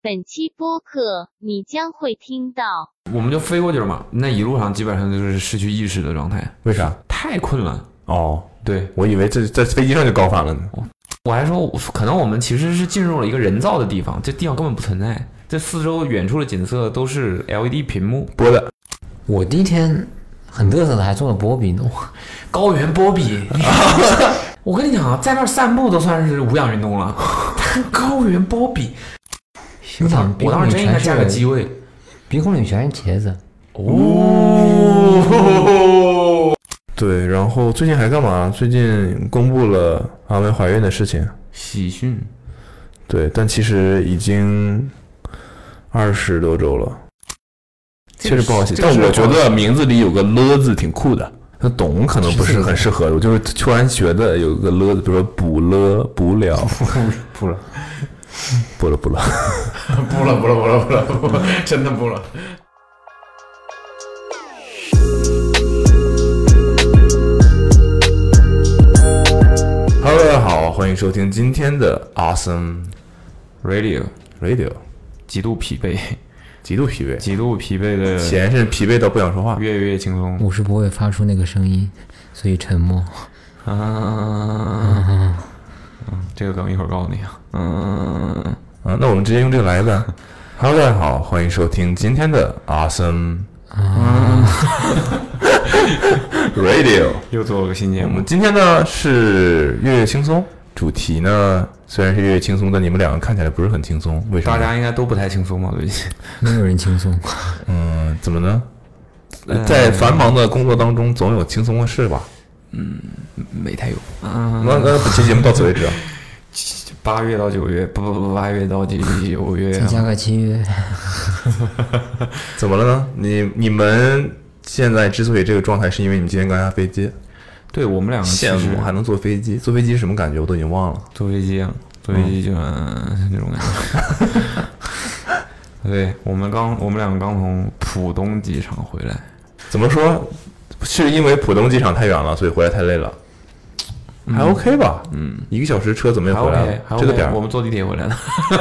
本期播客你将会听到我们就飞过去了嘛。那一路上基本上就是失去意识的状态，为啥？太困了。哦，对，我以为这在飞机上就高反了呢。我还说，可能我们其实是进入了一个人造的地方，这地方根本不存在。这四周远处的景色都是 LED 屏幕，播的我第一天很嘚瑟的，还中了波比呢。高原波比。 我跟你讲啊，在那儿散步都算是无氧运动了，但高原波比，我想我当时真应该加个机机，位。鼻孔里全是茄子。哦。对，然后最近还干嘛？最近公布了阿梅怀孕的事情。喜讯，对，但其实已经二十多周了，确实不好写。这个但是我觉得名字里有个了字挺酷的。那懂可能不是很适合，我就是突然觉得有个了字，比如说补了、补 了、不了，补了、补了。不了，不了，不了，不了，不了，真的不了。 Hello，大家好，欢迎收听今天的 Awesome Radio， Radio，极度疲惫，极度疲惫，极度疲惫的显然是疲惫到不想说话。月月轻松我是不会发出那个声音，所以沉 默。啊。嗯，这个梗一会儿告诉你啊。嗯，啊，那我们直接用这个来吧。Hello，大家好，欢迎收听今天的 Awesome Radio。又做了个新节我目们。今天呢是月月轻松，主题呢虽然是月月轻松，但你们两个看起来不是很轻松，为什么大呢？家应该都不太轻松吧？最近，没有人轻松，嗯，怎么呢？嗯在繁忙的工作当中，总有轻松的事吧。没太有。嗯那那本期节目到此为 止啊。八月到九月，不不不，八月到九九 月再，加个七月，怎么了呢？你你们现在之所以这个状态，是因为你们今天刚下飞机，对我们两个其羡实慕还能坐飞机。坐飞机是什么感觉？我都已经忘了。坐飞机啊，坐飞机就嗯那种感觉。 对我们刚，我们两个刚从浦东机场回来，怎么说？是因为浦东机场太远了，所以回来太累了。还 OK 吧？嗯，一个小时车怎么也还回来 OK，还了，这个点 OK，儿我。们坐地铁回来的。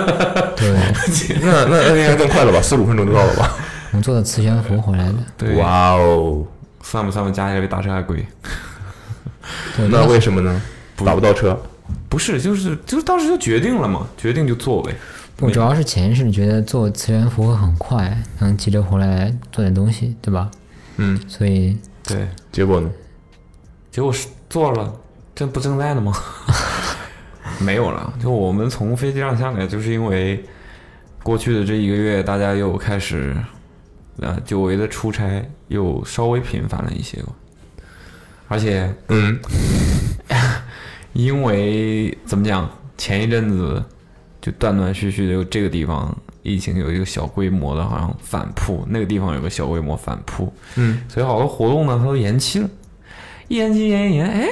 对那那那应该更快了吧？四十五分钟就到了吧？我们坐的磁悬浮回来的。对，哇哦！算吧算吧，加起来比打车还贵。对，那为什么呢？打不到车，不是，就是就是当时就决定了嘛，决定就做呗。我主要是潜意识里觉得坐磁悬浮会很快，能急着回来做点东西，对吧？嗯，所以对，结果呢？结果是做了，这不正在呢吗？ 没有了，就我们从飞机上下来，就是因为过去的这一个月，大家又开始呃久违的出差，又稍微频繁了一些吧。而且嗯， 因为怎么讲，前一阵子就断断续续的有这个地方疫情有一个小规模的，好像反扑，那个地方有个小规模反扑，嗯，所以好多活动呢它都延期了，一延期延一延，哎，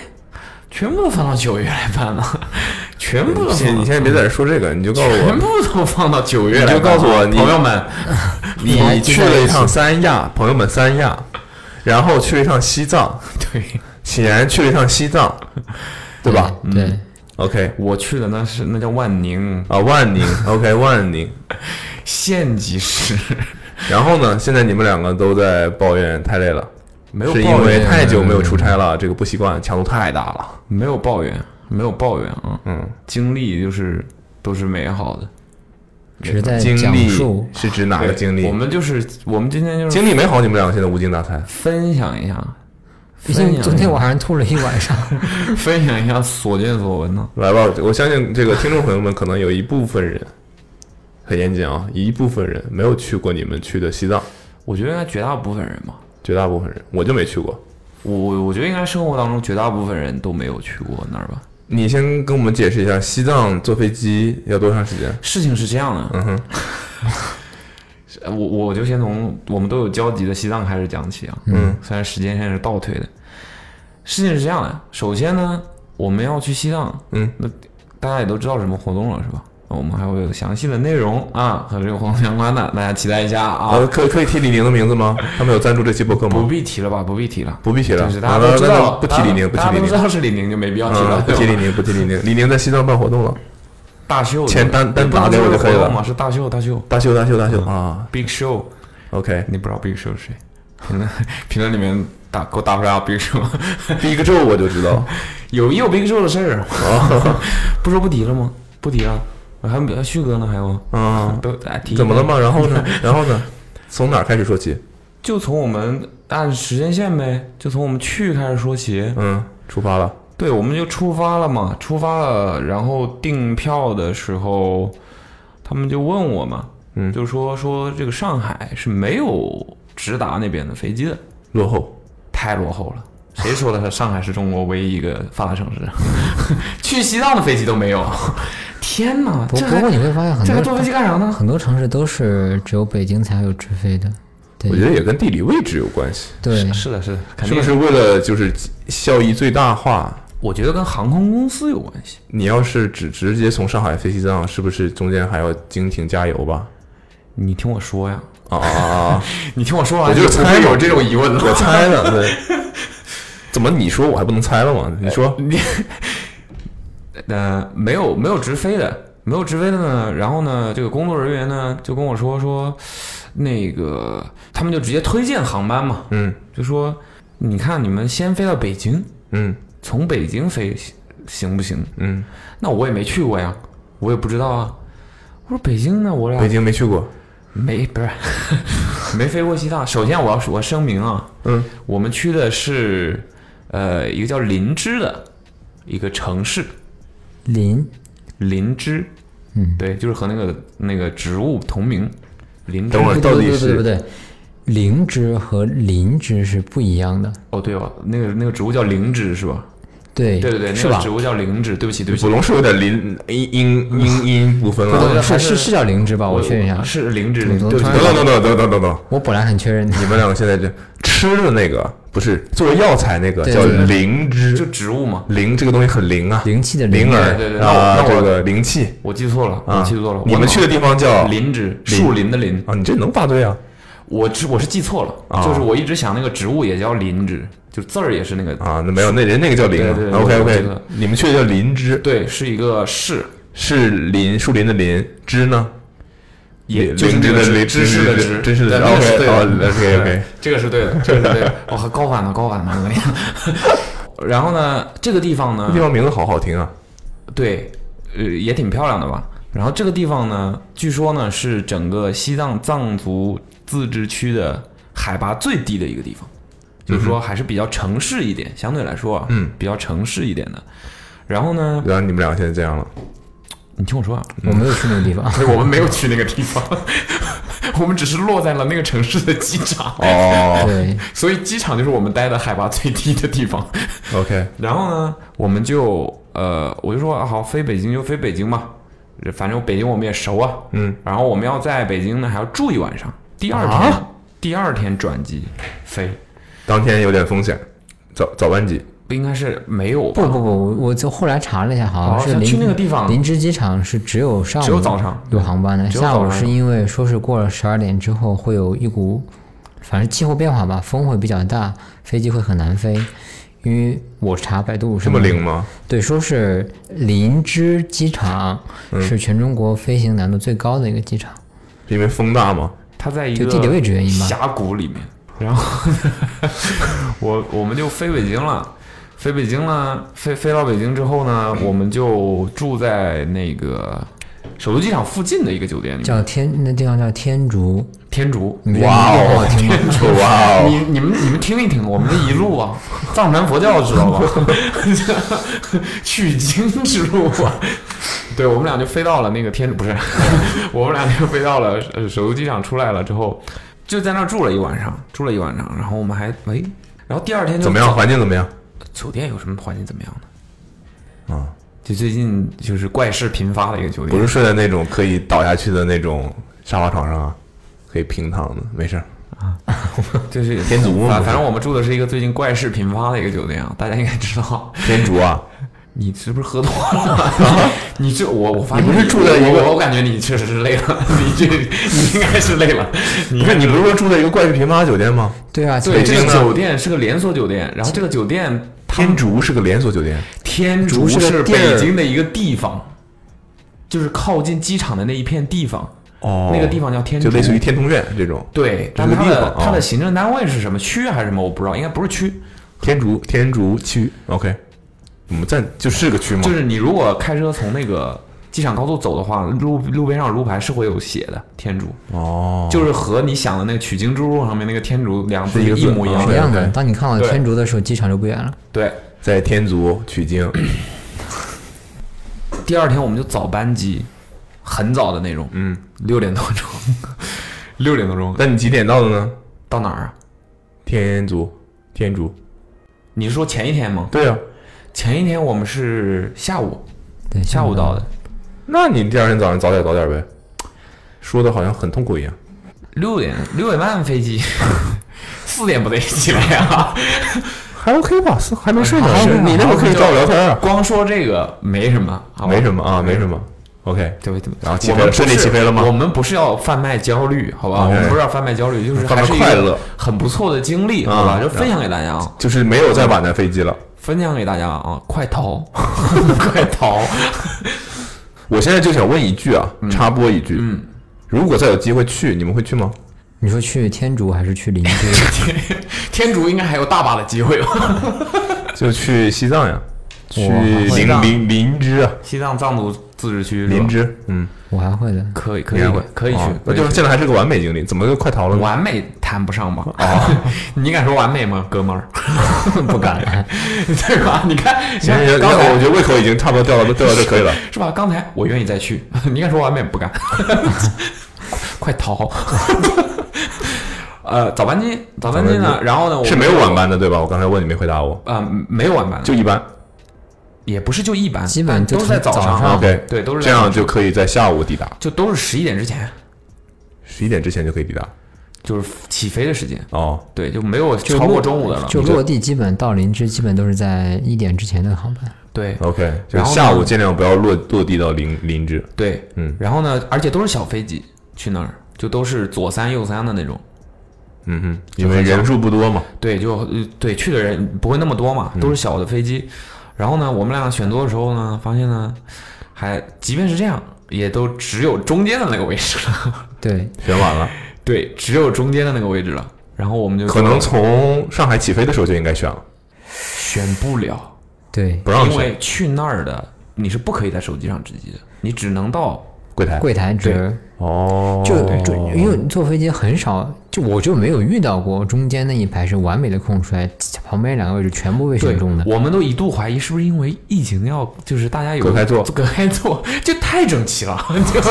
全部都放到九月来办了，全部都你放先到你现在别在这说这个，你就告诉全我，部都放到九月来你办就了，告诉我你朋友们， 你去了一趟三亚，朋友们三亚，然后去了一趟西藏，对显然去了一趟西藏，对吧？嗯对， ？OK 我去的那是那叫万宁啊，万宁，OK 万宁。县级市， 然后呢，现在你们两个都在抱怨太累了，没有是抱因为怨太久没有出差了，这个不习惯，强度太大了。没有抱怨，没有抱怨啊，嗯，经历就是都是美好的。只是在经讲历述是指哪个对经历？我们就是我们今天就是经历没好，你们两个现在无精打采。分享一下，毕分竟享昨一天下晚上吐了一晚 上，分享一下所见所闻呢。来吧，我相信这个听众朋友们可能有一部分人，很严谨啊，一部分人没有去过你们去的西藏，我觉得应该绝大部分人吧，绝大部分人我就没去过。我我我觉得应该生活当中绝大部分人都没有去过那儿吧。你先跟我们解释一下，西藏坐飞机要多长时间？事情是这样的，嗯哼，我 我就先从我们都有交集的西藏开始讲起啊，嗯，虽然时间现在是倒退的，事情是这样的，首先呢，我们要去西藏，嗯，那大家也都知道什么活动了是吧？那我们还会有详细的内容啊，和这个活动相关的，大家期待一下啊啊，。可 可以提李宁的名字吗？他们有赞助这期播客不吗？必提了吧，不必提了，不必提了就是大家都知那那道那了，不提李宁不提大家李宁大家都知道是李宁就没必要提了，啊嗯，不提对吧李宁，不提李宁，李宁在西藏办活动了。大秀的前单单不能打掉说就是可以活了动嘛，是大秀大秀大秀大秀大秀啊 Big Show， ，OK，你不知道 Big Show 是谁？评论评论里面打给我打出来啊，Big Show 第一个咒我就知道，有也有 Big Show 的事儿，啊 不说不提了吗？不提了，我还没旭哥呢，还有 嗯，都哎提怎么了？嘛？然后呢？然后呢？从哪儿开始说起？就从我们按时间线呗，就从我们去开始说起。嗯，出发了，对，我们就出发了嘛，出发了，然后订票的时候，他们就问我嘛，嗯就说说这个上海是没有直达那边的飞机的，落后，太落后了。谁说的？上海是中国唯一一个发达城市， 去西藏的飞机都没有。天哪，不这不还过你会发现很这还坐多飞机干啥呢？很多城市都是只有北京才有直飞的，对我觉得也跟地理位置有关系，对是是的，是的，肯是定不是为了就是效益最大化？我觉得跟航空公司有关系。你要是只直接从上海飞西藏，是不是中间还要经停加油吧？你听我说呀，啊啊啊啊！你听我说完， 我就你不会猜有这种疑问的。我猜了，对。 怎么你说我还不能猜了吗？你说，你，呃，没有没有直飞的，没有直飞的呢。然后呢，这个工作人员呢就跟我说说，那个他们就直接推荐航班嘛，嗯就说你看你们先飞到北京，嗯从北京飞行行不行？嗯，那我也没去过呀，我也不知道啊。我说北京呢，我俩北京没去过，没不是 没飞过西藏。首先我要我声明啊，嗯，我们去的是呃一个叫林芝的一个城市。林林芝，嗯，对，就是和那个那个植物同名，林芝等。会儿不到对底不对不是对，灵芝和灵芝是不一样的，哦，对哦，那个那个植物叫灵芝是吧？对对对哎对，是那个吧植？物叫灵芝。对不起，对不起捕，龙是有点林音音音音不分啊不我觉了得。还呃是是是是叫灵芝吧？我确认一下，是灵芝。祖宗对不起传等等等等等等等等，我本来很确认的。嗯你们两个现在这吃的那个不是作为药材那个对叫对灵就芝，植物嘛，灵这个东西很灵啊， 灵气的灵儿儿对对对那啊，我这个灵气我记错了，啊我记错了。，你我们去的地方叫林芝，树林的林。啊，你这能答对啊？我知我是记错了，啊就是我一直想那个植物也叫林芝，就字儿也是那个。啊，那没有，那人那个叫林对对对 OK 我记 OK，得你们去的叫林芝，对，是一个市，是林树林的林，芝呢？也就是灵那芝个的林，知识的芝，知，芝士的对芝。那个是 OK 对的 OK OK，这个是 对的，这个是对的。我、哦、高反了，高反了，我跟你讲。 然后呢，这个地方呢这地，方名字好好听啊。对，呃，也挺漂亮的吧。然后这个地方呢，据说呢是整个西藏藏族自治区的海拔最低的一个地方，就是说还是比较城市一点，相对来说啊，嗯，比较城市一点的。然后呢，然后你们两个现在这样了，你听我说啊，我没有去那个地方，哎我们没有去那个地方， 我们只是落在了那个城市的机场，嗯哦 对，所以机场就是我们待的海拔最低的地方。 ，OK，然后呢，我们就呃，我就说、啊、好，飞北京就飞北京嘛，反正北京我们也熟啊。嗯，然后我们要在北京呢，还要住一晚上。第二天，啊第二天转机飞，当天有点风险，早早班机，不应该是没有吧不不不，我我就后来查了一下，好哦像是像林去那个地方林芝机场是只有上午只有早上有航班的，只有下早午上是因为说是过了十二点之后会有一股，反正气候变化吧，风会比较大，飞机会很难飞。因为我查百度这上么面灵吗？对，说是林芝机场是全中国飞行难度最高的一个机场，是因为风大吗？它在一就个地理位置原因吧峡谷里面。然后 我我们就飞北京了，飞北京了，飞飞到北京之后呢，我们就住在那个首都机场附近的一个酒店里面，叫天那地方叫天竺，天竺。你们哇好好哦听吗？，哇你哦，你们你们听一听，我们这一路啊，藏传佛教知道吧？取经之路啊。对，我们俩就飞到了那个天，不是， 我们俩就飞到了呃首都机场，出来了之后，就在那儿住了一晚上，住了一晚上，然后我们还喂，然后第二天就怎么样？环境怎么样？酒店有什么环境怎么样呢？啊，就最近就是怪事频发的一个酒店，不是睡在那种可以倒下去的那种沙发床上啊，可以平躺的，没事儿。就是天竺嘛反不是反正我们住的是一个最近怪事频发的一个酒店啊，大家应该知道。天竺啊，你是不是喝多了？你这我我发现你不是住在一个我我感觉你确实是累了，你这你应该是累 了。 你看你不是说住在一个怪事频发的酒店吗？对啊，对，北京这个呢酒店是个连锁酒店，然后这个酒店它天竺是个连锁酒店，天竺是个是地儿北京的一个地方，就是靠近机场的那一片地方，哦那个地方叫天竺，就类似于天通苑这种，对，这但个它地的方它哦的行政单位是什么区还是什么，我不知道，应该不是区。天竺天竺区，OK，我们暂就是个区吗？就是你如果开车从那个机场高速走的话，路路边上有路牌是会有写的天竺，哦，就是和你想的那个取经之路上面那个天竺两个字是一个字啊一模一样对一的。样的。对当你看到对天竺的时候，机场就不远了。对，在天竺取经，第二天我们就早班机，很早的那种，嗯，六点多钟， 六点多钟那你几点到的呢？到哪儿啊？天竺，天竺，你是说前一天吗？对啊，前一天我们是下午对，下午到的，嗯那你第二天早上早点早点呗，说的好像很痛苦一样。六点六点半飞机， 四点不得起来啊？ 还 OK 吧，是还没睡呢还 OK 啊你那会儿可以找我聊天啊，光说这个没什么，好吧没什么啊，没什么。OK，对对，然后起我飞们了不顺利是起飞了吗我们不是要贩卖焦虑，好吧？ OK 我们不是要贩卖焦虑，就是贩卖还是一个快乐很不错的经历，好吧？嗯就分享给大家啊，就是没有再晚的飞机了。分享给大家啊！快 逃，快逃！我现在就想问一句啊，插播一句，嗯，如果再有机会去，你们会去吗？你说去天竺还是去林芝？天竺应该还有大把的机会吧？就去西藏呀，去西林藏林林芝啊，西藏藏族自治区，林芝，嗯，我还会的。可以，可以应该会，可以去哦，可那以就是去现在还是个完美经历，怎么就快逃了呢？完美谈不上吧？啊， 你敢说完美吗，哥们儿？ 不敢， 对吧？你看，你行行看行，刚那才我觉得胃口已经差不多掉到掉到这可 以了。是吧？刚才我愿意再去， 你敢说完美不 敢？快 逃！呃，早班机，早班机早呢？然后呢？我们是没有晚，班的对吧？我刚才问你没回答我，呃，没有晚班，就一班。也不是就一班，基本就都是在从早早上 OK，对，都是这在样就可以在下午抵达，就都是十一点之前，十一点之前就可以抵达。就是起飞的时间，哦，对，对，就没有就超过落中午的了，就落地基本到林芝，基本都是在一点之前的航班。对 OK，就然后呢下午尽量不要落落地到林林芝。对，嗯然后呢，而且都是小飞机去那儿，就都是左三右三的那种，嗯哼，因为人数不多嘛。对，就呃对去的人不会那么多嘛，嗯都是小的飞机。然后呢，我们俩选座的时候呢，发现呢，还即便是这样，也都只有中间的那个位置了。 对，选晚了，对，只有中间的那个位置了。然后我们就可能从上海起飞的时候就应该选了，选不了，对，不让因选为去那儿的你是不可以在手机上值机的，你只能到柜台。柜台对值哦，就就因为坐飞机很少，就我就没有遇到过中间那一排是完美的空出来，旁边两个位置全部被选中的。我们都一度怀疑是不是因为疫情要就是大家有隔开坐隔开坐 就太整齐了， 就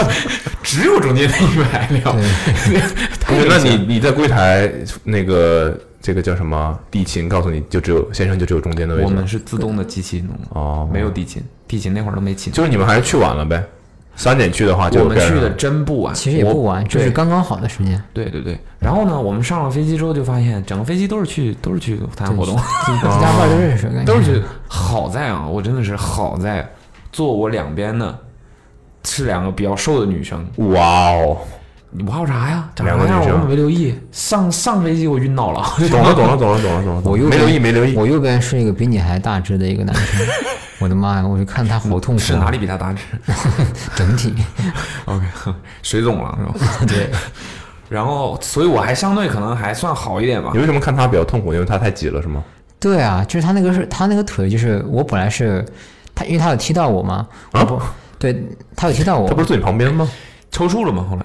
只有中间那一排了。不 太是，整那齐了你你在柜台那个这个叫什么地勤告诉你就只有先生就只有中间的位我置们。是自动的机器弄的，哦，没有地勤，地勤那会儿都没勤。就是你们还是去晚了呗，三点去的话就我有们边去上的真不晚，其实也不晚，我就是刚刚好的 时间。对对对对。然后呢，我们上了飞机之后就发现，整个飞机都是去都是去参加活动，大家伴都认识，感觉哦都是去。好在啊，我真的是好在，坐我两边的是两个比较瘦的女生，哇哦， 你我还有啥呀？长啥两个样女生我没留意。上上飞机我晕倒了， 懂了懂了懂了懂了懂了，我右没边留意没留意，我右边是一个比你还大只的一个男 生，我的妈呀！我就看他好痛苦、啊，是哪里比他大只整体 ？OK，水肿了 是吧？对，然后，所以我还相对可能还算好一点吧你。为什么看他比较痛苦？因为他太挤了是吗？ 对啊，就是他那个是他那个腿，就是我本来是他，因为他有踢到我嘛，啊，对他有踢到我，他不是坐你旁边吗？抽搐了吗？ 后来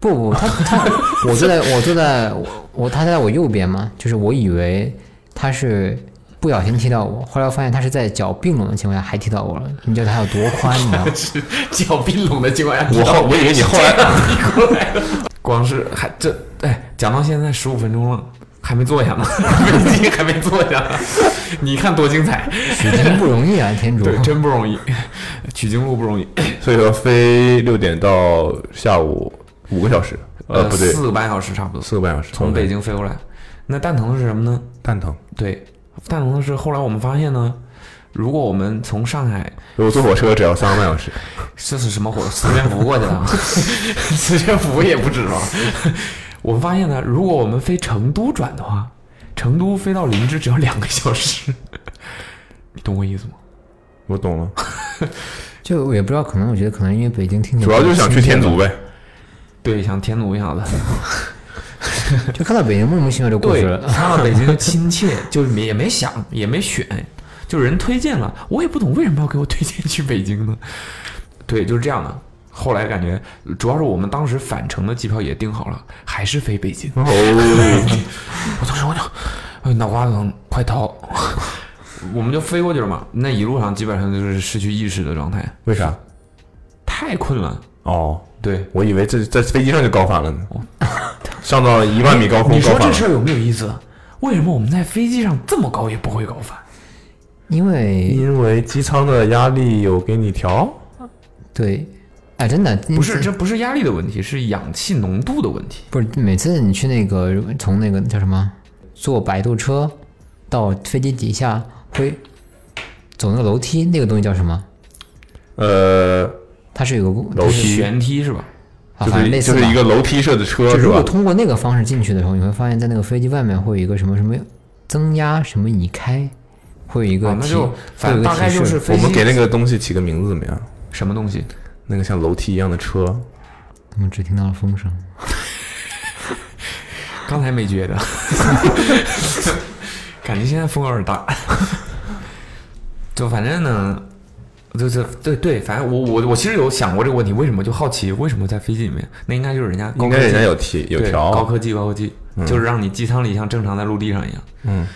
不不，他 他我坐在我坐在我我他在我右边嘛，就是我以为他是不小心踢到我，后来发现他是在脚并拢的情况下还踢到我了，你知道他有多宽，你知 道吗？是脚冰冷的情况下，我后我以为你后来 光是还这哎，讲到现在十五分钟了，还没坐下呢， 飞机还没坐下 呢，你看多精彩！取经不容易啊，天 主。对，真不容易， 取经路不容易。所以说飞六点到下午五个小时，呃不对，四个半小时差不多，四个半小时，从 OK 北京飞过来。那蛋疼的是什么呢？蛋疼。对，蛋疼的是后来我们发现呢，如果我们从上海如果坐火车只要三个半小时，这是什么火磁悬浮过去 的，磁悬浮也不止吧？我们发现呢，如果我们飞成都转的话，成都飞到林芝只要两个小时，你懂我意思吗？我懂了。就我也不知道，可能我觉得可能因为北京听主要就是想去天竺，呗。对，想天奴一下子。就看到北京莫名其妙就过对去，了。看 到北京就亲切，就是也没想，也没选，就人推荐了，我也不懂为什么要给我推荐去北京呢？对，就是这样的。后来感觉，主要是我们当时返程的机票也订好了，还是飞北京。哦，我当时我就，哎，脑瓜疼，快逃！ 我们就飞过去了嘛，那一路上基本上就是失去意识的状态，为啥？太困了。哦，对，我以为这在飞机上就高反了呢， 上到一万米高空你高说反这了。事儿有没有意思？为什么我们在飞机上这么高也不会高反？因为因为机舱的压力有给你调，对，哎，真的嗯不是，这不是压力的问题，是氧气浓度的问题。不是每次你去那个从那个叫什么坐摆渡车到飞机底下会走那个楼梯，那个东西叫什么？呃，它是有个楼它梯是是旋梯是吧？啊，就反正类是似就吧。是一个楼梯式的车就是如果吧？通过那个方式进去的时候，你会发现在那个飞机外面会有一个什么什么增压什么已开，会有一个啊，那提，就会反正有一个大概提就示是飞我机们给那个东西起个名字啊怎么样？什么东西？那个像楼梯一样的车，我们只听到了风声。刚才没 觉得， 感觉现在风有点大。 就反正呢，就是对对，反正我我我其实有想过这个问题，为什么就好奇为什么在飞机里面？那应该就是人家高应科该技人家有提有对调。高科技高科技，就是让你机舱里像正常在陆地上一样。嗯，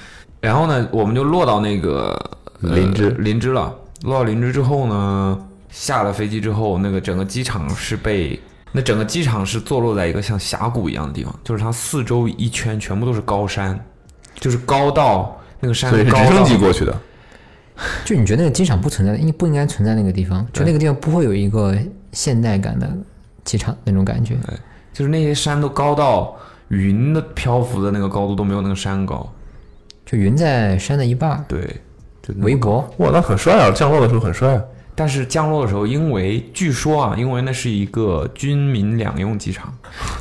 然后呢，我们就落到那个、呃林芝林芝了。落到林芝之后呢，下了飞机之后，那个整个机场是被那整个机场是坐落在一个像峡谷一样的地方，就是它四周一圈全部都是高山，就是高到那个山所以是高直升到机过去的。就你觉得那个机场不存在，应不应该存在那个地方？就那个地方不会有一个现代感的机场那种感觉。就是那些山都高到云的漂浮的那个高度都没有那个山高。就云在山的一半儿，对，就那么围脖。哇，那很帅啊！降落的时候很帅啊。但是降落的时候，因为据说啊，因为那是一个军民两用机场，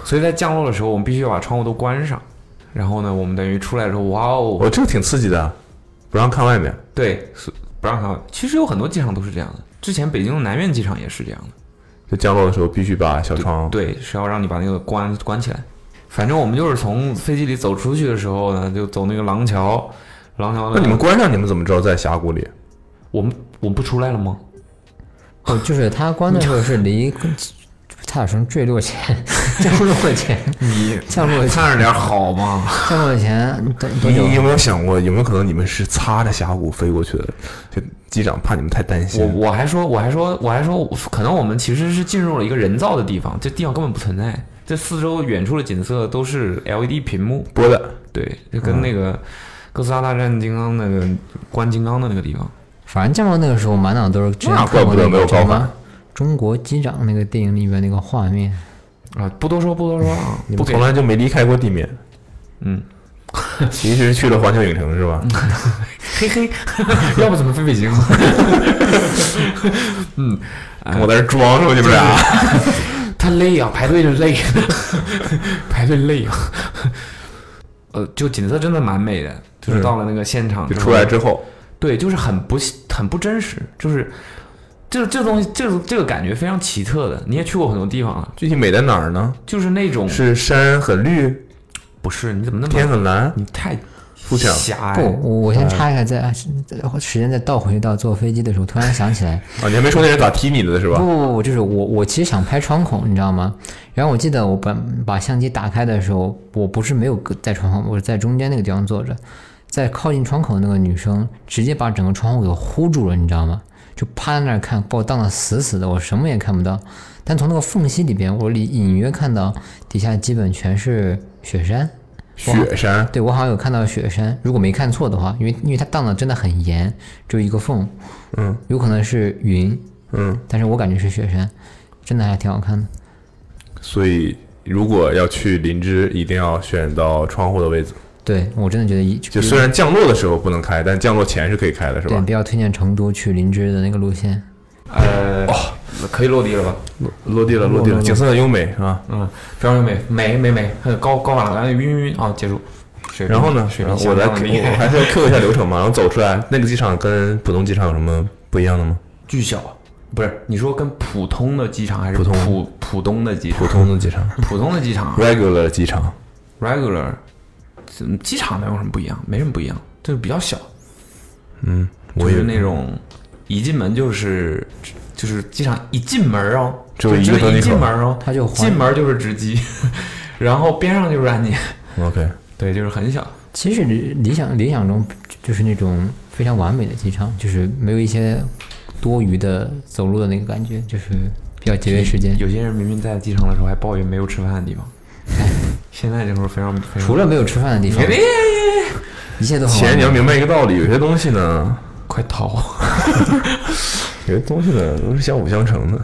所以在降落的时候，我们必须要把窗户都关上。然后呢，我们等于出来的时候，哇哦，我这个挺刺激的啊，不让看外面。对，是不让看。其实有很多机场都是这样的，之前北京的南苑机场也是这样的。就降落的时候必须把小窗对，是要让你把那个关关起来。反正我们就是从飞机里走出去的时候呢，就走那个廊桥，廊桥呢，那你们关上，你们怎么知道在峡谷里？我们我们不出来了吗？哦，就是它关的时候是离差点说坠落前、降落前、你降落前、看着点好吗？降落前多多你久？有没有想过，有没有可能你们是擦着峡谷飞过去的？就机长怕你们太担我心。我还说我还说我还说，可能我们其实是进入了一个人造的地方，这地方根本不存在。这四周远处的景色都是 LED 屏幕，播的，对，就跟那嗯个哥斯拉大战金刚那个关金刚的那个地方，反正降落那个时候，满脑都是之前那看怪过不得那没个有叫高什么反《中国机长》那个电影里面那个画面。啊，不多说不多说啊， 你不们给从来就没离开过地面。嗯，其实是去了环球影城是吧？嘿嘿， 要不怎么飞北 京？我在这装是吧？你们俩他累啊，排队就累， 排队累啊。呃，就景色真的蛮美的，就是嗯到了那个现场就之出后来之后，对，就是很不很不真实，就是这这东西，这这个感觉非常奇特的。你也去过很多地方了，具体美在哪儿呢？就是那种是山很绿，不是？你怎么那么天很蓝，你太肤浅了狭隘不，我我先插一下，再时间再倒回到坐飞机的时候，突然想起来，啊！你还没说那人咋踢你的是不吧？不不不，就是我我其实想拍窗口，你知道吗？然后我记得我把把相机打开的时候，我不是没有搁在窗口，我是在中间那个地方坐着，在靠近窗口的那个女生直接把整个窗户给糊住了，你知道吗？就趴在那儿看，把我当的死死的，我什么也看不到。但从那个缝隙里边，我里隐约看到底下基本全是雪山。雪山，对，我好像有看到雪山，如果没看错的话，因为因为它荡的真的很严，只有一个缝，嗯，有可能是云，嗯，但是我感觉是雪山，真的还挺好看的。所以如果要去林芝，一定要选到窗户的位置。对我真的觉得一就虽然降落的时候不能开，但降落前是可以开的，是对吧比？较推荐成都去林芝的那个路线，呃，哦可以落地了吧？落地了，落地了，景色很优美啊。嗯，非常美，美美美，很高高马兰晕晕啊，结束。水平然后呢，水然平后我来相当 Q- 厉我 害还是要 Q 一下流程嘛。然后走出来，那个机场跟浦东机场有什么不一样的吗？巨小，不是你说跟普通的机场还是普通普普通的机场？普通的机场 普通的机场啊，regular 机场， regular，怎么机场能有什么不一样？没什么不一样，就是比较小，我就以是为那种一进门就是就是机场一进门哦，只有一就个登一机口进门哦，它就环进门就是直机， 然后边上就是安检， OK，对，就是很小。其实理理想理想中就是那种非常完美的机场，就是没有一些多余的走路的那个感觉，就是比较节约时间。有些人明明在机场的时候还抱怨没有吃饭的地方， 现在就是非常非常除了没有吃饭的地方，一切都很钱完你要美。明白一个道理，有些东西呢， 快逃， 有些东西呢都是相辅相成的。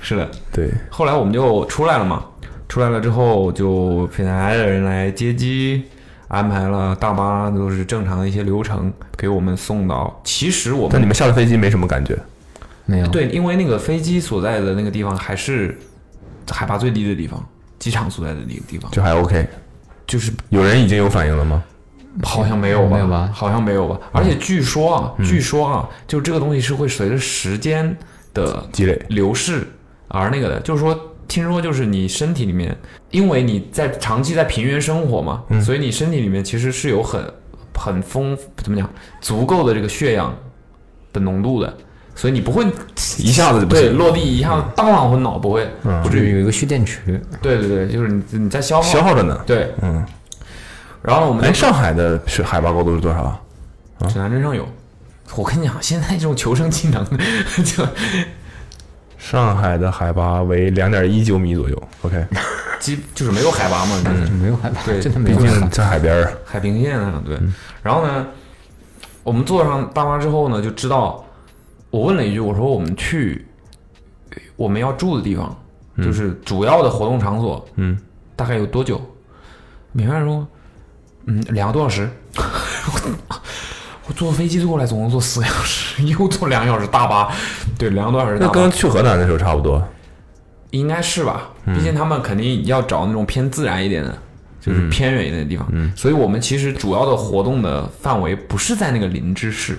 是的。对，后来我们就出来了嘛，出来了之后就品牌的人来接机，安排了大巴，都是正常的一些流程，给我们送到。其实我但们你们下了飞机没什么感觉，没有，对，因为那个飞机所在的那个地方还是海拔最低的地方，机场所在的那个地方，就还 OK。就是有人已经有反应了吗？好像没有吧？没有吧好像没有吧？而且据说啊，据说啊，就这个东西是会随着时间的积累流逝而那个的，就是说，听说就是你身体里面，因为你在长期在平原生活嘛，嗯所以你身体里面其实是有很很丰怎么讲足够的这个血氧的浓度的，所以你不会一下子就不对行，嗯落地一下当啷昏倒，不会，不就至是于。有一个蓄电池，对对对，就是你你在消耗消耗着呢。对，嗯，然后我们哎，上海的是海拔高度是多少啊？指南针上有。我跟你讲，现在这种求生技能， 就上海的海拔为两点一九米左右。OK，基就是没有海拔嘛，就是嗯没有海拔， 对真的没毕有海拔竟。在海边儿。海平线啊，对。嗯然后呢，我们坐上大巴之后呢，就知道，我问了一句，我说我们去我们要住的地方，就是主要的活动场所，嗯，大概有多久？美饭说，嗯，两个多小时。 我我坐飞机过来总共坐四个小时， 又坐两个小时大巴，对，两个多小时大 那巴。跟去河南的时候差不多。应该是吧，嗯毕竟他们肯定要找那种偏自然一点的，嗯就是偏远一点的地方。所以我们其实主要的活动的范围不是在那个林芝市，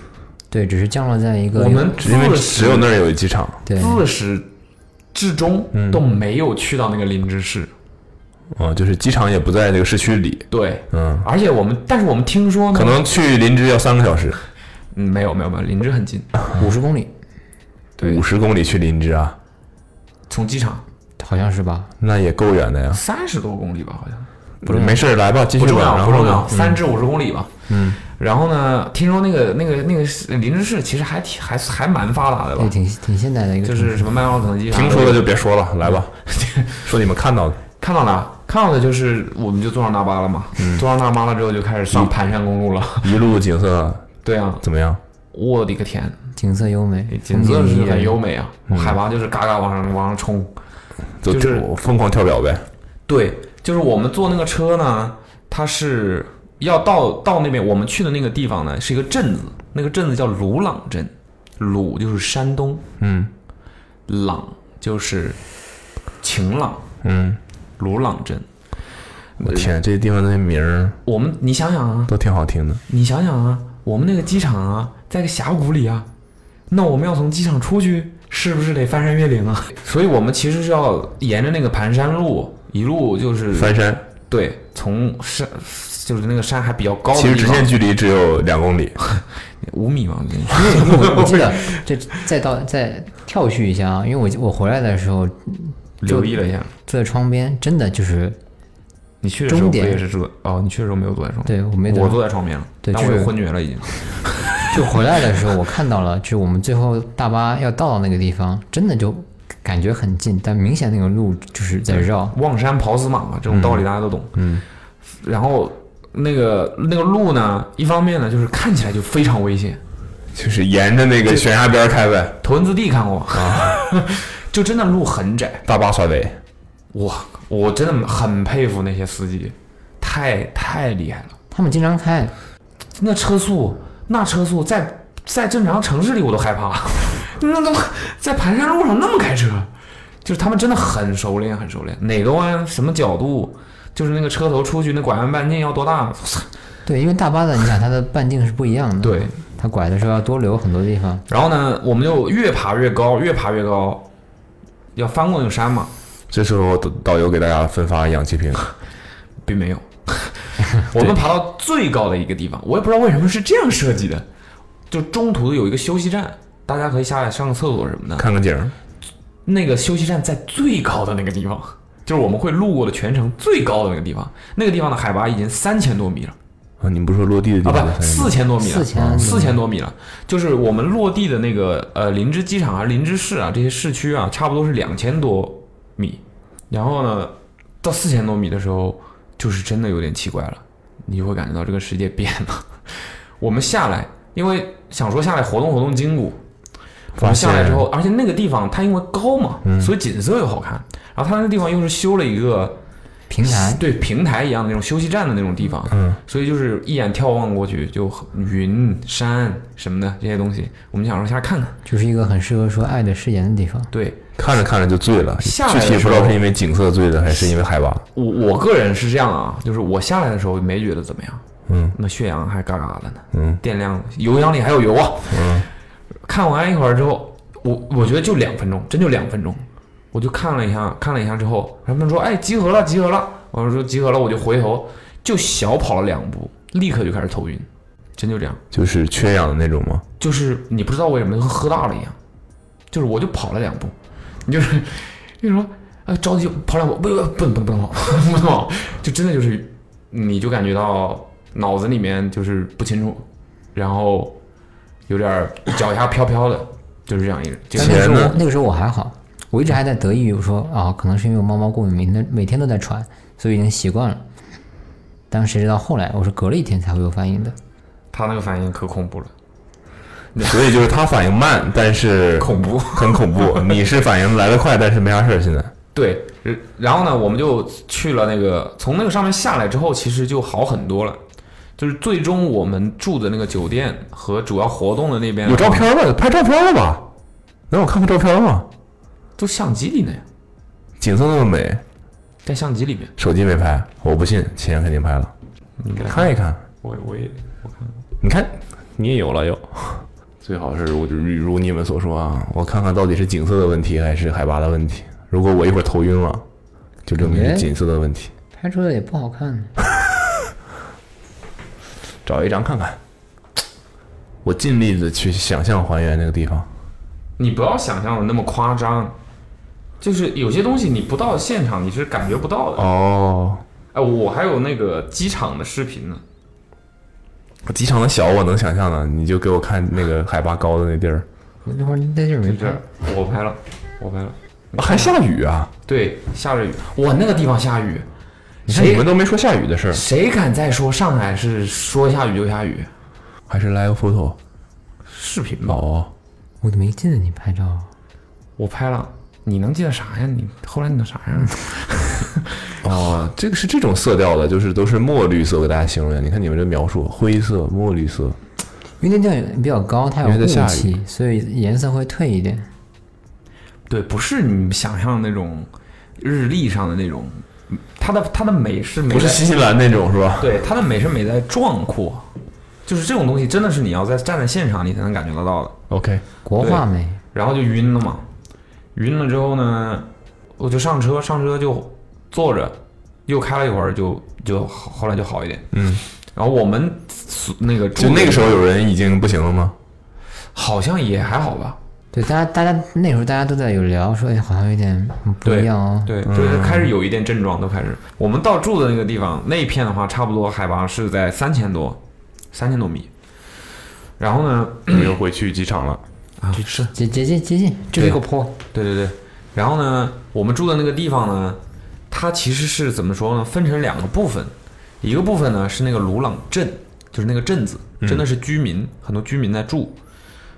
对，只是降落在一个我们因为自只有始那儿有一机场。对自始至终都没有去到那个林芝市。嗯，就是机场也不在这个市区里。对，嗯，而且我们，但是我们听说呢，可能去林芝要三个小时，嗯没有没有没有，林芝很近，五十公里，对五，十公里去林芝啊，从机场好像是吧？那也够远的呀。嗯三十多公里吧，好像。不是，没事儿，来吧，继续不重吧。要，然不后重要，呢？三至五十公里吧。嗯。然后呢，听说那个那个那个是林芝市其实还挺还还蛮发达的吧对，？挺挺现代的一个就城市，是什么麦当劳、肯德基啥嗯的，听说的就别说了，来 吧，说你们看到的。看到了，看到的就是我们就坐上大巴了嘛，坐上大巴了之后就开始上盘山公路了。 一路景色对啊，怎么样？我的个天，景色优美，景风色景是宜人很优美啊，海拔就是嘎嘎往上往上冲。就就是我疯狂跳表呗。对，就是我们坐那个车呢，它是要到到那边，我们去的那个地方呢是一个镇子，那个镇子叫鲁朗镇，鲁就是山东，嗯朗就是晴朗，嗯，鲁朗镇。我天，这些地方那些名儿我们你想想啊，都挺好听的。你想想啊，我们那个机场啊，在个峡谷里啊，那我们要从机场出去，是不是得翻山越岭啊？ 所以我们其实是要沿着那个盘山路一路就是翻山，对，从山就是那个山还比较高的其实地直方线，距离只有两公里。五米嘛，因为我我记得， 这再到再跳续一下啊，因为我记我回来的时候就留意了一下。坐在窗边，真的就是你去的时候终不点也是坐哦？你去的时候没有坐在床边，对我没我得坐在床边了，对但就我是有昏厥了已经。就回来的时候，我看到了，就是我们最后大巴要到的那个地方，真的就感觉很近，但明显那个路就是在绕。望山跑死马嘛，这种道理大家都懂。嗯。然后那个那个路呢，一方面呢就是看起来就非常危险，就是沿着那个悬崖边儿开呗，头文字 D 看过吗？ 就真的路很窄，大巴甩尾。哇！我真的很佩服那些司机，太太厉害了。他们经常开，那车速，那车速在在正常城市里我都害怕， 那怎么在盘山路上那么开车？就是他们真的很熟练，很熟练，哪个弯什么角度，就是那个车头出去那拐弯半径要多大？ 对，因为大巴的，你想它的半径是不一样的，对，他拐的时候要多留很多地方。然后呢，我们就越爬越高，越爬越高，要翻过那个山嘛，这时候导导游给大家分发氧气瓶，并没有。我们爬到最高的一个地方，我也不知道为什么是这样设计的，就中途有一个休息站，大家可以下来上个厕所什么的。看个景儿，那个休息站在最高的那个地方，就是我们会路过的全程最高的那个地方。那个地方的海拔已经三千多米了啊，你们不是说落地的地啊，方吗？不，四千多米了， 4000多米四千多米了。就是我们落地的那个呃林芝机场啊、林芝市啊这些市区啊，差不多是两千多米。然后呢，到四千多米的时候，就是真的有点奇怪了，你就会感觉到这个世界变了。我们下来，因为想说下来活动活动筋骨，我发们下来现之后，而且那个地方它因为高嘛，所以景色又好看。然后它那个地方又是修了一个平台对平台一样的那种休息站的那种地方，嗯，所以就是一眼眺望过去就很云山什么的这些东西，我们想说下来看看。就是一个很适合说爱的誓言的地方。对看着看着就醉了，具下来的体也不知时道候是因为景色醉的，还是因为海拔。我我个人是这样啊，就是我下来的时候没觉得怎么样，嗯，那血氧还嘎嘎的呢，嗯，电量油氧里还有油啊，嗯， 看完一会儿之后，我我觉得就两分钟，真就两分钟，我就看了一下，看了一下之后，他们说哎集合了集合了，我说集合了，我就回头就小跑了两步，立刻就开始头晕，真就这样，就是缺氧的那种吗？就是你不知道为什么就跟喝大了一样，就是我就跑了两步，你就是你说哎着急跑两步，不不不能不能不能跑，不能跑，就真的就是你就感觉到脑子里面就是不清楚，然后有点儿脚下飘飘的，就是这样一个。这但个那钱个时候呢我那个时候我还好，我一直还在得意于说啊，可能是因为我猫猫过敏，每天每天都在传，所以已经习惯了。但谁知道后来我是隔了一天才会有反应的，他那个反应可恐怖了，所以就是他反应慢，但是 恐怖。很恐怖。你是反应来得快，但是没啥事儿。现在对，然然后呢，我们就去了那个，从那个上面下来之后，其实就好很多了。就是最终我们住的那个酒店和主要活动的那边啊有照，片吗？拍照片了吧？能让我看看照片吗？都相机里呢，景色那么美，在相机里面。手机没拍，我不信，秦岩肯定拍了，应该看一看。我我也我看你看，你也有了又。 最好是如如你们所说啊，我看看到底是景色的问题还是海拔的问题。如果我一会儿头晕了，就证明是哎景色的问题。拍出来也不好看。找一张看看。我尽力的去想象还原那个地方。你不要想象的那么夸张，就是有些东西你不到现场你是感觉不到的。哦，哎，我还有那个机场的视频呢，机场的小我能想象的，你就给我看那个海拔高的那地儿，我那会儿在这儿没就这拍儿，我拍了，我拍了。还下雨啊！对，下着雨，哇，那个地方下雨，你看你谁们都没说下雨的事儿，谁敢再说上海是说下雨就下雨？还是 live photo 视频吧，哦，我都没记得你拍照啊。我拍了，你能记得啥呀？你后来你的啥呀？哦，这个是这种色调的，就是都是墨绿色，我给大家形容一下。你看你们这描述，灰色、墨绿色，因为那地方比较高，它有因为在雾下雨气，所以颜色会褪一点。对，不是你们想象的那种日历上的那种，嗯它的它的美是美不是在新西兰那种是吧？对，它的美是美在壮阔，就是这种东西真的是你要在站在现场你才能感觉得到的。 ，OK，国画美，然后就晕了嘛，晕了之后呢，我就上车，上车就坐着，又开了一会儿就就好后来就好一点。嗯，然后我们所那个就住那的个时候有人已经不行了吗？好像也还好吧。对大家，大家那时候大家都在有聊说，哎，好像有点不一样哦。对，就是开始有一点症状都开始。我们到住的那个地方那一片的话，差不多海拔是在三千多，三千多米。然后呢，你又回去机场了，啊是接接近接近，就是一个对坡，对对对，然后呢，我们住的那个地方呢，它其实是怎么说呢？分成两个部分，一个部分呢是那个鲁朗镇，就是那个镇子，嗯真的是居民，很多居民在住，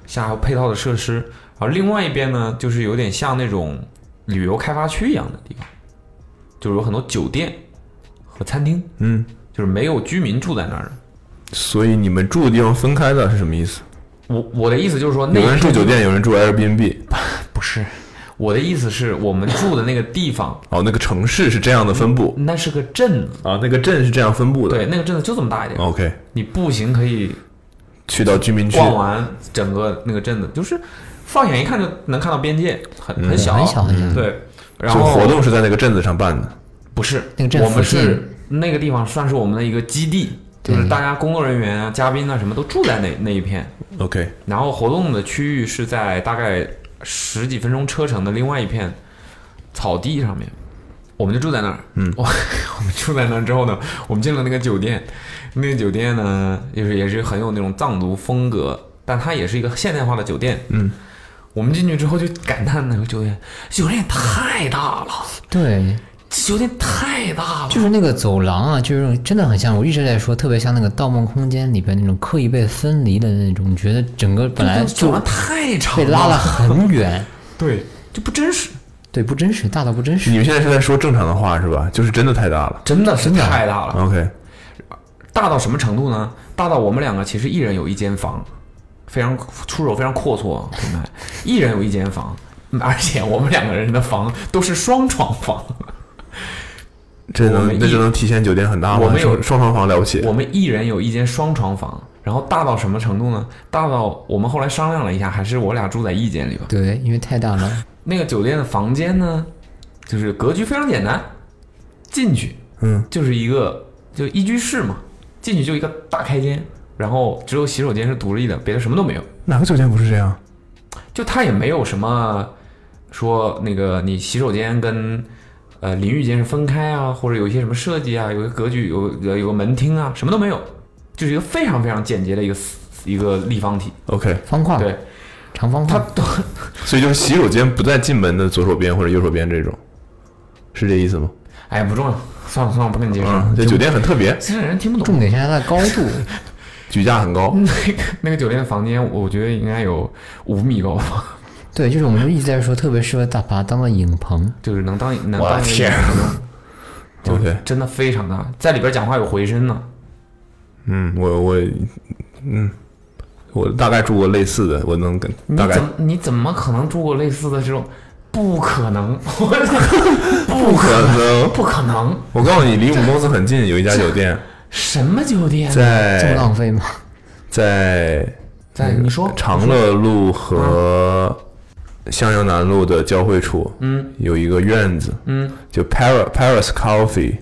下有配套的设施。而另外一边呢，就是有点像那种旅游开发区一样的地方，就是有很多酒店和餐厅，嗯，就是没有居民住在那儿的。所以你们住的地方分开的是什么意思？我我的意思就是说，那有人一住片酒店，有人住 Airbnb，不是，我的意思是我们住的那个地方，哦，那个城市是这样的分布哦那是个镇子。啊，那个镇是这样分布的。对，那个镇子就这么大一点。 ，OK，你步行可以去到居民区，逛完整个那个镇子，就是放眼一看就能看到边界，很很小，很小很小对，然这个后嗯活动是在那个镇子上办的。不是那个镇我们附近是那个地方算是我们的一个基地，就是对大家工作人员啊、嘉宾啊什么都住在那那一片， OK，然后活动的区域是在大概十几分钟车程的另外一片草地上面，我们就住在那儿。嗯， 我我们住在那儿之后呢，我们进了那个酒店，那个酒店呢，就是也是很有那种藏族风格，但它也是一个现代化的酒店。嗯，我们进去之后就感叹那个酒店，酒店太大了，对，这酒店太大了，就是那个走廊啊，就是真的很像，我一直在说，特别像那个《盗梦空间》里边那种刻意被分离的那种，你觉得整个本来走就廊太长被拉了，很远，对，就不真实，对，不真实，大到不真你实。们现在是在说正常的话是吧？就是真的太大了。真的是太大了。 OK，大到什么程度呢？大到我们两个其实一人有一间房，非常出手非常阔绰，对吧？一人有一间房，而且我们两个人的房都是双床房。这我能们这一就能体现酒店很大吗？我们有双双床房了不起我。们一人有一间双床房，然后大到什么程度呢？大到我们后来商量了一下，还是我俩住在一间里吧。对，因为太大了，那个酒店的房间呢，就是格局非常简单，进去嗯，就是一个就一居室嘛，进去就一个大开间，然后只有洗手间是独立的，别的什么都没有。哪个酒店不是这样？就他也没有什么说那个你洗手间跟呃淋浴间是分开啊，或者有一些什么设计啊，有个格局，有有有个门厅啊，什么都没有，就是一个非常非常简洁的一个四一个立方体。 OK，方块，对，长方它块，都所以就是洗手间不在进门的左手边或者右手边这种，是这意思吗？哎不重要，算了算了，不跟你解释了。嗯，这酒店很特别，其实人听不懂。重点是它的高度，举架很高。那个 那个酒店的房间，我觉得应该有五米高吧，对，就是我们一直在说，特别适合大把它当做影棚，就是能当能我的当一个天啊就 OK 真的非常大，在里边讲话有回声呢。嗯，我我嗯，我大概住过类似的，我能跟你大概怎么你怎么可能住过类似的这种？不可能， 不可能。 不可能！我告诉你，离我们公司很近有一家酒店，什么酒店？这么在浪费吗？在在你说长乐路嗯和襄阳南路的交汇处，嗯，有一个院子，嗯，就 Paris Paris Coffee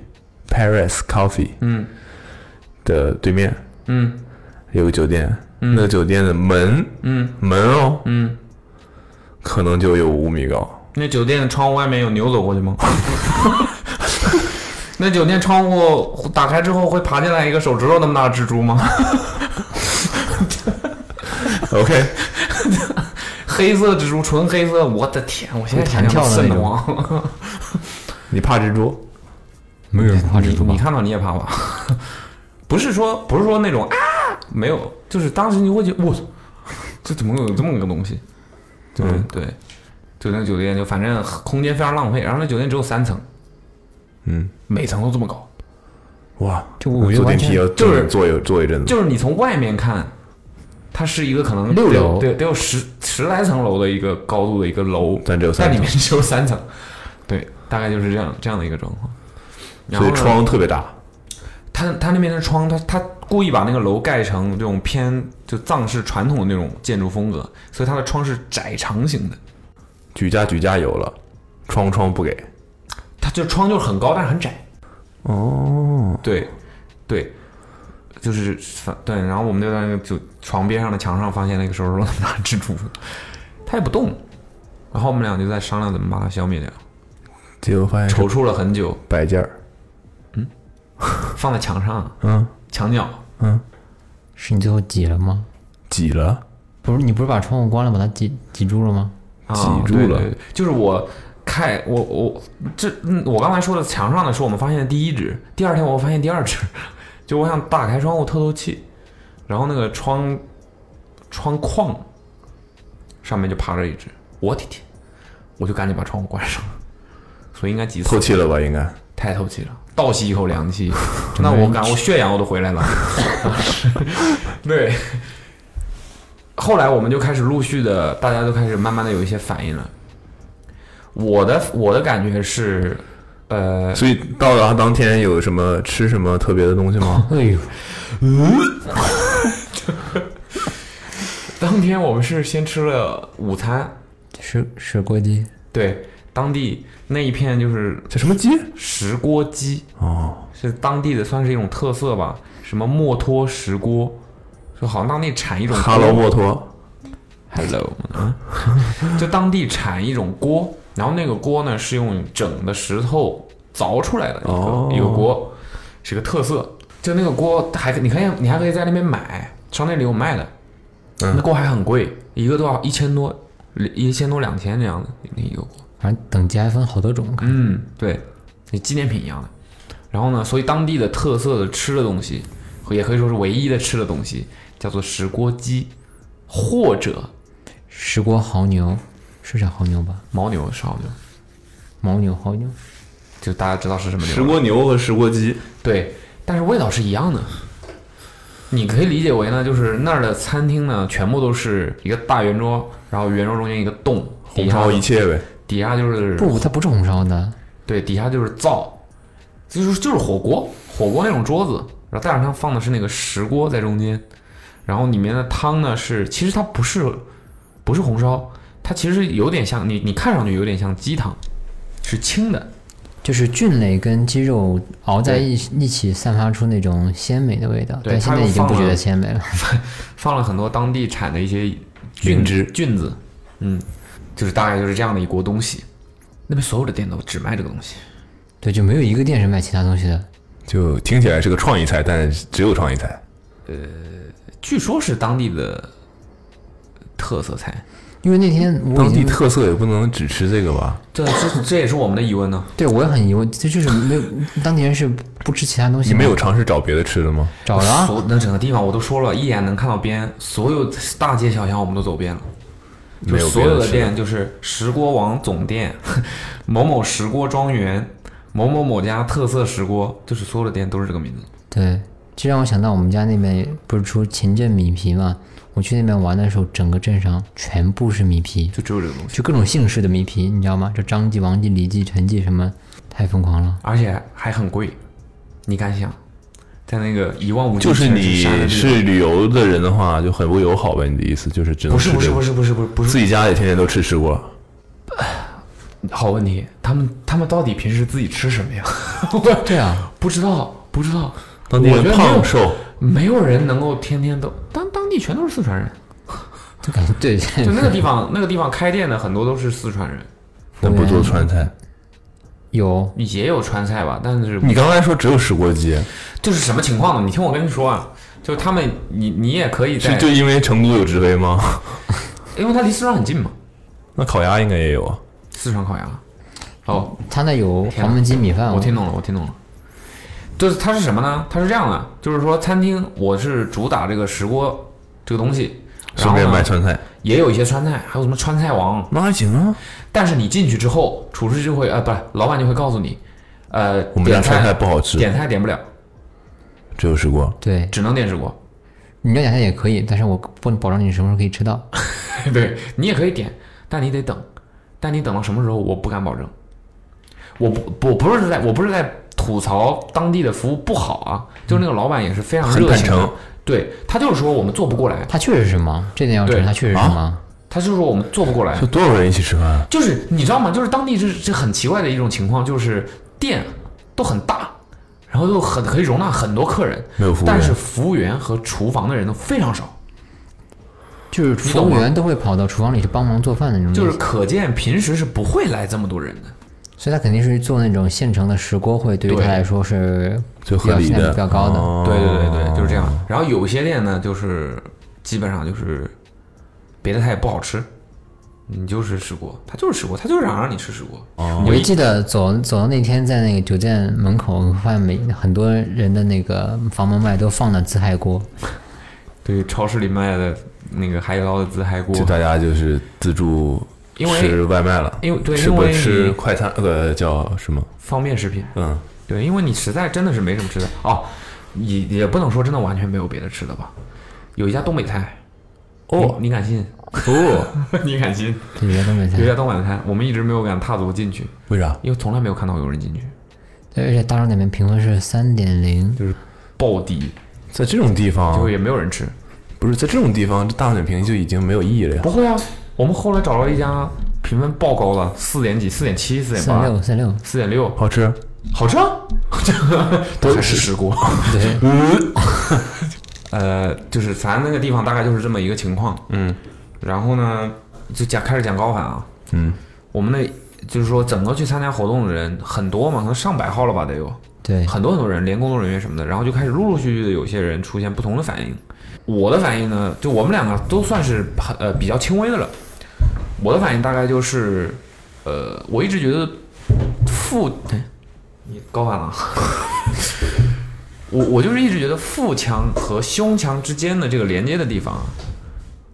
Paris Coffee，嗯，的对面嗯有个酒店，那个酒店的门嗯门哦，嗯，可能就有五米 高，那酒店的窗户外面有牛走过去吗？ 那酒店窗户打开之后会爬进来一个手指头那么大的蜘蛛吗？ OK，黑色蜘蛛，纯黑色，我的天！我现在想想都瘆得慌。 你怕蜘蛛？没有人怕你你看到你也怕吧？不是说不是说那种啊，没有，就是当时你会觉得我操，这怎么有这么个东西？对、嗯对，就那个酒店就反正空间非常浪费，然后那酒店只有三层，嗯，每层都这么高，哇，就我觉得坐完电全梯要就是坐一坐一阵子，就是你从外面看，它是一个可能六得有楼对，得有十十来层楼的一个高度的一个楼，但只有但三里层面，只有三层，对，大概就是这样这样的一个状况。然所后以呢窗特别大。他他那边的窗，他他故意把那个楼盖成这种偏就藏式传统的那种建筑风格，所以它的窗是窄长型的，举架举架有了，窗窗不给。它就窗就是很高，但是很窄。哦，对，对，就是反对。然后我们就在那个就床边上的墙上发现了一个手指头大的蜘蛛，它也不动。然后我们俩就在商量怎么把它消灭掉，哎结果发现踌是躇了很久，摆件儿，放在墙上嗯，墙角，是你最后挤了吗？挤了，不是，你不是把窗户关了，把它挤挤住了吗？？啊挤住对了对对就是我开我我这嗯我刚才说的墙上的是我们发现的第一只，第二天我发现第二只， 就我想打开窗户透透气，然后那个窗窗框上面就爬着一只，我的天，我就赶紧把窗户关上了，所以应该急死透了，气了吧？应该太透气了，倒吸一口凉气，那我感我血氧我都回来了，对。后来我们就开始陆续的，大家都开始慢慢的有一些反应了。我的我的感觉是，呃，所以到达当天有 什么吃什么特别的东西吗哎呦，当天我们是先吃了午餐，是是锅鸡，对，当地那一片就是叫什么鸡？石锅鸡，哦，是当地的算是一种特色吧，什么墨脱石锅，就好像当地产一种哈罗墨脱。 Hello，就当地产一种锅，然后那个锅呢是用整的石头凿出来的一个、哦一个锅，是个特色。就那个锅还可你可以你还可以在那边买，商店里有卖的，那锅还很贵，一个多少一千多，一千多两千这样的那一个锅。反正等级还分好多种。嗯，对，就纪念品一样的。然后呢，所以当地的特色的吃的东西，也可以说是唯一的吃的东西，叫做石锅鸡，或者石锅蚝牛是叫蚝牛吧？牦牛烧牛。牦牛、蚝牛，就大家知道是什么牛了石锅牛和石锅鸡，对，但是味道是一样的。你可以理解为呢，就是那儿的餐厅呢，全部都是一个大圆桌，然后圆桌中间一个洞，红底下烧一切呗。底下就是不，它不是红烧的，对，底下就是灶，就是就是火锅，火锅那种桌子，然后大上上放的是那个石锅在中间，然后里面的汤呢是，其实它不是不是红烧，它其实有点像你你看上去有点像鸡汤，是清的，就是菌类跟鸡肉熬在一起一起，散发出那种鲜美的味道。对但现它在又已经不放觉了得鲜美了。 放了很多当地产的一些菌灵芝菌子，嗯，就是大概就是这样的一锅东西。那边所有的店都只卖这个东西，对，就没有一个店是卖其他东西的。就听起来是个创意菜，但只有创意菜。据说是当地的特色菜。因为那天我当已地经特色也不能只吃这个吧？这这这也是我们的疑问 呢。对我也很疑问，这就是没有当地人是不吃其他东西你吗，没有尝试找别的吃的吗？找了啊，所那整个地方我都说了，一眼能看到边，所有大街小巷我们都走遍了。就没有所别的有的吃店，就是石锅王总店、 某某石锅庄园、某某某家特色石锅，就是所有的店都是这个名字。对，这让我想到我们家那边不是出秦镇米皮嘛，我去那边玩的时候，整个镇上全部是米皮，就只有这个东西，就各种姓氏的米皮，你知道吗？就张记、王记、李记、陈记什么，太疯狂了。而且还很贵。你敢想，在那个一望无际就是全山的你地是旅游的人的话，就很不友好呗？你的意思就是只能方不是吃不是这个不是不是不是不自是己家也天天都吃石锅，好问题，他们他们到底平时自己吃什么呀？ 我对啊，不知道不知道，当地我觉人得没胖有瘦，没有人能够天天都当当地全都是四川人，就感觉对， 嗯就那个地方那个地方开店的很多都是四川人，那不做川菜。有也有川菜吧，但是你刚才说只有石锅鸡，就是什么情况呢？你听我跟你说啊，就他们你你也可以是在就，因为成都有直飞吗？ 因为它离四川很近嘛，那烤鸭应该也有啊。四川烤鸭。哦，他那有天哪黄焖鸡米饭，啊嗯我听懂了，我听懂了。就是它是什么呢？它是这样的，就是说餐厅我是主打这个石锅这个东西，然顺后便卖呢川菜，也有一些川菜，还有什么川菜王。那还行啊。但但是你进去之后，厨师就会呃，不是老板就会告诉你，呃，我们家点川菜菜不好吃，点菜点不了，只有石锅。对，只能点石锅。你要讲它也可以，但是我不能保证你什么时候可以吃到。 对你也可以点，但你得等，但你等到什么时候，我不敢保证。我不我不是在我不是在吐槽当地的服务不好啊，就是那个老板也是非常很热坦情的诚，对他就是说我们做不过来，它确实是忙，这点要承认，对它确实是啊忙。他就是说我们做不过来就，多少人一起吃饭啊？就是你知道吗？就是当地这这很奇怪的一种情况，就是店都很大，然后又很可以容纳很多客人，没有服务员但是服务员和厨房的人都非常少，就是服懂务吗员都会跑到厨房里去帮忙做饭的嗯那种类就型，是可见平时是不会来这么多人的。所以他肯定是做那种现成的石锅会，对于对他来说是最比合较理性价比的，比较高的。哦对对对对，就是这样。然后有些店呢，就是基本上就是别的菜也不好吃，你就是石锅，它就是石锅，它就是想让你吃石锅。哦我就记得走走到那天在那个酒店门口，我发现每很多人的那个房门外都放了自嗨锅，对，超市里卖的那个海底捞的自嗨锅就，大家就是自助因为吃外卖了，因为对，吃因不为吃你快餐？呃，叫什么？方便食品，嗯，对，因为你实在真的是没什么吃的哦，也也不能说真的完全没有别的吃的吧。有一家东北菜，哦你你敢信？哦，你敢信？对，原东北菜有一，家东北菜，我们一直没有敢踏足进去， 为啥？因为从来没有看到有人进去，对而且大众点评评分是三点零，就是爆低，在这种地结方果也没有人吃。不是在这种地方，这大众点评就已经没有意义了呀不。会啊，我们后来找了一家评分爆高的，四点几、四点七、四点三八六、三六，四点六，好吃，好吃啊，这个还是石锅。对， 呃，就是咱那个地方大概就是这么一个情况。嗯，然后呢，就讲开始讲高反啊。嗯，我们那就是说，整个去参加活动的人很多嘛，可能上百号了吧，得有对，很多很多人，连工作人员什么的。然后就开始陆陆续续的有些人出现不同的反应。我的反应呢，就我们两个都算是很呃比较轻微的了。我的反应大概就是，呃，我一直觉得腹，哎你高反了。 我我就是一直觉得腹腔和胸腔之间的这个连接的地方啊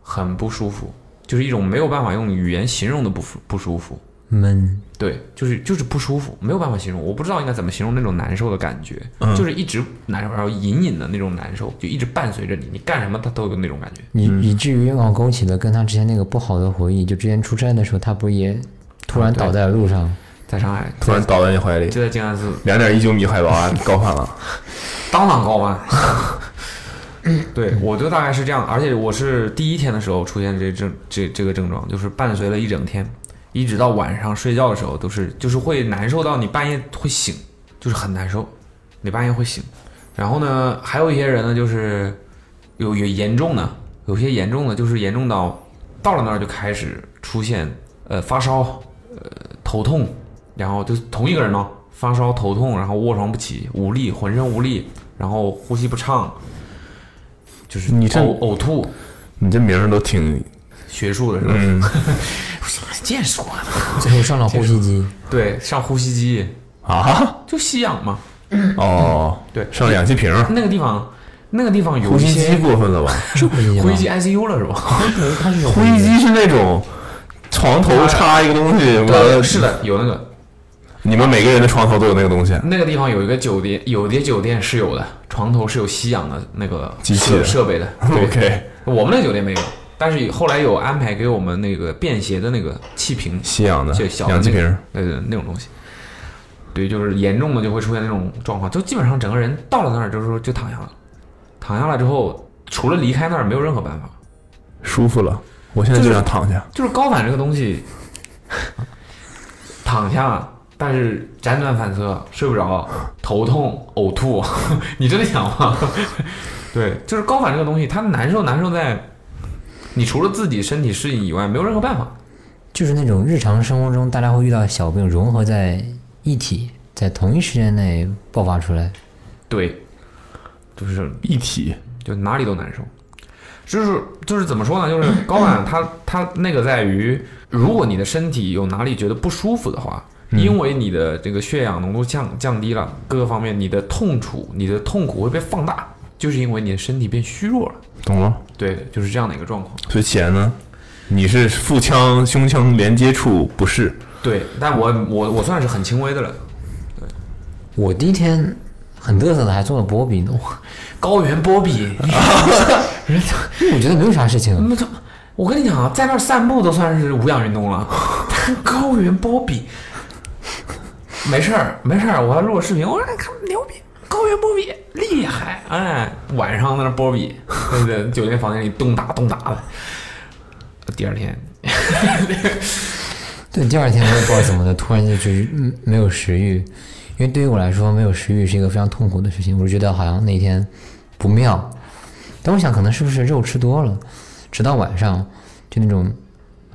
很不舒服，就是一种没有办法用语言形容的不舒不舒服。闷，对，就是就是不舒服，没有办法形容，我不知道应该怎么形容那种难受的感觉，就是一直难受，然后隐隐的那种难受，就一直伴随着你，你干什么它都有那种感觉。以以至于让我勾起了跟他之前那个不好的回忆。就之前出差的时候，他不是也突然倒在了路上？在上海，突然倒在你怀里，就在静安寺，两点一九米海拔，高反了。当当高吧。对，我就大概是这样，而且我是第一天的时候出现这症这这个症状，就是伴随了一整天，一直到晚上睡觉的时候都是，就是会难受到你半夜会醒，就是很难受，哦你半夜会醒。然后呢，还有一些人呢，就是有有严重的，有些严重的就是严重到到了那儿就开始出现呃发烧，呃头痛，然后就是同一个人呢、发烧头痛，然后卧床不起，无力，浑身无力，然后呼吸不畅，就是你这呕呕吐，你这名儿都挺，学术 的是吧？嗯，见识过了。最后上了呼吸机，对，上呼吸机啊，就吸氧嘛，哦，对上氧气瓶儿，那个地方那个地方有呼一吸机些过分了吧？是呼吸机吗？呼吸机 ICU 了是吧？它哎是有呼吸机是那种床头插一个东西，完了对，是，的，呃有那个。你们每个人的床头都有那个 东西，那个地方有一个酒店，有的酒店是有的，床头是有吸氧的那个机器设的设 备的。对 OK，我们那酒店没有，但是后来有安排给我们那个便携的那个气瓶，吸氧的就小的氧气那瓶个儿，，对对，那种东西。对，就是严重的就会出现那种状况，就基本上整个人到了那儿就是说就躺下了，躺下了之后，除了离开那儿没有任何办法。舒服了，我现在就想躺下。就是高反这个东西， 躺下，但是辗转反侧，睡不着，头痛、呕吐， 你真的想吗？ 对，就是高反这个东西，它难受难受在，你除了自己身体适应以外，没有任何办法。就是那种日常生活中大家会遇到的小病融合在一起，在同一时间内爆发出来。对，就是一体，就哪里都难受。就是就是怎么说呢？就是 高反它，它那个在于，如果你的身体有哪里觉得不舒服的话，因为你的这个血氧浓度降降低了，各个方面你的痛楚、你的痛苦会被放大，就是因为你的身体变虚弱了。懂了。对，就是这样的一个状况。所以钱呢？你是腹腔、胸腔连接处不适，对，但我我我算是很轻微的了。我第一天很嘚瑟的还做了波比呢，高原波 比，我觉得没有啥事那情。么就我跟你讲啊，在那儿散步都算是无氧运动了， 但高原波比，没事儿没事儿，我要录个视频，我说哎看牛逼，高原波比厉害，哎，晚上在那儿波比，对不对？ 酒店房间里咚打咚打的，第二天对，第二天我也不知道怎么的，突然就觉得嗯没有食欲，因为对于我来说没有食欲是一个非常痛苦的事情，我就觉得好像那天不妙。但我想可能是不是肉吃多了，直到晚上就那种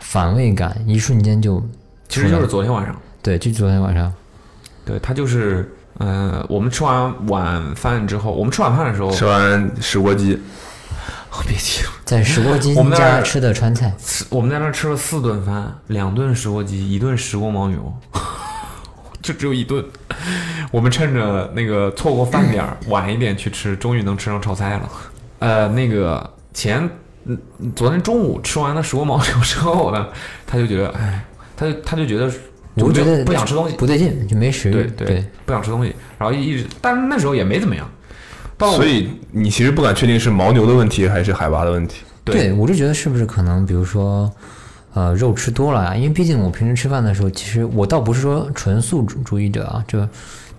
反胃感，一瞬间就其实就是昨天晚上，对，就昨天晚上。对他就是，呃，我们吃完晚饭之后，我们吃晚饭的时候，吃完石锅鸡，别提了。在石锅鸡我们那家儿吃的川菜，吃我们在那儿吃了四顿饭，两顿石锅鸡，一顿石锅牦牛， 就只有一顿。我们趁着那个错过饭点儿，晚一点去吃，终于能吃上炒菜了。呃，那个前嗯昨天中午吃完了石锅牦牛之后呢，他就觉得，哎，他就他就觉得，我觉得不想吃东西，不对劲，就没食对欲。对，不想吃东西，然后一直，但是那时候也没怎么样。到所以你其实不敢确定是牦牛的问题还是海拔的问题。对对，我就觉得是不是可能，比如说，呃，肉吃多了啊？因为毕竟我平时吃饭的时候，其实我倒不是说纯素主主义者啊，这，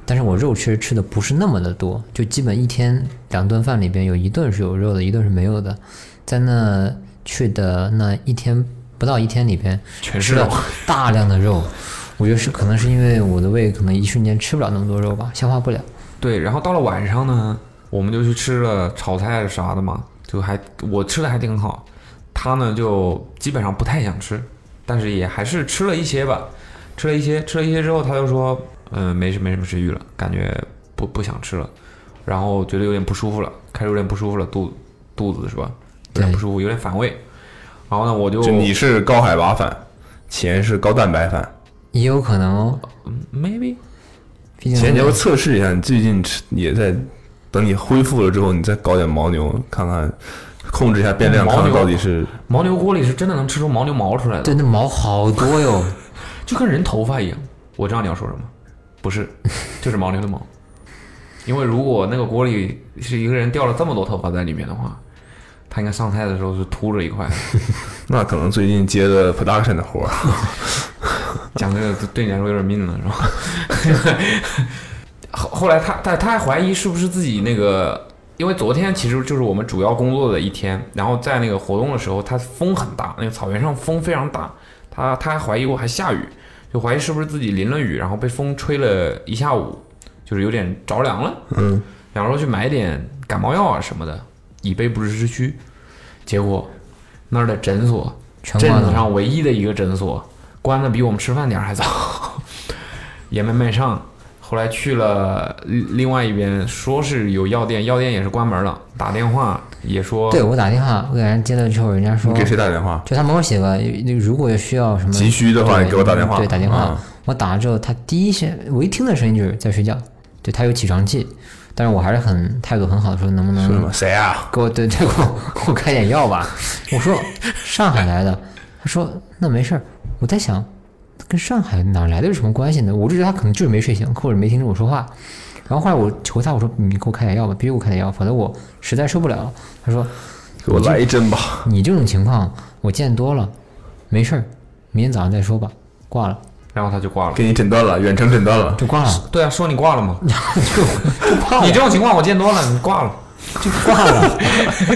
但是我肉确实吃的不是那么的多，就基本一天两顿饭里边有一顿是有肉的，一顿是没有的。在那去的那一天不到一天里边，全吃是了肉， 大量的肉。我觉得是可能是因为我的胃可能一瞬间吃不了那么多肉吧，消化不了。对，然后到了晚上呢，我们就去吃了炒菜啥的嘛，就还我吃的还挺好，他呢就基本上不太想吃，但是也还是吃了一些吧，吃了一些，吃了一些之后，他就说，嗯、没什没什么食欲了，感觉不不想吃了，然后觉得有点不舒服了，开始有点不舒服了，肚肚子是吧？有点对不舒服，有点反胃。然后呢，我就就你是高海拔反，钱是高蛋白反。也有可能哦，嗯 maybe 毕竟钱你要不测试一下，你最近吃也在等你恢复了之后，你再搞点牦牛，看看控制一下变量，嗯看牦看牛到底是牦牛锅里是真的能吃出牦牛毛出来的，对那毛好多哟，就跟人头发一样。我知道你要说什么，不是，就是牦牛的毛。因为如果那个锅里是一个人掉了这么多头发在里面的话，他应该上菜的时候是秃着一块。那可能最近接的 production 的活儿。哦讲这个对你来说有点命了，是吧？ 后后来他他他还怀疑是不是自己那个，因为昨天其实就是我们主要工作的一天，然后在那个活动的时候，他风很大，那个草原上风非常大，他他还怀疑过还下雨，就怀疑是不是自己淋了雨，然后被风吹了一下午，就是有点着凉了，嗯，然后去买点感冒药啊什么的，以备不时之需。结果那儿的诊所全镇关子了。上唯一的一个诊所，关的比我们吃饭点儿还早， 也没卖上。后来去了另另外一边，说是有药店，药店也是关门了。打电话也说，对我打电话，我给人接了之后，人家说你给谁打电话？就他帮我写吧，如果需要什么急需的话，对你给我打电话。对，打电话啊。。我打了之后，他第一声，我一听的声音就是在睡觉，对他有起床气，但是我还是很态度很好，说能不嗯说什么？能谁啊？给我对对给我给我开点药吧。我说上海来的，他说那没事儿。我在想，跟上海哪来的有什么关系呢？我就觉得他可能就是没睡醒，或者没听着我说话。然后后来我求他，我说你给我开点药吧，必须给我开点药，否则我实在受不了了。他说给我来一针吧。你这种情况我见多了，没事儿，明天早上再说吧。挂了然后他就挂了。给你诊断了，远程诊断了。就挂了，对啊，说你挂了 吗？就挂了你这种情况我见多了，你挂了。就挂了。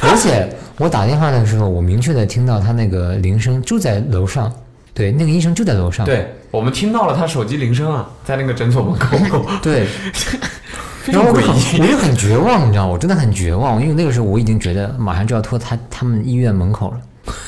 而且我打电话的时候，我明确的听到他那个铃声就在楼上，对，那个医生就在楼 上，对我们听到了他手机铃声啊，在那个诊所门口。对。非 然常后我诡就很，异。我就很绝望，你知道，我真的很绝望，因为那个时候我已经觉得马上就要拖他他们医院门口了，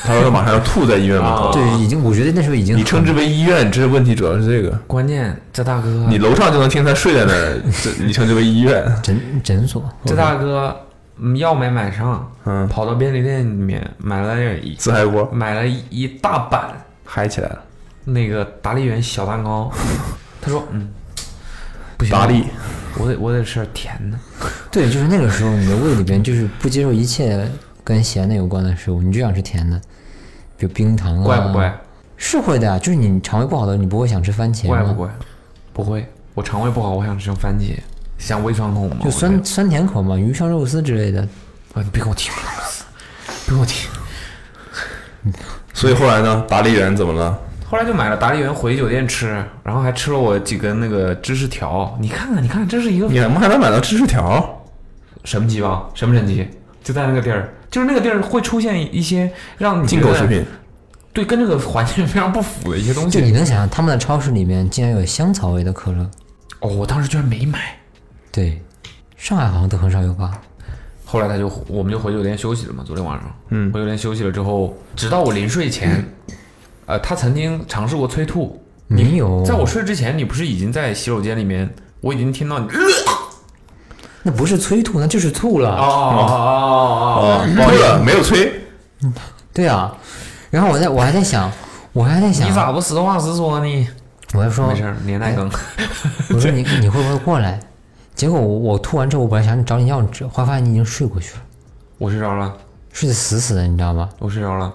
他说马上要吐在医院门口啊。对，已经我觉得那时候已经你称之为医院，这问题主要是这个。 关键这大哥，你楼上就能听他睡在那儿，这你称之为医院。诊诊所，这大哥嗯药没买上，嗯，跑到便利店里面买了一自嗨锅买了一一大板嗨起来了。那个达利园小蛋 糕，他说嗯，不行，达利，我得我得吃点甜的。对，就是那个时候你的胃里边就是不接受一切跟咸的有关的食物，你就想吃甜的，比如冰糖啊，怪不怪？是会的呀，啊就是你肠胃不好的，你不会想吃番茄吗？怪不怪？不会，我肠胃不好，我想吃番茄，像胃酸痛吗？就我酸觉酸甜口嘛，鱼香肉丝之类的。得啊！你别跟我提，别跟我提。所以后来呢？达利园怎么了？后来就买了达利园回酒店吃，然后还吃了我几根那个芝士条。你看看，你看，这是一个你怎么还能买到芝士条？神奇吧？什么神奇？就在那个地儿，就是那个地儿会出现一些让你进觉口得食品，对跟这个环境非常不符的一些东就你西。能想象，他们的超市里面竟然有香草味的可乐？哦，我当时居然没买。对，上海好像都很少有吧？后来他就我们就回酒店休息了嘛，昨天晚上，嗯回酒店休息了之后，直到我临睡前，呃，他曾经尝试过催吐，没有，在我睡之前，你不是已经在洗手间里面，我已经听到你，那不是催吐，那就是吐了。哦哦哦哦啊，不好意思，没有催。对啊，然后我在我还在想，我还在哦，想你，咋不实话实说呢？我就说，没事儿，年代梗，我说你你会不会过来？结果我我吐完之后，我本来想找你要纸，后来发现你已经睡过去了，我睡着了，睡得死死的，你知道吗？我睡着了，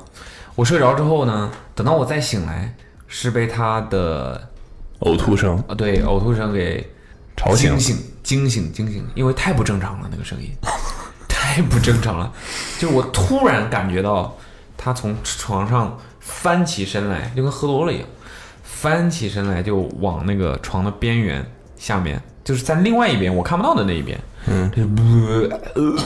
我睡着之后呢，等到我再醒来，是被他的呕吐声呃对呕吐声给吵醒惊。醒，惊醒，惊醒，因为太不正常了，那个声音 太不正常了。就是我突然感觉到他从床上翻起身来，就跟喝多了一样，翻起身来就往那个床的边缘下面，就是在另外一边我看不到的那一边，嗯，就呃呃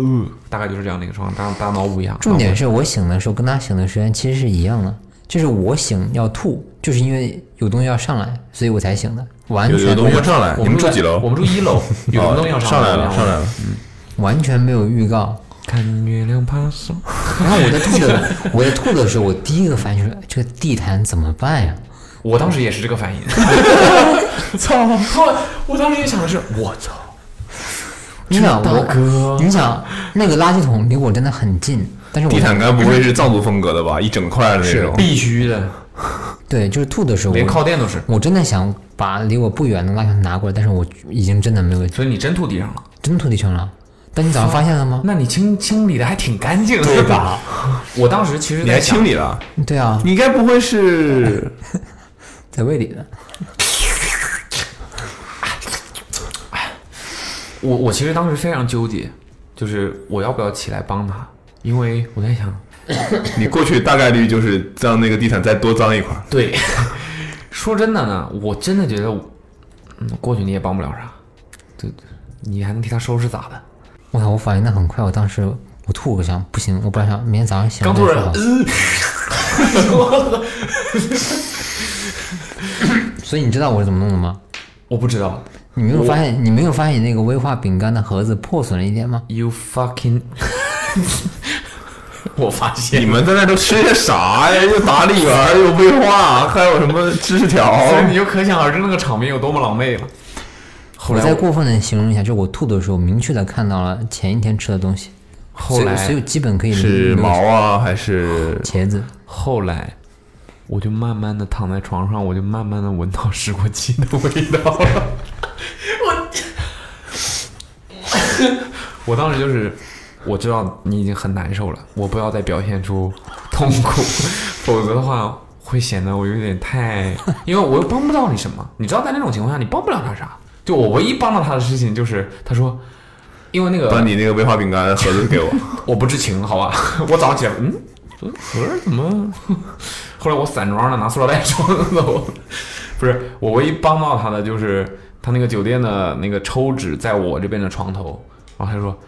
呃，大概就是这样的一个状况，大大脑不一样。重点是我醒的时候跟他醒的时间其实是一样的，就是我醒要吐，就是因为有东西要上来，所以我才醒的，完有有全东没西有上来，我你们住在几楼？我们住一楼，有什么东西要 哦上来嗯来了，上来了。完全没有预告。看月亮爬山，然后我在吐的 我在吐的时候，我第一个反应就是这个地毯怎么办呀？我当时也是这个反应。操！我我当时也想的是，我操，你想这大我，你想那个垃圾桶离我真的很近，但是我地毯该不会是藏族风格的吧？一整块的那种。必须的，对，就是吐的时候连靠我垫都是。我真的想把离我不远的垃圾桶拿过来，但是我已经真的没有所以你真吐地上了，真吐地上了。但你早上发现了吗？那你清清理的还挺干净的，对吧？我当时其实你在还想清，理了？对啊，你该不会是在胃里的。我我其实当时非常纠结，就是我要不要起来帮他，因为我在想， 你过去大概率就是让那个地毯再多脏一块儿？对， 说真的呢，我真的觉得我，嗯，过去你也帮不了啥，对，对你还能替他收拾咋的？我靠，我反应的很快，我当时我吐，我想不行，我本来想明天早上醒刚了再突说然，吧。呃，所以你知道我是怎么弄的吗？呃我不知道你没有发现你没有发现你那个威化饼干的盒子破损了一点吗？ ，you fucking，我发现你们在那都吃些啥呀？又打李园，又威化，还有什么芝士 条？所以你就可想而知那个场面有多么狼狈了。后我来再过分的形容一下，就是我吐的时候，明确的看到了前一天吃的东西，后来所以所以基本可以是没有毛啊，还 是茄子，后来，我就慢慢的躺在床上，我就慢慢的闻到时过境的味道了。 我，我当时就是，我知道你已经很难受了，我不要再表现出痛苦，否则的话会显得我有点太，因为我又帮不到你什么。你知道，在那种情况下，你帮不了他啥。就我唯一帮到他的事情就是，他说，因为那个把你那个威化饼干盒子给我？ 我不知情，好吧？ 我早上起来，嗯，这盒儿怎么？ 后来我散装的拿塑料袋装走。 不是，我唯一帮到他的就是他那个酒店的那个抽纸在我这边的床头，然后他就说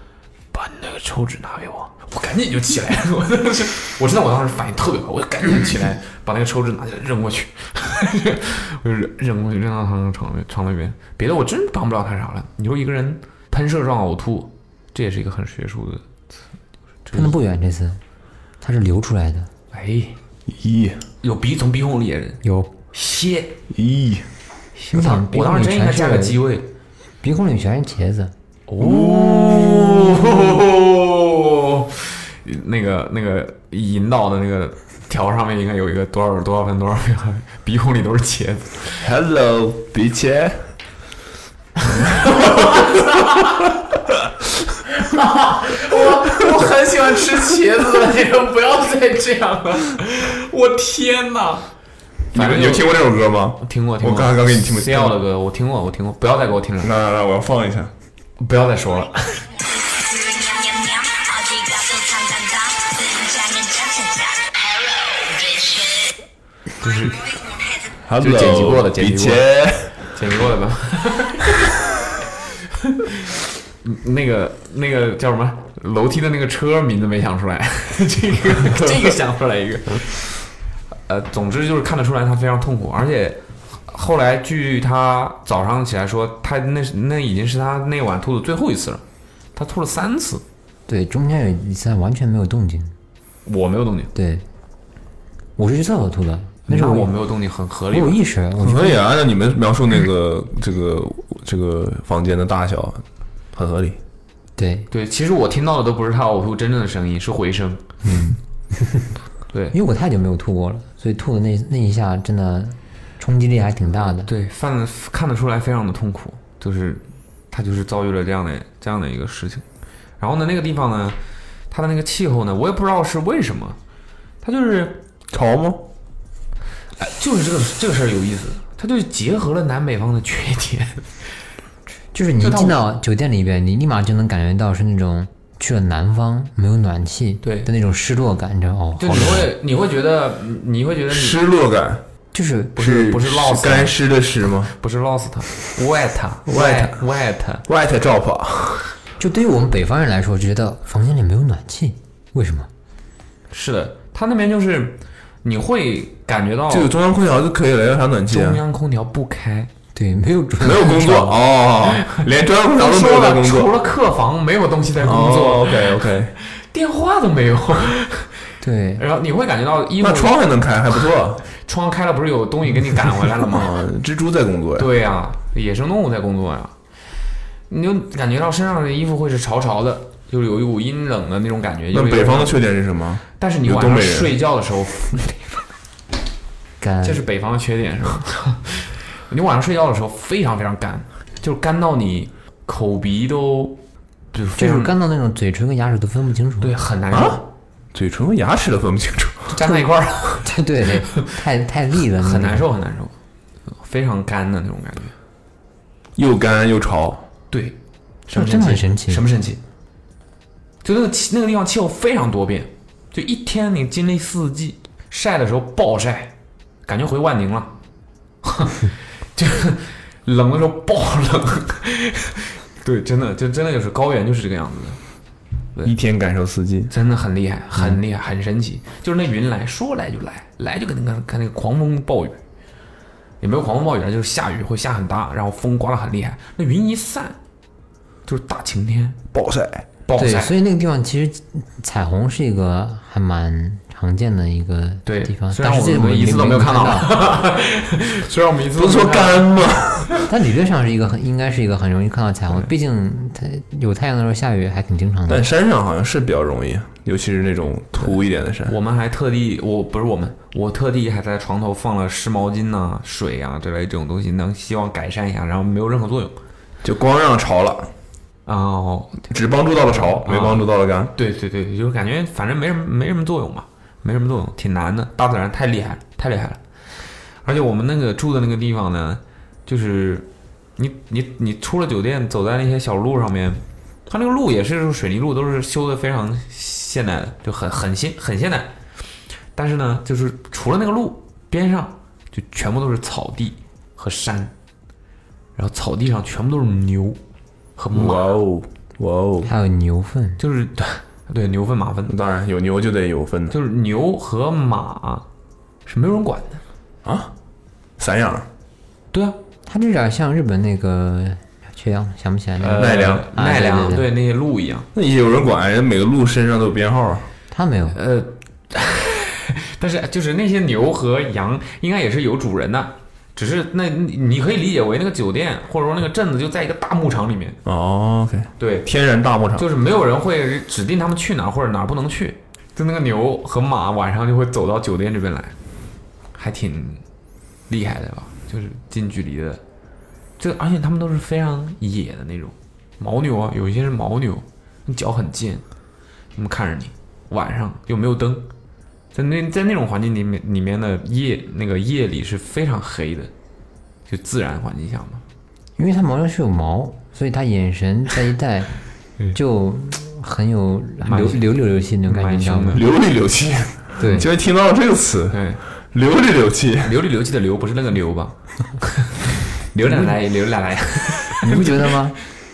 把你那个抽纸拿给我，我赶紧就起来 了。我当时，我真的我当时反应特别快，我就赶紧起来把那个抽纸拿起来扔过去， 我就扔扔过去扔到他那个床床那边。别的我真帮不了他啥了。你说一个人喷射状呕吐，这也是一个很学术的。喷的不远这次，它是流出来的，哎， 咦有鼻从鼻孔里也有歇。咦，你想我当时真应该加个机位。鼻孔里全是茄子，哦，那个那个引导的那个条上面应该有一个多少多少分多少分，鼻孔里都是茄子。 Hello，鼻切。我很喜欢吃茄子的那种，不要再这样了。我天哪！你反正们有听过这首歌吗？听过听过，我刚刚给你听过 C L 的歌，我听过我听过，不要再给我听了，那那那我要放一下。不要再说了。 Hello，剪辑过的剪辑鼻过的切。剪辑过来吧。 那个那个叫什么？楼梯的那个车名字没想出来， 这个这个想出来一个。呃，总之就是看得出来他非常痛苦，而且后来据他早上起来说，他那是那已经是他那晚吐的最后一次了，他吐了三次，对，中间有一次完全没有动静，我没有动静，对，我是去厕所吐的，那时那候我我没有动嗯静很合我理吧有。意识，我可以啊，按照你们描述那个 这个这个房间的大小，很合理。对，对，其实我听到的都不是他呕吐真正的声音，是回声。嗯， 对，因为我太久没有吐过了，所以吐的那那一下真的冲击力还挺大的，对，犯了看得出来非常的痛苦，就是他就是遭遇了这样的这样的一个事情。然后呢，那个地方呢，它的那个气候呢，我也不知道是为什么，它就是潮吗？哎就是这个这个事儿有意思，它就是结合了南北方的缺点。就是你就一当进我到酒店里边，你立马就能感觉到是那种去了南方没有暖气对的那种失落感，你知道哦，就好你冷会你会觉得你会觉得你失落感，就是不是不是是 lost 干尸的尸吗不是 lost wet Wet wet ？White 啊 drop，就对于我们北方人来说，就觉得房间里没有暖气，为什么？是的，他那边就是你会感觉到就有中央空调就可以了，要啥暖气啊中？央空调不开，对，没有没有工作哦，连中央空调都没有在工除作。了客房没有东西在工哦作， ，OK OK，电话都没有。 对，然后你会感觉到衣服那窗还能开，还不错。窗开了，不是有东西给你赶回来了 吗？啊，蜘蛛在工作呀。对呀、啊野生动物在工作呀、你就感觉到身上的衣服会是潮潮的，就是有一股阴冷的那种感觉。那就是有北方的点，缺点是什么？但是你有晚东上北人睡觉的时候，干 这是北方的缺点是吧？ 你晚上睡觉的时候非常非常干，就是干到你口鼻都就是非就常是干到那种嘴唇跟牙齿都分不清楚。对很难受，啊嘴唇和牙齿都分不清楚。粘在一 块儿了，对 对 对，太太腻嗯了，很难受。受很难受，非常干的那种感觉。又干又潮，对，这什么真的很神神奇什么神奇？就那个气那个地方气候非常多变，就一天你经历四季，晒的时候暴晒，感觉回万宁了， 就是冷的时候暴冷。 对，真的就真的就是高原就是这个样子的，对一天感受四季。真的很厉嗯害，很厉害，很神奇。就是那云来说来就来，来就跟那个跟那个狂风暴雨，也没有狂风暴雨，就是下雨会下很大，然后风刮得很厉害，那云一散，就是大晴天。暴晒，暴对，晒，所以那个地方其实彩虹是一个还蛮常见的一个对地方，虽然但是这我们没一次都没有看看到， 虽然我们一次不是说干吗？但理论上是一个很应该是一个很容易看到彩虹，毕竟它有太阳的时候下雨还挺经常的但。山上好像是比较容易，尤其是那种秃一点的山。我们还特地，我不是我们，我特地还在床头放了湿毛巾呐、水啊之类这种东西，能希望改善一下，然后没有任何作用。就光让潮了，哦，只帮助到了潮，没帮助到了干。对对对，就是感觉反正没什么没什么作用嘛，没什么作用，挺难的。大自然太厉害了，太厉害了。而且我们那个住的那个地方呢，就是你你你出了酒店，走在那些小路上面，它那个路也是水泥路，都是修的非常现代的，就很很现很现代。但是呢，就是除了那个路边上，就全部都是草地和山，然后草地上全部都是牛和马，哇哦，哇哦！还有牛粪，就是 对牛粪马粪。当然有牛就得有分的就是牛和马是没有人管的。啊，散养对啊，它这有点像日本那个缺氧，想不起来那个，呃奈良呃奈良，啊对对那些鹿一样。那也有人管，人每个鹿身上都有编号啊。它没有。呃， 但是就是那些牛和羊应该也是有主人的，只是那你你可以理解为那个酒店或者说那个镇子就在一个大牧场里面，哦，OK，对，天然大牧场，就是没有人会指定他们去哪儿或者哪儿不能去，就那个牛和马晚上就会走到酒店这边来，还挺厉害的吧？就是近距离的，这而且他们都是非常野的那种牦牛啊，有一些是牦牛，你脚很尖，他们看着你，晚上又没有灯，在那在那种环境里面里面的夜那个夜里是非常黑的，就自然环境下嘛，因为它毛上是有毛，所以它眼神在一 带就很有嗯蛮流流流流气那种感觉，蛮你知道凶吗的？流里流气。对你，居然听到了这个词，对。流里流气。流里流气的流不是那个流吧？ 流奶奶，流奶奶，你不觉 得吗？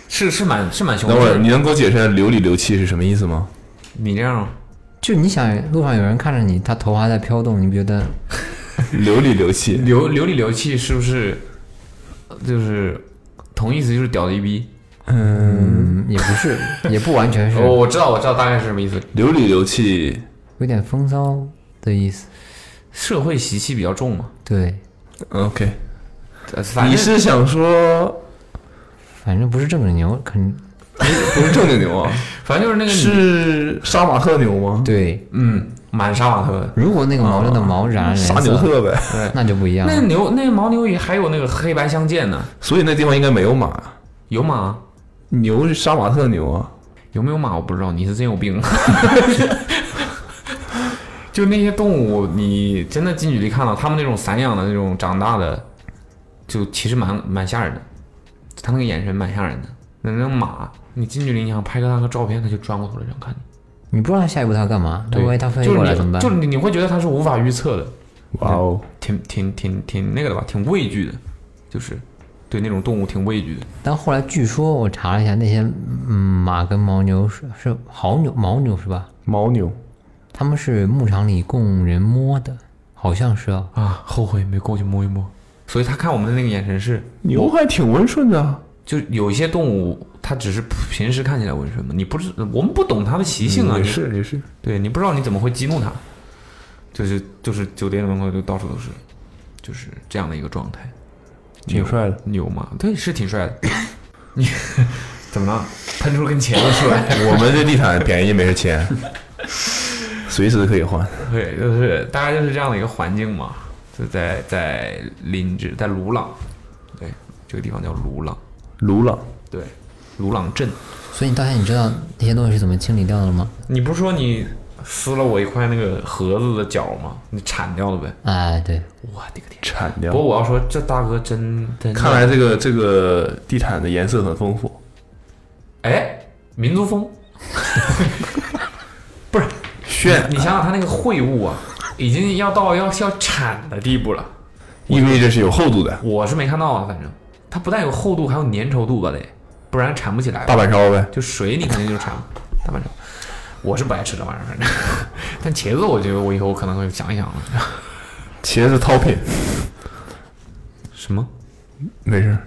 是是蛮是蛮凶等会儿的。你能给我解释一下流里流气是什么意思 吗？你这样就你想路上有人看着你，他头还在飘动，你不觉得流里流气，流流里流气是不是就是同义词就是屌的一逼？嗯，也不 是，也不完嗯全是，哦，我知道我知道大概是什么意思。流里流气。有点风骚的意思。社会习气比较重嘛。对， OK，呃反你正是想说反正不是正经牛，肯不是正经牛 啊？反正就是那个女是杀马特牛吗？对。嗯，满杀马特的。如果那个毛上的毛染哦了杀颜牛色，特呗。那就不嗯一样那了。牛那牦牛也还有那个黑白相间呢，所以那地方应该没有马，有马牛是杀马特牛啊。有没有马我不知道，你是真有病。 就那些动物，你真的近距离看到它们那种散养的那种长大的，就其实蛮蛮吓人的，它那个眼神蛮吓人的。那那种马，你近距离你想拍个它个照片，它就转过头来想看你。你不知道他下一步他要干嘛，那万一他飞就是过来怎么你，办？就是你，你会觉得它是无法预测的，哇哦，挺挺挺挺那个的吧，挺畏惧的，就是对那种动物挺畏惧的。但后来据说我查了一下，那些嗯马跟牦牛是是牦牛，牦牛是吧？牦牛他们是牧场里供人摸的，好像是啊。啊，后悔没过去摸一摸。所以他看我们的那个眼神是，牛还挺温顺的啊，就有一些动物，它只是平时看起来温顺嘛，你不是我们不懂它的习性啊，嗯也你是也是，对你不知道你怎么会激怒它，就是就是酒店的门口就到处都是，就是这样的一个状态。挺帅的。牛嘛，对，是挺帅的。你怎么了？喷出根茄子出 来？ 我们这地产便宜没是 钱，随时可以换。对，就是大概就是这样的一个环境嘛，就在在林芝，在鲁朗，对，这个地方叫鲁朗，鲁朗，对，鲁朗镇。所以你到现在你知道那些东西是怎么清理掉的了吗？你不是说你撕了我一块那个盒子的角吗？你铲掉了呗？哎，对，我的个天！铲不掉过我要说，这大哥真真的，看来这个这个地毯的颜色很丰富，哎，民族风，不是炫你想想他那个秽物啊，已经要到要要铲的地步了。意味着是有厚度的。我是没看到啊，反正它不但有厚度，还有粘稠度吧得，不然铲不起来。大板烧呗，就水你肯定就铲不，大板烧。我是不爱吃这玩意儿，反正。 但茄子，我觉得我以后可能会想一想了。茄子 topping，什么？没事儿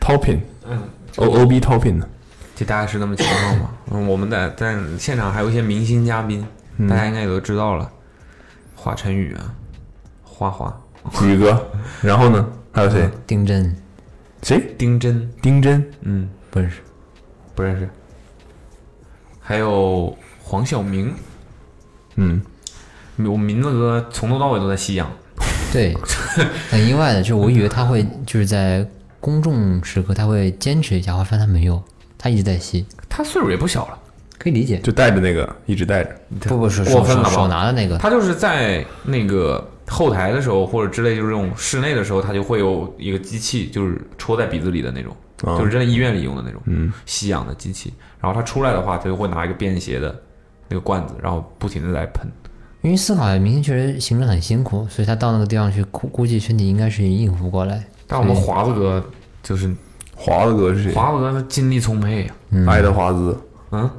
，topping，o 嗯 o b topping 呢？就大概是那么情况 吧。嗯，我们在在现场还有一些明星嘉宾，嗯大家应该也都知道了，华晨宇啊，花花、宇 哥，然后呢？还有谁？嗯丁真谁？丁真，丁真，嗯，不认识。不认识。还有黄晓明，嗯，我们民子哥从头到尾都在吸氧。 对，很意外的，就是我以为他会就是在公众时刻他会坚持一下，后来发现他没有，他一直在吸，他岁数也不小了，可以理解。就带着那个，一直带着。不不是过手分了手吧手拿的那个，他就是在那个后台的时候，或者之类，就是这种室内的时候，他就会有一个机器，就是戳在鼻子里的那种，啊就是扔在医院里用的那种嗯，吸氧的机器。然后他出来的话，他就会拿一个便携的那个罐子，然后不停的来喷。因为思考明星确实行政很辛苦，所以他到那个地方去，估估计身体应该是应付不过来。但我们华子哥就是华子哥是谁？华子哥，他精力充沛啊呀、爱德华兹，嗯，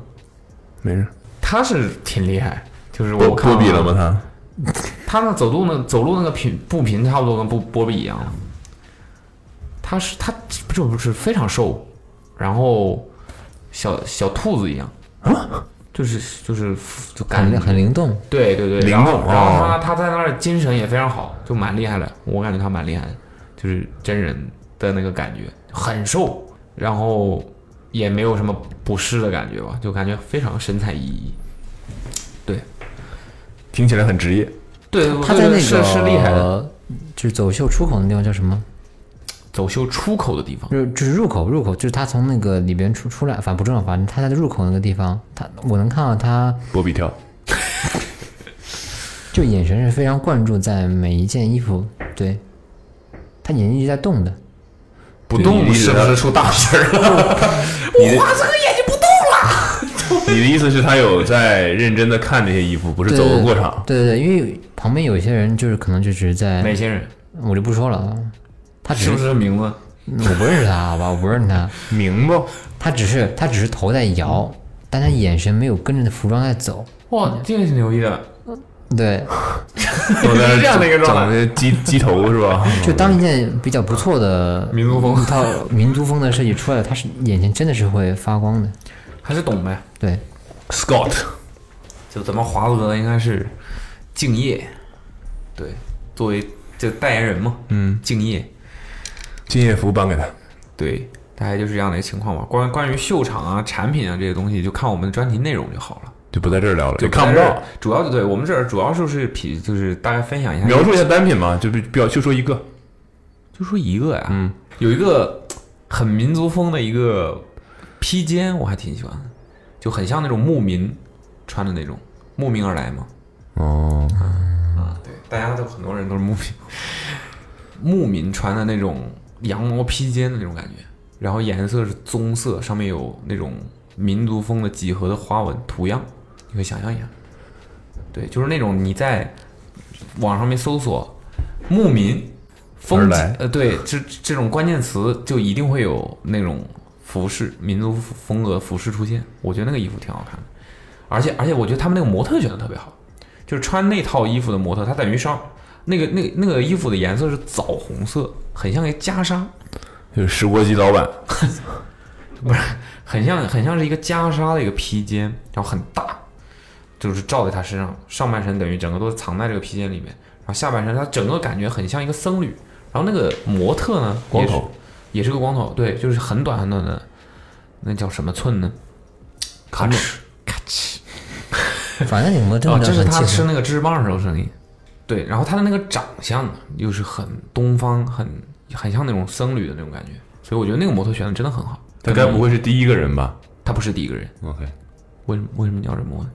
没事。他是挺厉害，就是波我看啊波比了吗？他？他那走路呢，走路那个频步频差不多跟波波比一样了。他是他不是不是非常瘦，然后小小兔子一样，就是就是就感很很灵动，对对对，灵然后动然后他哦他在那儿精神也非常好，就蛮厉害的，我感觉他蛮厉害的，就是真人的那个感觉很瘦，然后也没有什么不适的感觉吧，就感觉非常神采奕奕。听起来很职业。对，他在那个是是厉害的，就是走秀出口那地方叫什么？走秀出口的地方。就是就是入口，入口就是他从那个里边出出来，反正不重要，反正他在入口那个地方，他我能看到他波比跳，就眼神是非常灌注在每一件衣服，对，他眼睛一直在动的，不动是不是出大事儿了？ 你的意思是，他有在认真的看这些衣服，不是对走个过 场？对对对，因为旁边有些人就是可能就只是哪在，些人？我就不说了啊，他只 是嗯不是名字？我不认识他，好吧，我不认识他，明白。他只是他只是头在摇，但他眼神没有跟着服装在走，哇，这个挺牛逼的。对，我在这样的一个状态整那鸡鸡头 是吧？就当一件比较不错的民族风一 套民族风的设计出来了，它是眼睛真的是会发光的。还是懂呗。对， Scott 就咱们华子哥应该是敬业，对，作为这代言人嘛，嗯，敬业，敬业福颁给他。对，大概就是这样的一个情况吧。关关于秀场啊、产品啊这些东西，就看我们的专题内容就好了，就不在这儿聊了，就也看不在这到儿。。主要就对我们这儿主要就是匹，就是大概分享一下，描述一下单品嘛，就比较就说一个，就说一个呀，嗯，有一个很民族风的一个披肩，我还挺喜欢的，就很像那种牧民穿的那种，慕名而来嘛。哦，啊，对，大家都很多人都是牧民，牧民穿的那种羊毛披肩的那种感觉，然后颜色是棕色，上面有那种民族风的几何的花纹图样，你可以想象一下。对，就是那种你在网上面搜索“牧民”。而风景来呃，对，这这种关键词就一定会有那种服饰、民族服风格服饰出现。我觉得那个衣服挺好看的，而且而且我觉得他们那个模特选的特别好，就是穿那套衣服的模特，他等于上那个那个那个衣服的颜色是枣红色，很像一个袈裟，就是石锅鸡老板，很像很像是一个袈裟的一个披肩，然后很大，就是罩在他身上，上半身等于整个都藏在这个披肩里面，然后下半身他整个感觉很像一个僧侣。然后那个模特呢，光也是头，也是个光头，对，就是很短很短的，那叫什么寸呢？卡尺，反正你们真啊，的这是很他气吃愤。那个芝士棒的时候声音。对，然后他的那个长相呢，又是很东方，很很像那种僧侣的那种感觉，所以我觉得那个模特选的真的很好。他该不会是第一个人吧他不是第一个人？嗯？OK，为什么为什么你要这么问？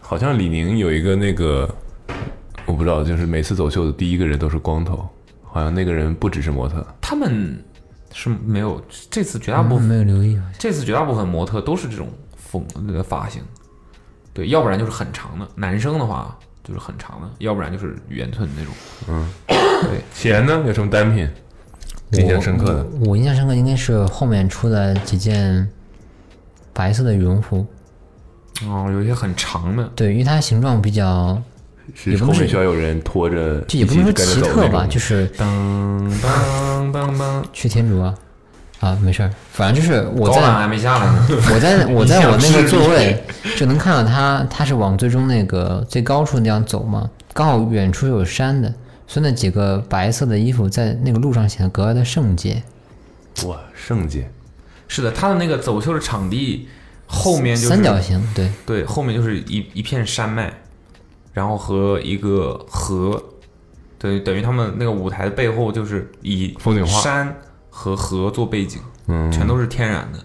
好像李宁有一个那个，我不知道，就是每次走秀的第一个人都是光头，好像那个人不只是模特，他们是没有这次绝大部分、嗯没有留意，啊这次绝大部分模特都是这种风那个发型，对，要不然就是很长的，男生的话就是很长的，要不然就是圆寸那种。钱呢有什么单品印象深刻的？我我印象深刻应该是后面出的几件白色的羽绒服，哦，有一些很长的，对，因为它形状比较，是也后不是面需要有人拖着，就也不是说跟着奇走特那吧，种就是当嗯当当当，去天竺啊，啊，没事儿，反正就是我高在冷还没下来呢。 我 在我在我那你想试个座位就能看到他，他是往最终那个最高处那样走嘛，刚好远处有山的，所以那几个白色的衣服在那个路上显得格外的圣洁。哇，圣洁，是的，他的那个走秀的场地后面就是三角形，对，对，后面就是一一片山脉，然后和一个河，对，等于他们那个舞台的背后就是以风景画山和河做背景，嗯，全都是天然的。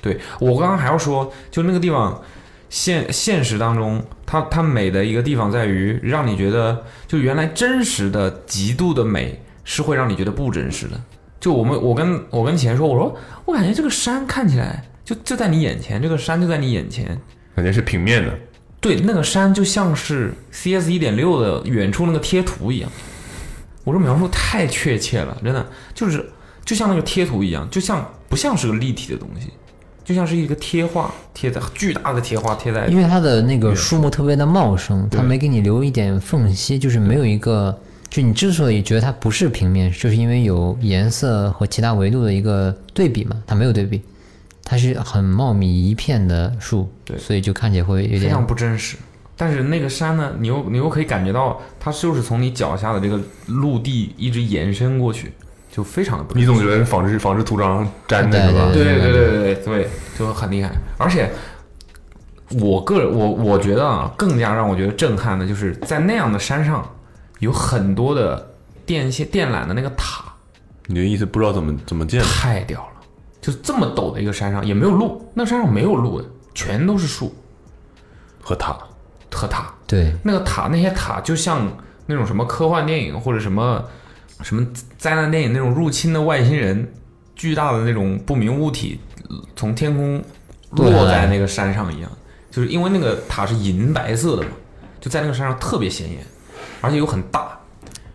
对我刚刚还要说，就那个地方，现现实当中，它它美的一个地方在于，让你觉得就原来真实的极度的美是会让你觉得不真实的。就我们我跟我跟钱说，我说我感觉这个山看起来就就在你眼前，这个山就在你眼前，感觉是平面的，对，那个山就像是 CS 一点六的远处那个贴图一样。我这描述太确切了，真的就是就像那个贴图一样，就像不像是个立体的东西，就像是一个贴画贴在巨大的贴画贴在因为它的那个树木特别的茂盛，它没给你留一点缝隙，就是没有一个，就你之所以觉得它不是平面，就是因为有颜色和其他维度的一个对比嘛，它没有对比，它是很茂密一片的树，对所以就看起来会有非点常不真实。但是那个山呢，你又你又可以感觉到它就是从你脚下的这个陆地一直延伸过去，就非常的不真实。你总觉得是仿制仿制图章粘的对是吧？对对对对对对对，就很厉害。而且，我个人我我觉得啊，更加让我觉得震撼的就是在那样的山上，有很多的电线电缆的那个塔你的意思不知道怎么怎么建的，太屌了，就是这么陡的一个山上也没有路，那山上没有路的，全都是树和塔和塔。对。那个塔，那些塔就像那种什么科幻电影或者什么什么灾难电影那种入侵的外星人，巨大的那种不明物体呃从天空对落在那个山上一样，就是因为那个塔是银白色的嘛，就在那个山上特别显眼，而且又很大。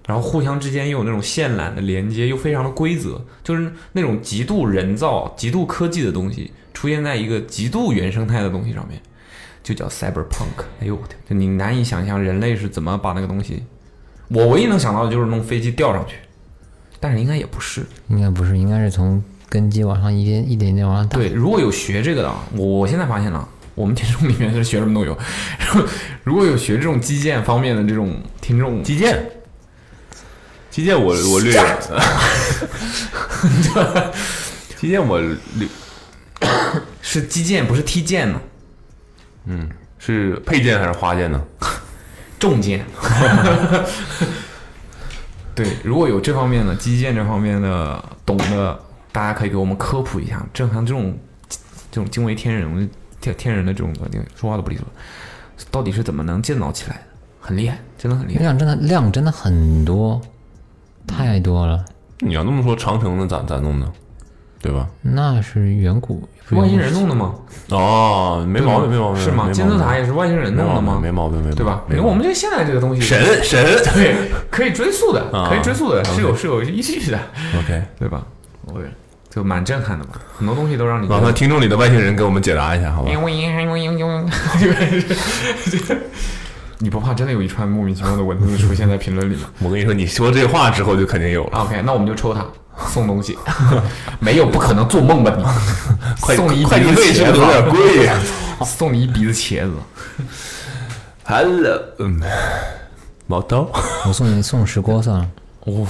然后互相之间又有那种线缆的连接，又非常的规则，就是那种极度人造、极度科技的东西出现在一个极度原生态的东西上面。就叫 cyberpunk。哎呦我天，就你难以想象人类是怎么把那个东西。我唯一能想到的就是弄飞机吊上去，但是应该也不是。应该不是，应该是从根基往上一点一点一点往上打。对，如果有学这个的啊，我我现在发现了，我们听众里面是学什么都有。 然后如果有学这种基建方面的这种听众，基建，基建我我略有， 基建我略是基建不是踢毽呢，是配件还是花件呢？重剑。 对，如果有这方面的基建这方面的懂的，大家可以给我们科普一下。正常这种这种惊为天人、我们天天人的这种说话都不利索，到底是怎么能建造起来的？很厉害，真的很厉害。量真的量真的很多，太多了。你要那么说，长城的咋咋弄呢？对吧？那是远古，不是外远星古人弄的吗？哦，没对吧毛病，没毛病，是吗？没毛病金字塔也是外星人没弄毛的病吗？没毛病，没毛病对吧？没因为毛病我们这个现在这个东西，神神对，可以追溯的，啊可以追溯的，是有是有依据的， ，OK，对吧？我就蛮震撼的嘛，很多东西都让你觉麻烦得。听众里的外星人给我们解答一下，好哎吧？你不怕真的有一串莫名其妙的文字出现在评论里吗我跟你说，你说这话之后就肯定有了， ？OK，那我们就抽他送东 西，没有不可能做梦吧你？快送你一快鼻递子费是茄不是子有点贵 呀吧，送你一鼻子茄子。 ？Hello，嗯，毛刀， 我送你送石锅算了。哦，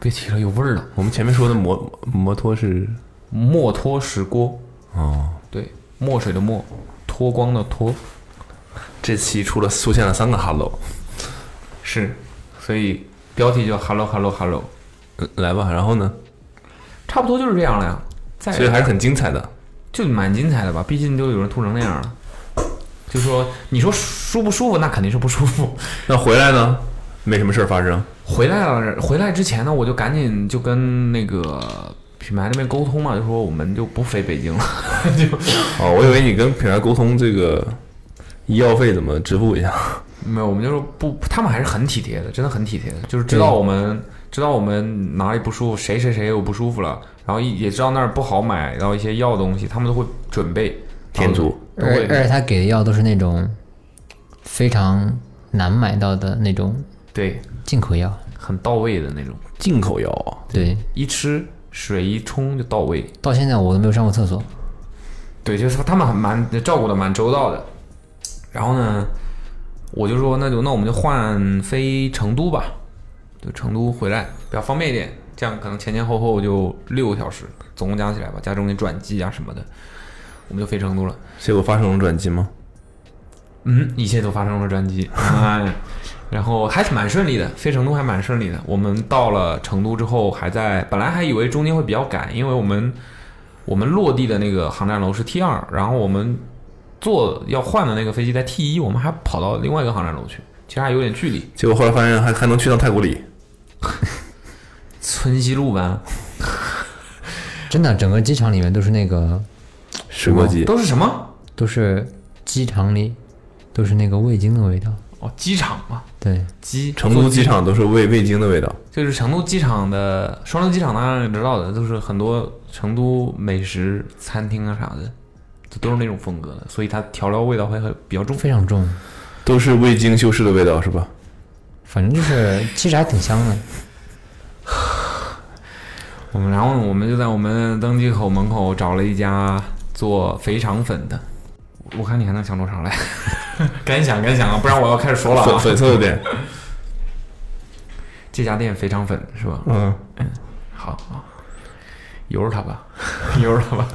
别提了，有味儿了。我们前面说的摩摩托是墨脱石锅，哦，对，墨水的墨，脱光的脱，这期出了出现了三个 Hello，是，所以标题叫 Hello Hello Hello，嗯来吧，然后呢？差不多就是这样了呀。再所以还是很精彩的。就蛮精彩的吧，毕竟都有人吐成那样了。就说你说舒不舒服，那肯定是不舒服。 那回来呢？没什么事儿发生。回来了，回来之前呢，我就赶紧就跟那个品牌那边沟通嘛，就说我们就不飞北京了， 就哦，我以为你跟品牌沟通这个医药费怎么支付一下。没有，我们就说不，他们还是很体贴的，真的很体贴的，就是知道我们知道我们哪里不舒服，谁谁谁有不舒服了，然后也知道那儿不好买到一些药的东西，他们都会准备天足，然而后都而会且他给的药都是那种非常难买到的那种对进口药，很到位的那种，进口药啊对，一吃水一冲就到位。到现在我都没有上过厕所。对，就是他们还蛮照顾的蛮周到的。然后呢，我就说那就那我们就换飞成都吧，就成都回来比较方便一点，这样可能前前后后就六个小时，总共加起来吧，加中间转机啊什么的，我们就飞成都了。结果发生了转机吗？嗯，一切都发生了转 机，哎，然后还蛮顺利的，飞成都还蛮顺利的。我们到了成都之后，还在本来还以为中间会比较赶，因为我们我们落地的那个航站楼是 T 二，然后我们坐要换的那个飞机在 T 一，我们还跑到另外一个航站楼去，其实还有点距离。结果后来发现还还能去趟太古里。村西路湾真的，整个机场里面都是那个，石锅鸡，都是什么？都是机场里都是那个味精的味道。哦，机场嘛，对，机成都坐机场都是味味精的味道。就是成都机场的双流机场，大家也知道的，就是很多成都美食餐厅啊啥的，就都是那种风格的，所以它调料味道会很比较重。非常重，都是味精修饰的味道是吧？反正就是其实还挺香的。 我们然后我们就在我们登机口门口找了一家做肥肠粉的，我看你还能想出啥来， 赶紧想赶紧想啊，不然我要开始说了粉啊。粉色的点，这家店肥肠粉是吧？嗯，好啊，由着他吧， 由着他吧，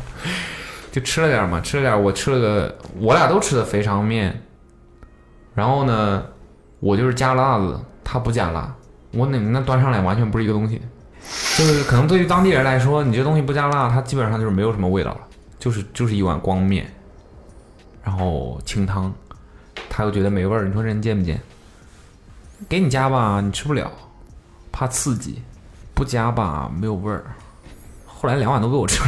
就吃了点儿嘛，吃了点儿，我吃了个，我俩都吃的肥肠面，然后呢，我就是加辣子，他不加辣，我那那端上来完全不是一个东西，就是可能对于当地人来说，你这东西不加辣，它基本上就是没有什么味道了，就是就是一碗光面，然后清汤，他又觉得没味儿，你说人贱不贱？给你加吧，你吃不了，怕刺激。不加吧，没有味儿。后来两碗都被我吃 了，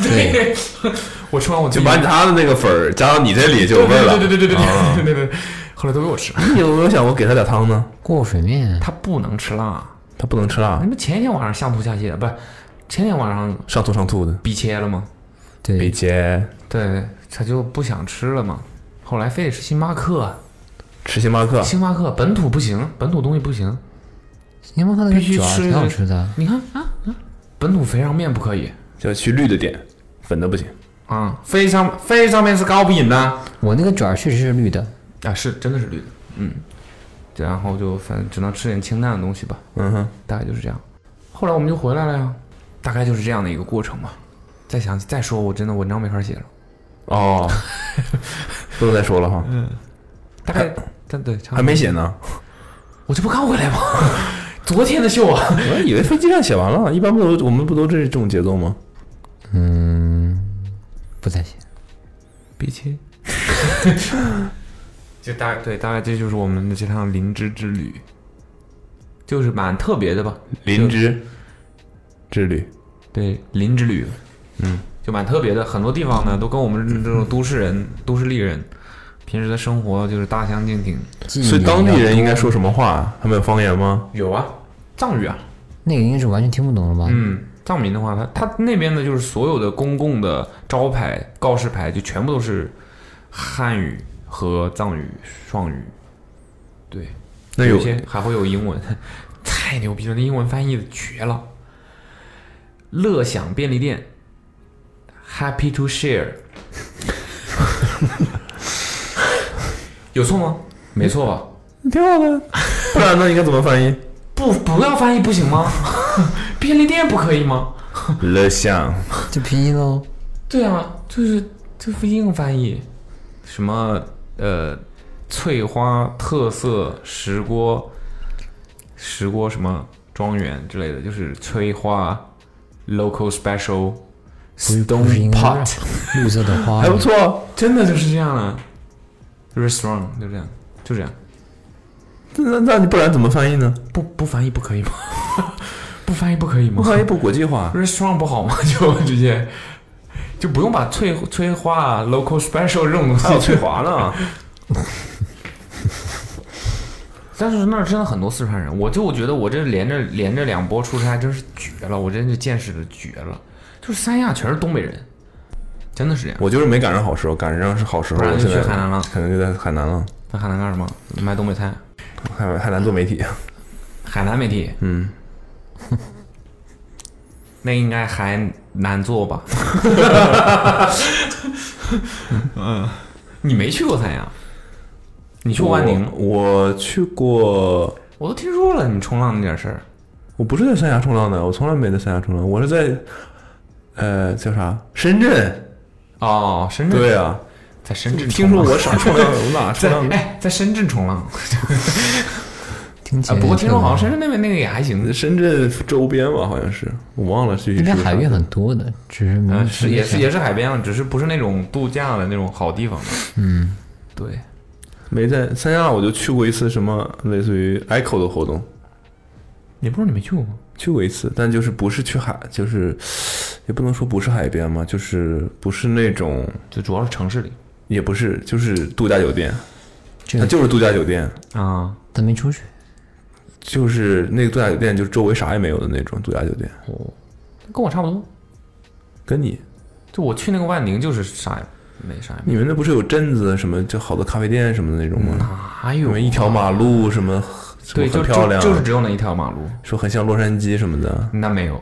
对， 我吃完我自就己把他的那个粉儿加到你这里就有味儿了。对对对对对对啊对对对对，后来都被我吃了。你有没有想过给他点汤呢？过水面他不能吃辣，他不能吃辣你，们前一天晚上上吐下泻，不是前天晚上上吐上吐的。逼切了吗？北对，姐对，他就不想吃了嘛。后来非得吃星巴克，吃星巴克，星巴克本土不行，本土东西不行。柠檬它那个必须卷儿吃挺好吃的，你看啊啊，本土肥肠面不可以就要去绿的点，粉的不行。啊，肥肠肥肠面是高品的我那个卷儿确实是绿的，啊，是真的是绿的，嗯。然后就反正只能吃点清淡的东西吧。嗯哼，大概就是这样。后来我们就回来了呀，大概就是这样的一个过程嘛。再想再说，我真的文章没法写了。 哦，不能再说了哈，大概，但对，差不多还没，写呢。我这不刚回来吗？ 昨天的秀啊，我还以为飞机上写完了，一般不都我们不都这这种节奏吗？不太行。别 切。就大概对，大概这就是我们的这趟灵芝之旅，就是蛮特别的吧。林芝之旅，对，林之旅，嗯，就蛮特别的。很多地方呢，都跟我们这种都市人、都市丽人平时的生活就是大相径庭。记忆所以当地人应该比较多说什么话？他们有方言吗？有啊，藏语啊，那个应该是完全听不懂了吧？嗯，藏民的话，他他那边的就是所有的公共的招牌、告示牌，就全部都是汉语和藏语双语。对，那有有些还会有英文， 太牛逼了！那英文翻译的绝了。乐享便利店，Happy to share，有错吗？没错吧？挺好的，不然呢应该怎么翻 译？不，不要翻译不行吗？ 便利店不可以吗？乐享就拼音喽。对啊，就是就是硬翻译，什么呃，翠花特色石锅，石锅什么庄园之类的，就是翠花 local special 不是不是 stone 应该 pot，绿色的花还不错，真的就是这样啊，restaurant 就这样，就这样，那那你不然怎么翻译呢？不不翻译不可以吗？ 不翻译不可以吗不？翻译不国际化， restaurant 不好吗？ 就直接就不用把翠翠花 local special 这种东西还有翠华 呢。但是那儿真的很多四川人，我就觉得我这连着连着两波出差真是绝了，我真是见识的绝了，就是三亚全是东北人，真的是这样。我就是没赶上好时候，赶上是好时候，不然我就现在去海南了可能就在海南了，在海南干什么？卖东北菜，海海南做媒体。海南媒体，嗯， 那应该还难做 吧？嗯，嗯你没去过三亚，你去过万宁，我我去过，我都听说了你冲浪那点事儿，我不是在三亚冲浪的，我从来没在三亚冲浪，我是在呃叫啥深圳。哦，深圳，对啊，在深圳听冲说浪，我啥冲浪，我哪冲 在 浪？哎，在深圳冲浪。听起啊，来不过听说好像是深圳那边那个也还行，深圳周边吧，好像是，我忘了具体是应该不是海啥域很多的，只是没有嗯，是也是想也是海边啊了，只是不是那种度假的那种好地方。嗯，对，没在三亚，我就去过一次什么类似于 ICO 的活动，你不是你没去过吗？去过一次，但就是不是去海，就是也不能说不是海边嘛，就是不是那种，就主要是城市里也不是，就是度假酒店，这它个就是度假酒店，啊，咱没出去，就是那个度假酒店，就是周围啥也没有的那种度假酒店，跟我差不多。跟你就我去那个万宁就是啥也没啥也没你们那不是有镇子什么，就好多咖啡店什么的那种吗？有，哪你有啊们一条马路什么，什么嗯对，很就漂亮，就就是只有那一条马路，说很像洛杉矶什么的，那没有。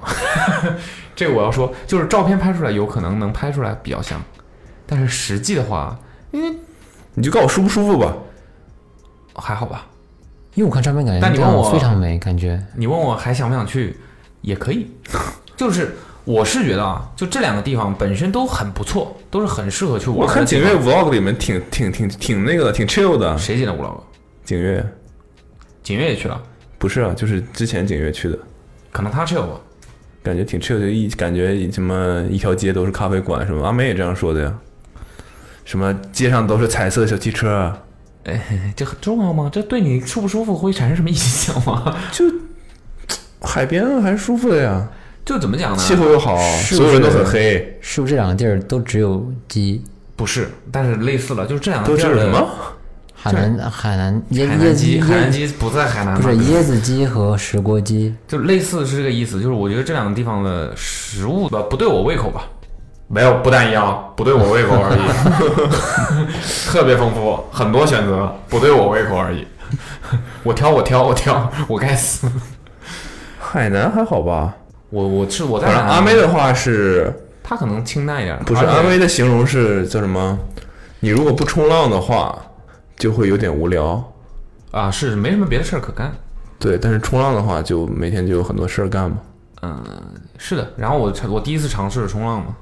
这个我要说，就是照片拍出来有可能能拍出来比较像，但是实际的话你就告诉我舒不舒服吧。还好吧。因为我看照片感觉，但你问我非常美，感觉你问我还想不想去，也可 以。就是我是觉得啊，就这两个地方本身都很不错，都是很适合去玩的我地方。看景岳 vlog 里面挺挺挺挺那个的，挺 chill 的。谁进的 vlog？景岳景岳也去了，不是啊，就是之前景岳去的，可能他 chill 吧。感觉挺 chill 的，一感觉什么一条街都是咖啡馆什么，阿妹也这样说的呀。什么街上都是彩色小汽车，啊哎这很重要吗？这对你舒不舒服会产生什么影响吗？ 就海边啊还是舒服的呀，就怎么讲呢？气候又好，是所有人都不是很黑，是不是这两个地儿都只有鸡？不是，但是类似了，就是这两都个地是儿的什？么？海南海南椰海椰南子鸡，椰海南鸡不在海南不是吗椰子鸡和石锅鸡，就类似是这个意思，就是我觉得这两个地方的食物吧，不对我胃口吧， 没有，不但一样，不对我胃口而已， 特别丰富，很多选择，不对我胃口而已。我挑，我挑，我挑，我该死。海南还好吧？我我是我在反正海南阿妹的话是它可能清淡一点，不是而且安危的形容是叫什么？你如果不冲浪的话，就会有点无聊。啊，是没什么别的事儿可干。对，但是冲浪的话，就每天就有很多事儿干嘛。嗯，是的。然后我我第一次尝试冲浪嘛，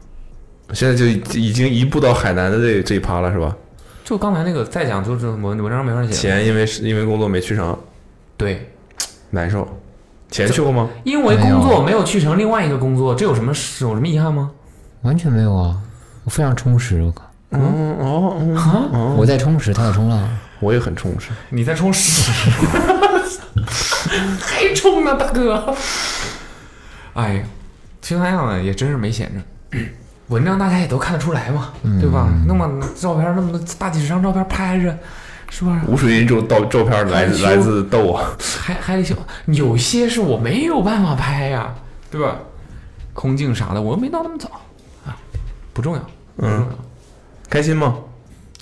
现在就已经移步到海南的这这一趴了，是吧？就刚才那个再讲就是文文章没法写了，前因为是因为工作没去成，对，难受。前去过吗？因为工作没有去成另外一个工作，这有什么事有什么遗憾吗？完全没有啊！我非常充实，我靠！嗯哦，嗯我在充实，他在冲浪，我也很充实。你在冲 屎，还冲呢，大哥！哎呀，新花样也真是没闲着。文章大家也都看得出来嘛，对吧？那么照片那么多大几十张照片拍着，是不是？无水印这照照片来自来自豆啊，还还得想，有些是我没有办法拍呀、对吧？空镜啥的，我又没到那么早啊，不重要，不嗯重要，开心吗？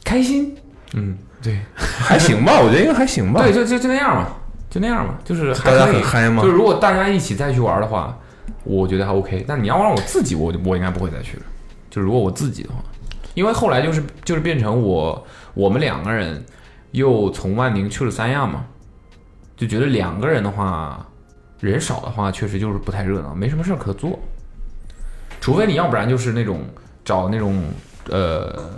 开心，嗯，对，还行 吧，我觉得应该还行吧对，。就就就那样嘛，就那样嘛，就是还大家可以很嗨吗就是如果大家一起再去玩的话，我觉得还 OK。但你要让我自己，我就我应该不会再去了。就如果我自己的话，因为后来就是就是变成我我们两个人又从万宁去了三亚嘛，就觉得两个人的话，人少的话确实就是不太热闹，没什么事儿可做。除非你要不然就是那种找那种呃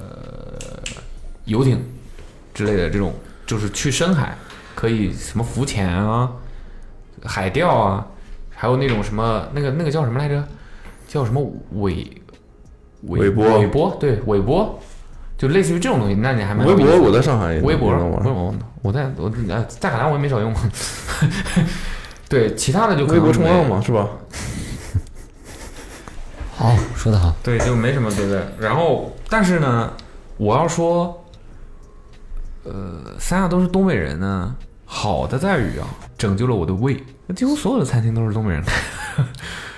游艇之类的这种，就是去深海可以什么浮潜啊、海钓啊，还有那种什么那个那个叫什么来着？叫什么尾尾波尾波对尾波，就类似于这种东西，那你还蛮微有意思博的我在上海也能，微博，也能玩微博，我在我呃在海南我也没少用。 对，其他的就可微能博冲没浪嘛，是吧？好，说得好，对，就没什么别的。然后，但是呢，我要说，呃，三亚都是东北人呢，好的在于啊，拯救了我的胃。几乎所有的餐厅都是东北人开的，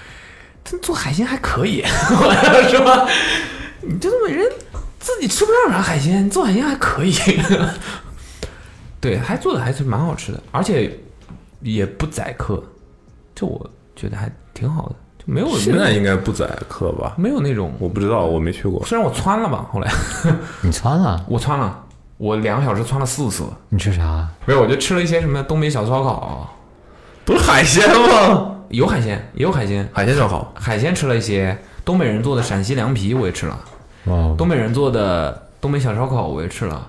这做海鲜还可以， 我要说，你这东北人自己吃不上啥海鲜，做海鲜还可以。 对，还做的还是蛮好吃的，而且也不宰客，这我觉得还挺好的，就没有现在应该不宰客吧？没有那种我不知道，我没去过。虽然我窜了吧，后来 你穿了，我窜了，我两个小时窜了四次，你吃啥？没有，我就吃了一些什么东北小烧烤，啊不是海鲜吗？有海鲜，也有海鲜，海鲜烧烤，海鲜吃了一些，东北人做的陕西凉皮我也吃了，哇，东北人做的东北小烧烤我也吃了，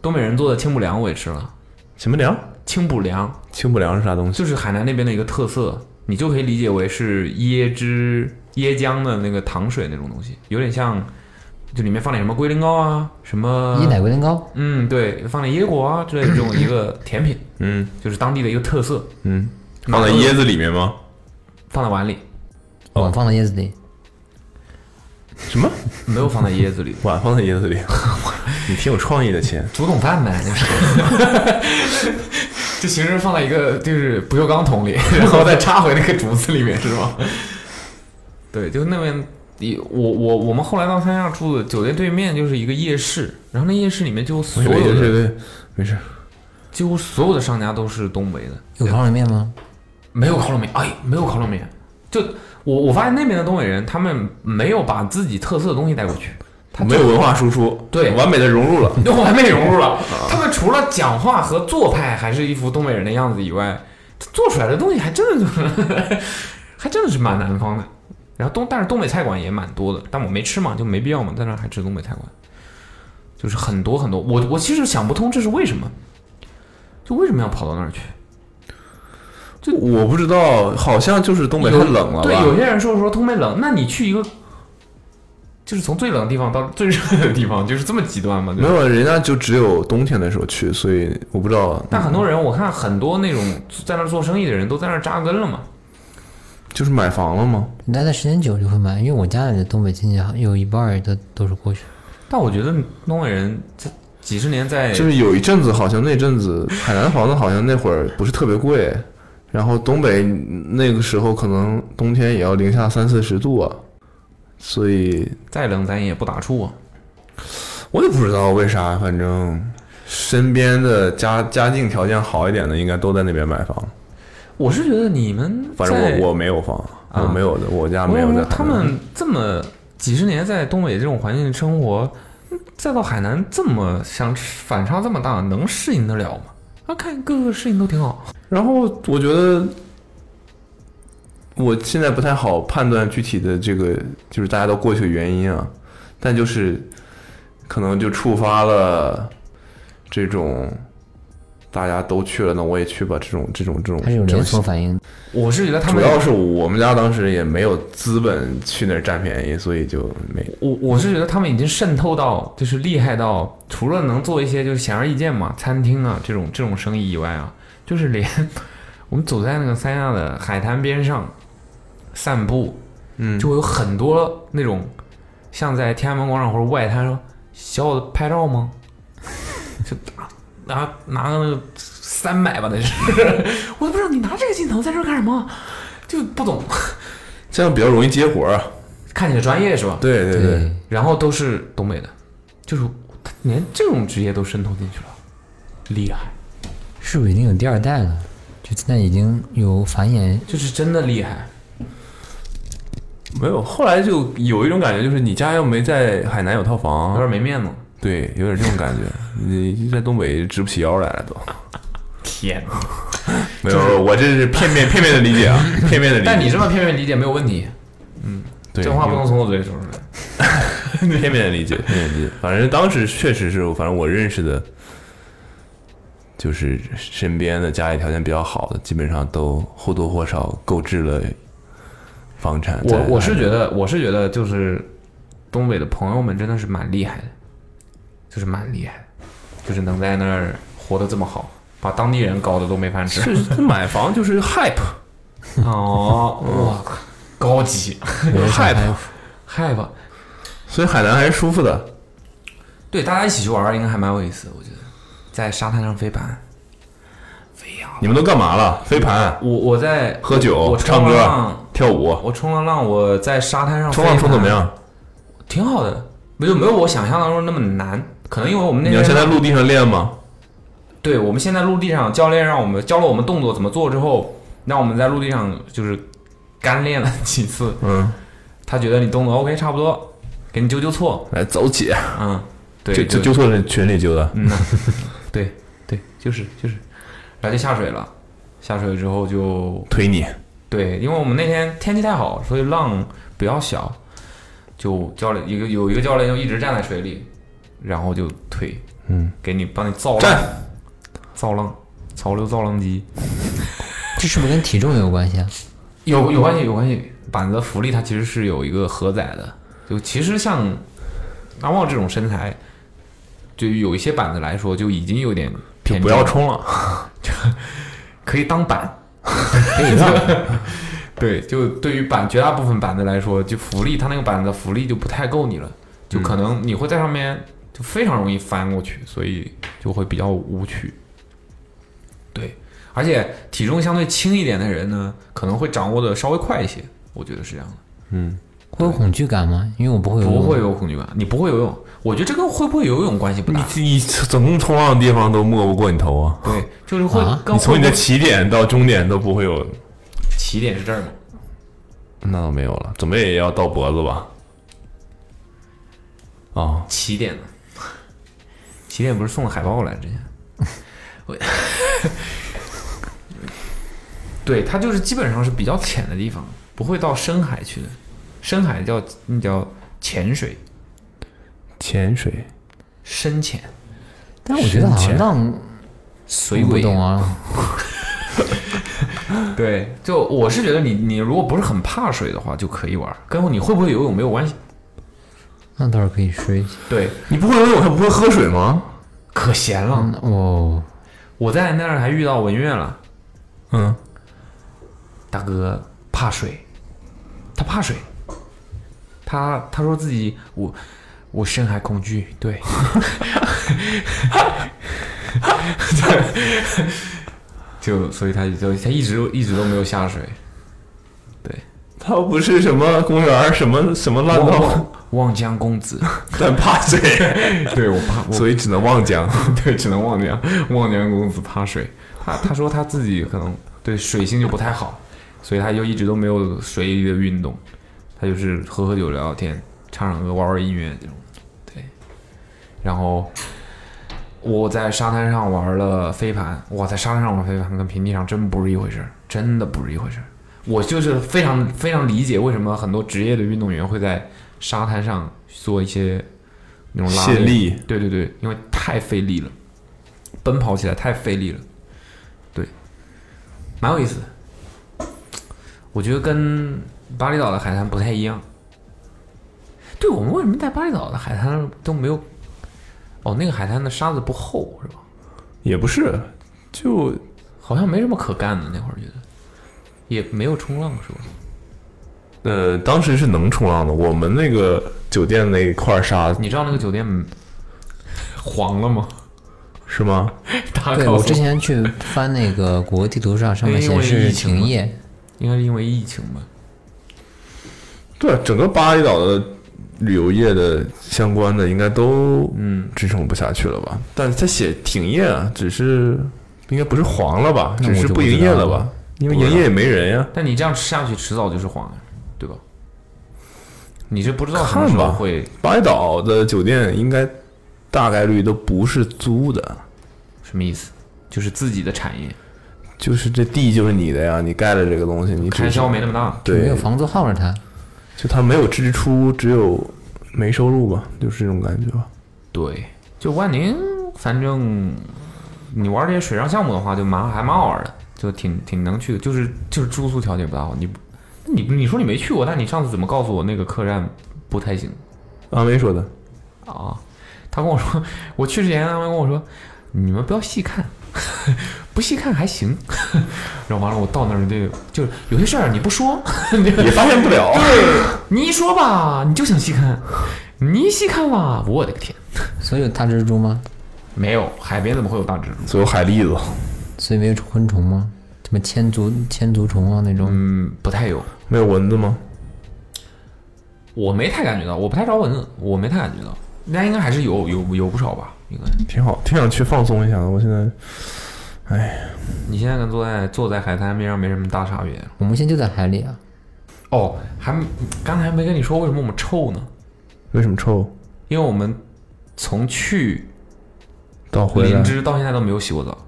东北人做的清补凉我也吃了，什么凉？清补凉清补凉是啥东西？就是海南那边的一个特色，你就可以理解为是椰汁、椰浆的那个糖水那种东西，有点像，就里面放点什么龟苓膏啊，什么椰奶龟苓膏，嗯，对，放点椰果啊之类的这种一个甜品，嗯就是当地的一个特色，嗯，放在椰子里面吗？放在碗里，哦我放到椰子里，什么，没有放在椰子里碗放在椰子里？ 你挺有创意的，亲。竹筒饭呗，就是，就形式放在一个就是不锈钢桶里，然后再插回那个竹子里面，是吗？对，就那边，一我我我们后来到三亚住的酒店对面就是一个夜市，然后那夜市里面就所有对对的对，没事。几乎所有的商家都是东北的，有烤冷面吗？没有烤冷面，哎，没有烤冷面。就我我发现那边的东北人，他们没有把自己特色的东西带过去，他没有文化输出，对完美的融入了。就 完美融入了。啊他们除了讲话和做派还是一副东北人的样子以外，他做出来的东西还真的 就是还真的是蛮南方的。然后东，但是东北菜馆也蛮多的，但我没吃嘛，就没必要嘛，在那儿还吃东北菜馆，就是很多很多。我我其实想不通这是为什么，就为什么要跑到那儿去？我不知道，好像就是东北太有冷了吧？对，有些人说说东北冷，那你去一个，就是从最冷的地方到最热的地方，就是这么极端吗？对没吧有，人家就只有冬天的时候去，所以我不知道。但很多人，我看很多那种在那儿做生意的人都在那儿扎根了嘛。就是买房了吗？你待的时间久就会买，因为我家里的东北亲戚好像有一半儿都都是过去的。但我觉得东北人这几十年在，就是有一阵子，好像那阵子海南房子好像那会儿不是特别贵，然后东北那个时候可能冬天也要零下三四十度啊，所以再冷咱也不打怵啊。我也不知道为啥，反正身边的家家境条件好一点的，应该都在那边买房。我是觉得你们反正我我没有房，啊我没有的，我家我没有我在他海南。们这么几十年在东北这种环境生活，再到海南这么相反差这么大，能适应得了吗？啊，看各个适应都挺好。然后我觉得，我现在不太好判断具体的这个就是大家都过去的原因啊，但就是可能就触发了这种大家都去了，那我也去吧，这种这种这种它是有这连种锁反应，我是觉得他主们要是我们家当时也没有资本去那儿占便宜，所以就没我我是觉得他们已经渗透到，就是厉害到，除了能做一些就是显而易见嘛，餐厅啊这种这种生意以外啊，就是连我们走在那个三亚的海滩边上散步，嗯就会有很多那种像在天安门广场或者外滩说小伙子拍照吗？就拿拿个那个三百吧，那是， 我都不知道你拿这个镜头在这儿干什么，就不懂， 这样比较容易接活儿啊。看你的专业是吧？对对对，然后都是东北的，就是他连这种职业都渗透进去了，厉害，是不是已经有第二代了？就现在已经有繁衍，就是真的厉害。没有。后来就有一种感觉，就是你家要没在海南有套有房，点没面子。对，有点这种感觉。 你在东北直不起腰来了都。天哪！没有，我这是片面片面的理解 啊，片面的理解。但你这么片面理解没有问题，对这话不能从我嘴里说出来。片面的理解，片面地理解。反正当时确实是，反正我认识的，就是身边的家里条件比较好的，基本上都或多或少购置了房产。我我是觉，得，我是觉得，就是东北的朋友们真的是蛮厉害的，就是蛮厉害的，就是能在那儿活得这么好，把当地人搞得都没饭 吃。是买房就是 hype，hype 哦，我靠，高级 hype，害怕。所以海南还是舒服的。对，大家一起去玩儿应该还蛮有意思的，我觉得，在沙滩上飞盘，飞呀、你们都干嘛了？飞盘、我我在喝酒我、哦唱冲了歌浪，、跳舞，我冲了浪，我在沙滩上冲浪飞冲怎盘么？样？挺好的，没有没有我想象当中那么难，可能因为我们那你要边先在陆地上练吗？对，我们现在陆地上教练让我们教了我们动作怎么做之后，让我们在陆地上就是干练了几次。嗯，他觉得你动作 OK 差不多，给你纠纠错。来走起，嗯，对，就就就就错是群里揪的。嗯呐，对对，就是就是，然后就下水了。下水之后就推你，对，因为我们那天天气太好，所以浪比较小，就教练一个有一个教练就一直站在水里，然后就推，嗯，给你帮你造浪站，造浪，潮流造浪机。这是不是跟体重有关系啊？有有关系，有关系。板子浮力它其实是有一个荷载的，就其实像阿茂这种身材，对于有一些板子来说，就已经有点偏不要重，冲了，可以当板。可以让对，就对于板绝大部分板子来说，就浮力它那个板子浮力就不太够你了，就嗯可能你会在上面就非常容易翻过去，所以就会比较无趣。对，而且体重相对轻一点的人呢，可能会掌握的稍微快一些，我觉得是这样的。嗯，会有恐惧感吗？因为我不会游泳，不会有恐惧感，你不会游泳，我觉得这跟会不会游泳关系不你大。你总共冲浪的地方都没不过你头啊！对，就是会啊跟你从会你不会的起点到终点都不会有，起点是这儿吗？那倒没有了，怎么也要到脖子吧？哦，起点呢？起点不是送了海报来之前，我对，它就是基本上是比较浅的地方，不会到深海去的。深海叫那叫潜水，潜水，深潜，但我觉得好像深潜浪水我不鬼。懂啊，对，就我是觉得你你如果不是很怕水的话，就可以玩儿，跟你会不会游泳没有关系。那倒是可以睡一下。对，你不会游泳还不会喝水吗？可闲了。嗯哦，我在那儿还遇到文月了，嗯，大哥怕水，他怕水，他他说自己我我深海恐惧，对，就所以他就他一直一直都没有下水，他又不是什么公园儿什么什么烂道， 望望江公子，但怕水， 对我怕，我所以只能望江。 对只能望江望江公子怕水，他他说他自己可能对水性就不太好，所以他就一直都没有水里的运动，他就是喝喝酒聊聊天，唱唱歌玩玩音乐这种。对，然后我在沙滩上玩了飞盘，哇，在沙滩上玩飞盘跟平地上真不是一回事儿，真的不是一回事儿。我就是非常非常理解为什么很多职业的运动员会在沙滩上做一些那种拉卸练力对对对，因为太费力了，奔跑起来太费力了，对，蛮有意思的。我觉得跟巴厘岛的海滩不太一样。对我们为什么在巴厘岛的海滩都没有？哦，那个海滩的沙子不厚是吧？ 也不是，就好像没什么可干的，那会儿觉得也没有冲浪是吧？呃，当时是能冲浪的，我们那个酒店那块沙你知道那个酒店黄了吗？是吗？大家对告诉我之前去翻那个谷歌地图上，上面因为显疫示情停嘛业，应该是因为疫情吧？对，整个巴厘岛的旅游业的相关的应该都嗯支撑不下去了吧？但是他写停业啊，只是应该不是黄了吧？那我只是就不不知营业道了了吧？因为营业也没人呀。但你这样下去，迟早就是黄了，对吧？你是不知道什么看时候吧会巴厘岛的酒店应该大概率都不是租的，什么意思，就是自己的产业就是这地就是你的呀，你盖了这个东西，你只是开销没那么大。就没对有，房租耗着它。就它没有支出，只有没收入吧，就是这种感觉吧。对，就万宁，反正你玩这些水上项目的话，就蛮还蛮好玩的，就挺挺能去的，就是就是住宿条件不大好。你不你你说你没去过，但你上次怎么告诉我那个客栈不太行？阿威说的，啊，他跟我说，我去之前他们跟我说，你们不要细看， 不细看还行。 然后完了，我到那儿就就是有些事儿你不说， 也发现不 了。你一说吧，你就想细看，你一细看吧，我的个天，所以有大蜘蛛吗？没有海边怎么会有大蜘蛛？所有海蛎子，所以没有昆虫吗？什么千足千足虫啊那种？嗯，不太有，没有蚊子吗？我没太感觉到，我不太招蚊子，我没太感觉到，那应该还是有有有不少吧，应该。挺好，挺想去放松一下的。我现在你现在跟坐在坐在海滩边上没什么大差别。我们现在就在海里啊。哦，还没刚才没跟你说为什么我们臭呢？为什么臭？因为我们从去到回来林，芝到现在都没有洗过澡，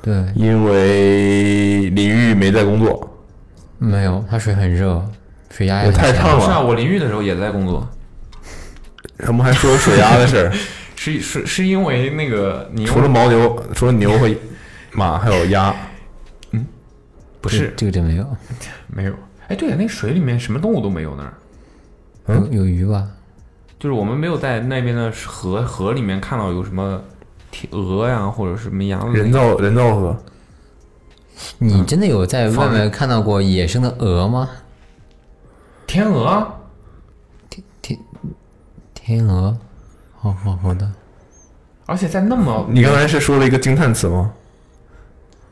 对，因为淋浴没在工作，没有，它水很热，水压也我太很烫小是啊，了。我淋浴的时候也在工作，他们还说水压的事儿，是是是因为那个你 除了牦牛， 除了牛和马，还有鸭。不这是这个真没有，没有？哎，对啊，那水里面什么动物都没有那儿，有有鱼吧？就是我们没有在那边的河河里面看到有什么天鹅呀或者什么羊 人造人造河，你真的有在外放面看到过野生的鹅吗？天鹅啊，天天鹅，好好好的，而且在那么你刚才是说了一个惊叹词吗？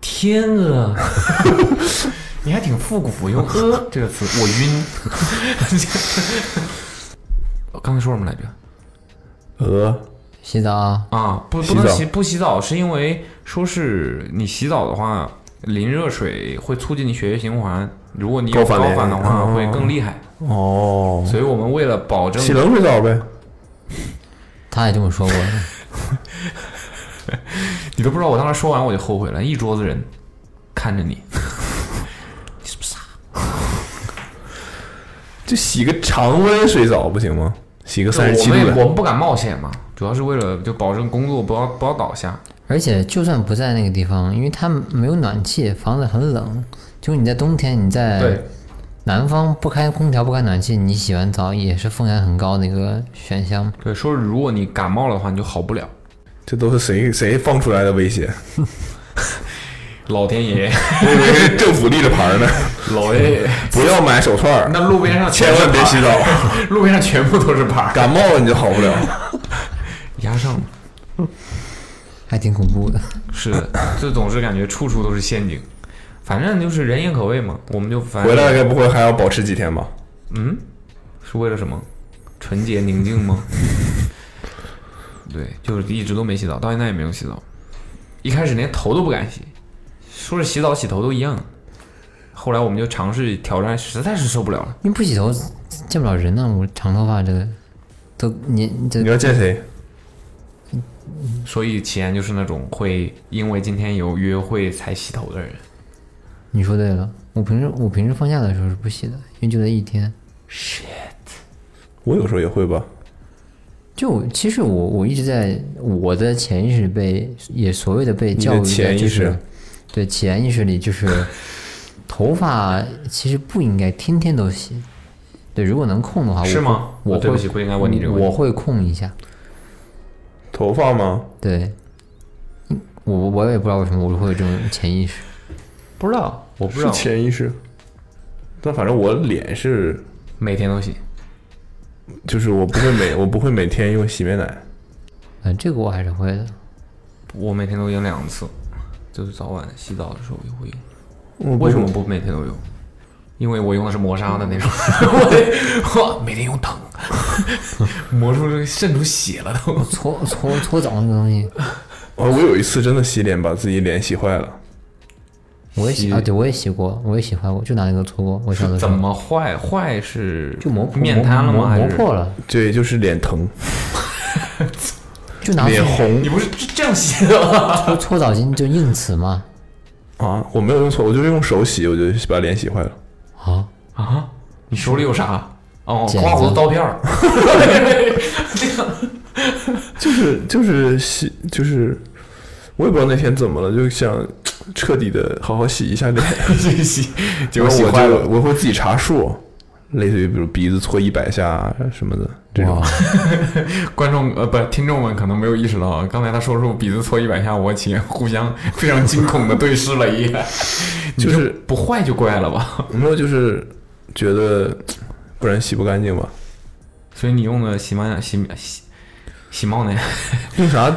天啊鹅， 你还挺复古，用“鹅”这个词，我晕。 我刚才说什么来着？鹅，洗澡啊，啊，不洗不能澡洗不洗澡，是因为说是你洗澡的话，淋热水会促进你血液循环，如果你有高高反反的淋话哦会更厉害。哦，所以我们为了保证洗冷水澡呗。他也这么说过。你都不知道我当时说完我就后悔了，一桌子人看着你，就洗个常温水澡不行吗？洗个就三十我七们也度我的，们不敢冒险嘛，主要是为了就保证工作不要不要倒下。而且就算不在那个地方，因为它没有暖气，房子很冷。就是你在冬天，你哎在对南方不开空调、不开暖气，你洗完澡也是风险很高的一个选项。对，说是如果你感冒了的话，你就好不了。这都是谁谁放出来的威胁？老天爷，我以为是 政府立的牌呢， 老爷爷，不要买手串 儿，那路边上千万别洗澡，澡，哎路边上全部都是牌儿， 感冒了你就好不了。 压上了。还挺恐怖的。 是的，就总是感觉处处都是陷阱。反正就是人言可畏嘛，我们就反回正来该不会还要保持几天吧？嗯，是为了什么？纯洁宁静 吗？对，就是一直都没洗澡，到现在也没有洗澡。一开始连头都不敢洗，说是洗澡洗头都一样。后来我们就尝试挑战，实在是受不了了。你不洗头见不了人呢、我长头发这个都你这你要见谁？所以起言就是那种会因为今天有约会才洗头的人。你说对了。我平时我平时放假的时候是不洗的，因为就那一天。我有时候也会吧。就其实我我一直在我的潜意识被也所谓的被教育你的的潜意识就是对潜意识里就是 头发其实不应该天天都洗。对，如果能控啊的话，我是吗会哦我对不会起不应该问你这个问题我会控一下。头发吗？对，我我也不知道为什么我会有这种潜意识。不知道，我不知是道，潜意识。但反正我脸是，每天都洗。就是我不会每 我不会每天用洗面奶，嗯，这个我还是会的。我每天都用两次，就是早晚洗澡的时候也会用。我不为什么不每天都用？因为我用的是磨砂的那 种，我我每天用疼， 磨出这个渗出血了都。搓搓搓澡那个东西，我啊我有一次真的洗脸，把自己脸洗坏了。我也洗啊，对我也洗过，我也洗坏过，就拿那个搓过。我小的时怎候么坏？坏是就磨破面瘫了磨吗？还磨是破？了，对，就是脸疼，就拿脸搓红你不是这样洗的吗？搓搓澡巾就硬词嘛。啊！我没有用错，我就是用手洗，我就把脸洗坏了。啊，啊，你手里有啥？哦，剪子刮胡子刀片儿。这样就是就是洗就是，我也不知道那天怎么了，就想彻底的好好洗一下 脸。这洗，结然果后洗我坏就了。我会自己查数，类似于比如鼻子搓一百下啊什么的这种。观众呃不，听众们可能没有意识到啊，刚才他说出鼻子搓一百下，我起互相非常惊恐的对视了一 眼，你就这是不坏就怪了吧？ 没有，就是觉得不然洗不干净吧？所以你用的洗猫洗洗洗猫 奶用啥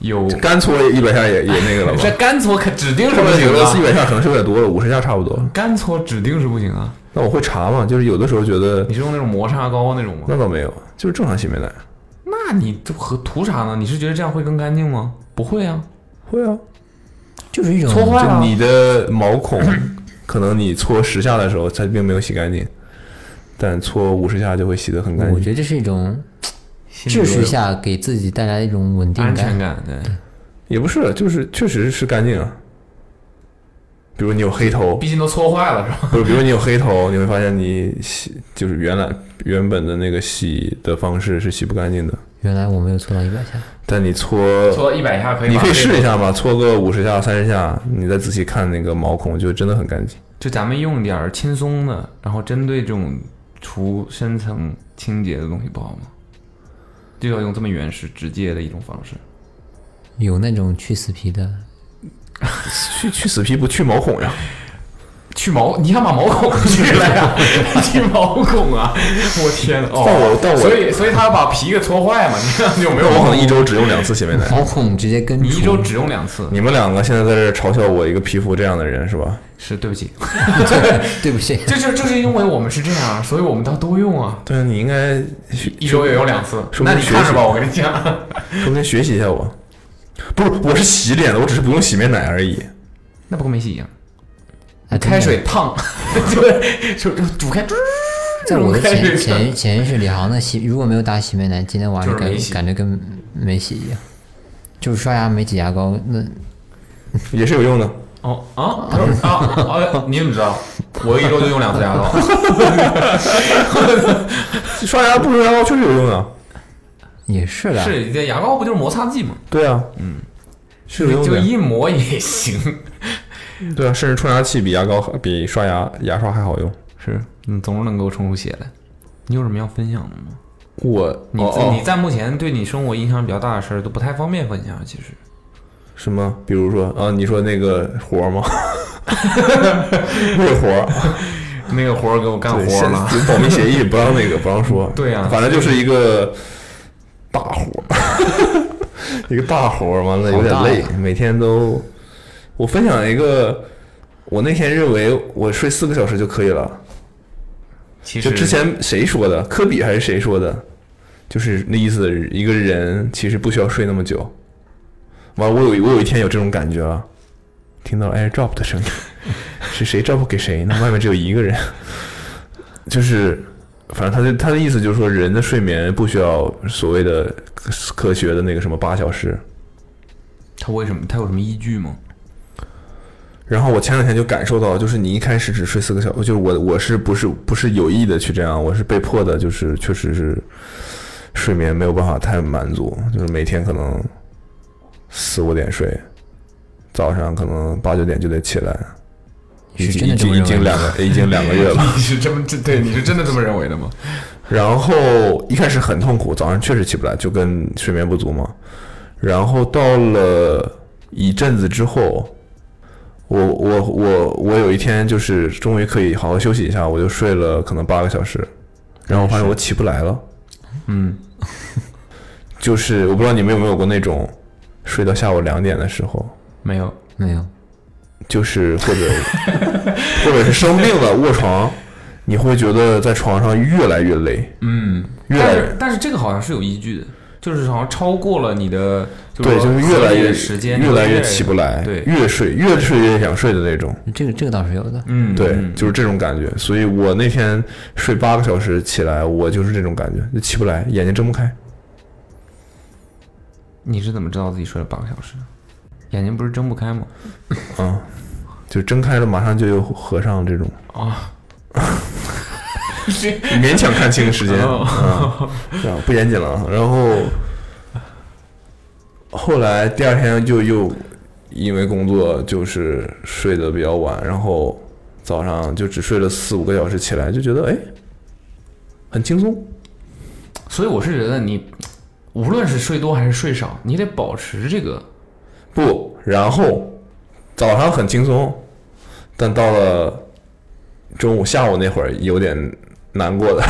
有干搓一百下也也那个 了吧？这干搓可指定是后不面行有的一啊，百下可能是有点多了，五十下差不多了。干搓指定是不行啊。那我会查嘛，就是有的时候觉得你是用那种磨砂膏啊那种吗？那倒没有，就是正常洗面奶。那你都和图啥呢？你是觉得这样会更干净吗？不会啊，会啊，就是一种搓坏就了。你的毛孔， 可能你搓十下的时候它并没有洗干净，但搓五十下就会洗得很干我净。觉得这是一种秩序下给自己带来一种稳定安全感。感，对，也不是，就是确实是干净啊。比如你有黑头， 毕竟都搓坏了是吧？不是，比如你有黑头，你会发现你洗就是原来原本的那个洗的方式是洗不干净的，原来我没有搓到一百下，但你搓，搓一百下可以，你可以试一。下嘛，搓个五十下、三十下，你再仔细看那个毛孔，就真的很干净。就咱们用点儿轻松的，然后针对这种除深层清洁的东西不好吗？就要用这么原始直接的一种方式。有那种去死皮的，去去死皮不去毛孔呀？去毛，你想把毛孔去了呀？ 去毛孔啊！我天哦！但我但我所以所以他要把皮给搓坏嘛？ 你看有没有我毛可能孔？一周只用两次洗面奶。毛孔直接根你一周除。只用两次，你们两个现在在这儿嘲笑我一个皮肤这样的人是吧？是对不起，对不起，这就就是因为我们是这样，啊所以我们倒都用啊，对啊，你应该学一周也用两次。说明那你学看着习吧，我跟你讲，说不定学习一下我。不是，我是洗脸的，我只是不用洗面奶而已。那不跟没洗一样，啊开水，烫， 对，就就煮开，真的在我的开潜水潜意潜意识里，好像那洗如果没有打洗面奶，今天晚上就是感没洗感觉跟没洗一样，就是刷牙没挤牙膏，那也是有用的。哦啊啊啊！你怎么知道？我一周就用两次牙 膏，刷牙不刷牙膏确实有用啊。也是的。是，这牙膏不就是摩擦剂吗？对啊，嗯，是有用就的呀。一抹也行。对啊，甚至冲牙器比牙膏好比刷牙牙刷还好用。是你总是能给我冲出血来。你有什么要分享的吗？我你哦自、哦你在目前对你生活影响比较大的事儿都不太方便分享，其实。什么？比如说啊，你说那个活儿吗？ 那活儿那个活儿给我干对活现了，有保密协议不让那个不让说。对啊反正就是一个大活儿， 一个大活儿，完了有点好大累呀，每天都。我分享一个，我那天认为我睡四个小时就可以了。其就之前谁说的？科比还是谁说的？就是那意思，一个人其实不需要睡那么久。完，我有我有一天有这种感觉了，听到了 AirDrop 的声音， 是谁 drop 给谁呢？外面只有一个人，就是反正他的他的意思就是说，人的睡眠不需要所谓的科科学的那个什么八小时。他为什么他有什么依据吗？然后我前两天就感受到，就是你一开始只睡四个小时，就是我我是不是不是有意的去这样，我是被迫的，就是确实是睡眠没有办法太满足，就是每天可能四五点睡，早上可能八九点就得起来，是已经已真的这么经已经认为吗两个已经两个月了。 你是这么这对你是真的这么认为的吗？然后一开始很痛苦，早上确实起不来，就跟睡眠不足嘛。然后到了一阵子之后，我我我我有一天就是终于可以好好休息一下，我就睡了可能八个小时， 然后我发现我起不来了。嗯，就是我不知道你们有没有过那种睡到下午两点的时候，没有，没有，就是或者 或者是生病了卧床，你会觉得在床上越来越累，嗯，越但来越是但是这个好像是有依据的，就是好像超过了你的，对，说就是越来合理越的时间越来越越起不来，对越睡越睡越想睡的那种，这个这个倒是有的。嗯，对，嗯就是这种感觉。所以我那天睡八个小时起来，我就是这种感觉，就起不来，眼睛睁不开。你是怎么知道自己睡了八个小时的？眼睛不是睁不开吗？啊，就睁开了马上就又合上这种啊， 勉强看清时间，啊，然后不严谨了啊。然后后来第二天就又因为工作就是睡得比较晚，然后早上就只睡了四五个小时，起来就觉得哎很轻松，所以我是觉得你，无论是睡多还是睡少，你得保持这个不，然后早上很轻松，但到了中午、下午那会儿有点难过 的，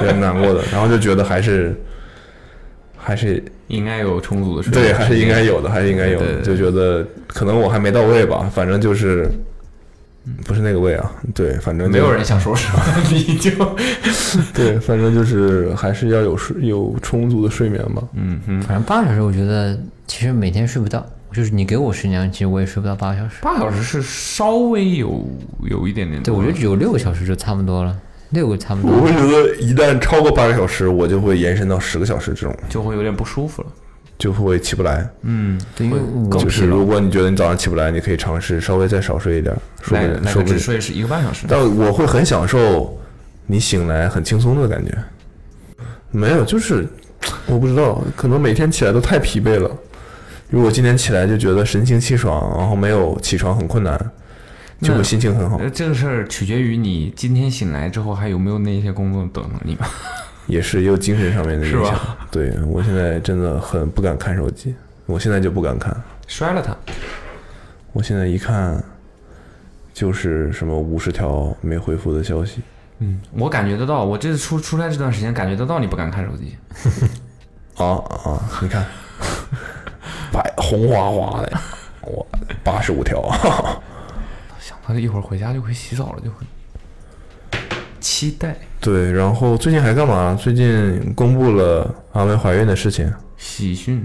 有点难过的，然后就觉得还是还是应该有充足的睡对，眠时间。还是应该有的，还是应该有对的，对对就觉得可能我还没到位吧，反正就是不是那个位啊，对，反正就没有人想说什么，你就 对，反正就是还是要有睡有充足的睡眠吧，嗯哼，反正八个小时，我觉得其实每天睡不到，就是你给我时间，其实我也睡不到八个小时。八小时是稍微有有一点点对，多我了，觉得只有六个小时就差不多了，六个差不多我会觉得一旦超过八个小时，我就会延伸到十个小时这种，就会有点不舒服了。就会起不来。嗯，对，因为我就是如果你觉得你早上起不来，你可以尝试稍微再少睡一点，说来不定来个说不只定。睡是一个半小时，但我会很享受你醒来很轻松的感觉。没有，就是我不知道，可能每天起来都太疲惫了。如果今天起来就觉得神清气爽，然后没有起床很困难，就会那心情很好呃，。这个事儿取决于你今天醒来之后还有没有那些工作等着你吧。也是也有精神上面的是影吧响。对我现在真的很不敢看手机，我现在就不敢看。 摔了它，我现在一看，就是什么五十条没回复的消息。嗯，我感觉得到，我这次出出差这段时间感觉得到你不敢看手机，啊啊！你看， 白红花花的，我八十五条，想到一会儿回家就会洗澡了，就会期待。 对。然后最近还干嘛？最近公布了阿梅怀孕的事情，喜讯，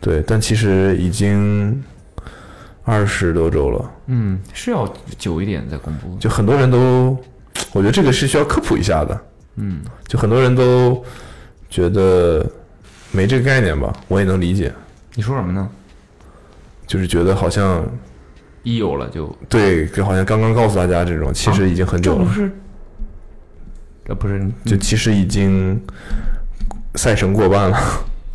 对，但其实已经二十多周了，嗯，是要久一点再公布。就很多人都，我觉得这个是需要科普一下的，嗯，就很多人都觉得没这个概念吧，我也能理解，你说什么呢？就是觉得好像一有了就，对，好像刚刚告诉大家这种，其实已经很这久了不。是，这呃不是你就其实已经赛程过半了。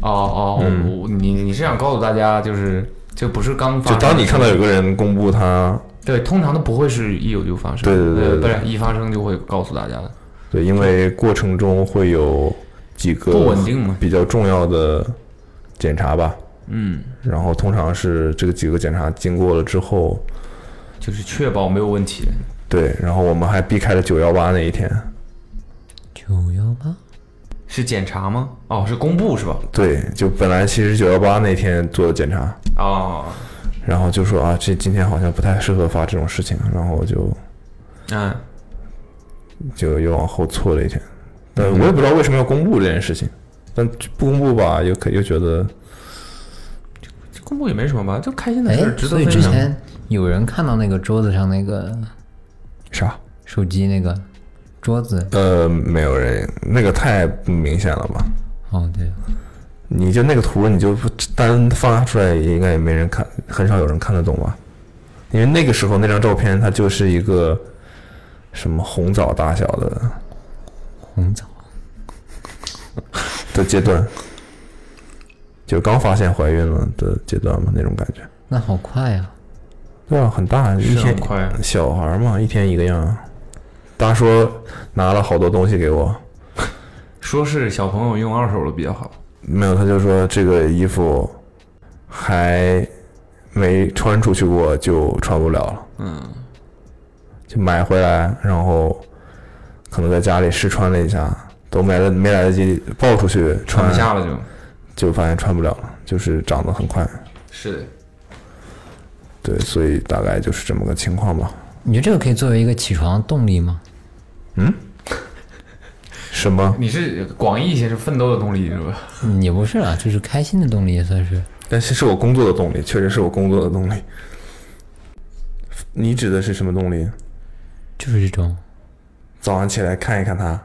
哦哦，嗯我你你是想告诉大家，就是这不是刚发就生的事当情，你看到有个人公布他，对，通常都不会是一有就发生，对对对呃对对不是一发生就会告诉大家的，对，因为过程中会有几个不稳定嘛比较重要的检查吧。嗯，然后通常是这个几个检查经过了之后，就是确保没有问题。对，然后我们还避开了九幺八那一天，九幺八，是检查吗？哦，是公布是吧？对，就本来其实九幺八那天做的检查，哦，然后就说啊，这今天好像不太适合发这种事情，然后我就嗯，就又往后错了一天。但我也不知道为什么要公布这件事情，但不公布吧，又可又觉得这公布也没什么吧，就开心的哎事儿，值得所以分之享。前有人看到那个桌子上那个啥？手机那个桌子，呃，没有人，那个太不明显了吧？哦对，你就那个图，你就不单发出来，应该也没人看，很少有人看得懂吧？因为那个时候那张照片，它就是一个什么红枣大小的红枣，的阶段，就刚发现怀孕了的阶段嘛，那种感觉。那好快呀、对啊，很大，一是天很快小孩嘛，一天一个样。他说拿了好多东西给我，说是小朋友用二手的比较好，没有，他就说这个衣服还没穿出去过就穿不了了，嗯，就买回来，然后可能在家里试穿了一下，都没来没来得及抱出去穿穿，不下了就。就发现穿不了了，就是长得很快，是的，对，所以大概就是这么个情况吧。你觉得这个可以作为一个起床动力吗？什么？你是广义些是奋斗的动力是吧？嗯也不是啦，就是开心的动力也算是。但是是我工作的动力，确实是我工作的动力。你指的是什么动力？就是这种，早上起来看一看他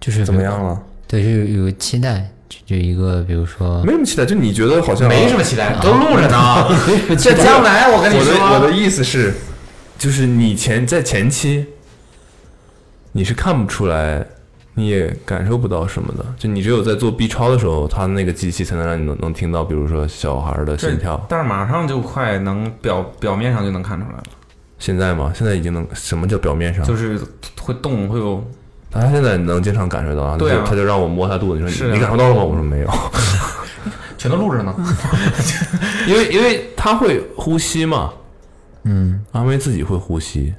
就是怎么？样了？对，就是有个期待，就就一个，比如说没，什么期待，就你觉得好像没什么期啊待，都录着 呢。这将来我跟你我的我说，的意思是，就是你前在前期，你是看不出来，你也感受不到什么的。就你只有在做 B 超的时候，它那个机器才能让你能能听到，比如说小孩的心跳。但是马上就快能表表面上就能看出来了，现在嘛，现在已经能什么叫表面上？就是会动会有他现在能经常感受到啊。对啊他就他就让我摸他肚子，你是啊说你你感受到了吗？我说没有，全都录着呢。因为因为他会呼吸嘛，嗯，阿妹自己会呼吸，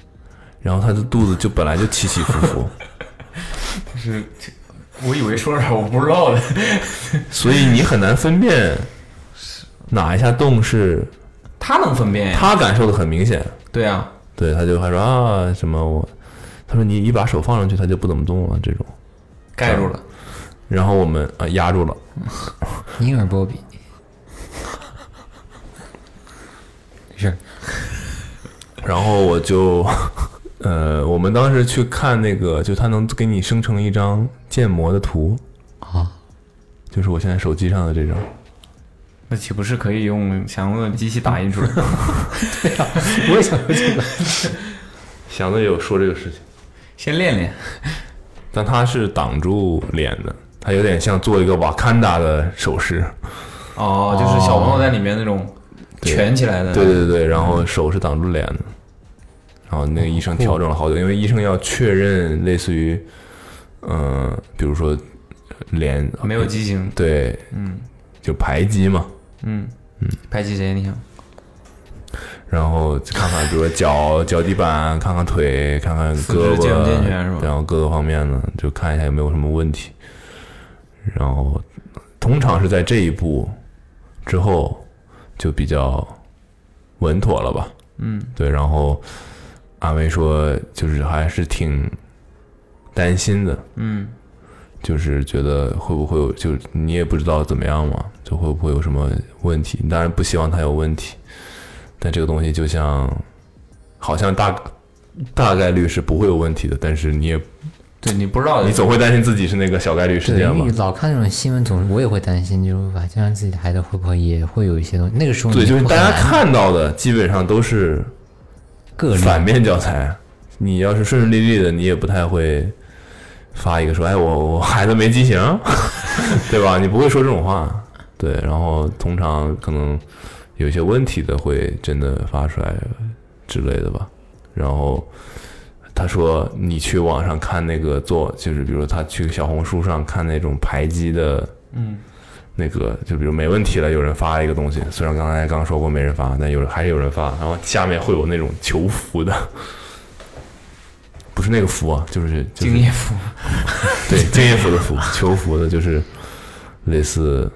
然后她的肚子就本来就起起伏 伏。是，我以为说啥我不知道的。所以你很难分辨哪一下动是他能分辨呀？他感受的很明显，对啊，对，他就还说啊什么我，他说你一把手放上去，他就不怎么动了这种，盖住了。然后我们啊压住了，婴儿波比，是然后我就， 呃，我们当时去看那个，就他能给你生成一张建模的图，啊，就是我现在手机上的这张，那岂不是可以用想用机器打印出来？我也想说这个，想的有说这个事情， 先练练。但他是挡住脸的，他有点像做一个瓦坎达的手势，哦，就是小朋友在里面那种蜷起来的。哦对对对，然后手是挡住脸的，然后那个医生调整了好久，因为医生要确认类似于，嗯、比如说脸没有畸形。对，嗯就排畸嘛，嗯嗯，拍击谁？你想？然后看看比如说脚脚底板，看看腿，看看四肢胳膊健不健全是吧，然后各个方面呢，就看一下有没有什么问题，然后通常是在这一步之后就比较稳妥了吧。嗯，对，然后阿梅说，就是还是挺担心的，嗯，就是觉得会不会有，就你也不知道怎么样嘛，就会不会有什么问题？当然不希望他有问题，但这个东西就像，好像大大概率是不会有问题的，但是你也对你不知道的你总会担心自己是那个小概率事对，件因吧为？老看那种新闻，总是我也会担心，就是吧，经常自己的孩子会不会也会有一些东西。那个时候对，你就是会大家很看到的基本上都是个例反面教材。你要是顺顺利利的，你也不太会发一个说：“哎，我我孩子没畸形， 对吧？”你不会说这种话。对，然后通常可能有一些问题的会真的发出来之类的吧。然后他说：“你去网上看那个做，就是比如他去小红书上看那种排畸的，嗯，那个就比如没问题了，有人发一个东西，虽然刚才刚说过没人发，但有人还是有人发，然后下面会有那种求福的， 不是那个福啊，就是就是敬业福。 对敬业福的福，求福的，就是类似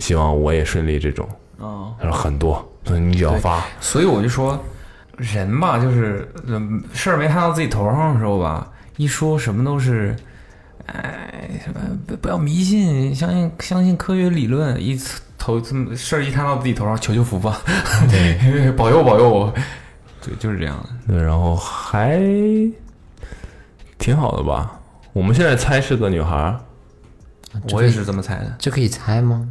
希望我也顺利这种，哦，然后很多，所以你只要发，所以我就说，人吧，就是嗯事儿没摊到自己头上的时候吧，一说什么都是，哎，什么不不要迷信，相信相信科学理论，一头这么事儿一摊到自己头上，求求福吧，对， 保佑保佑我，对，就是这样的。对，然后还挺好的吧。我们现在猜是个女孩儿，我也是这么猜的，这可以猜吗？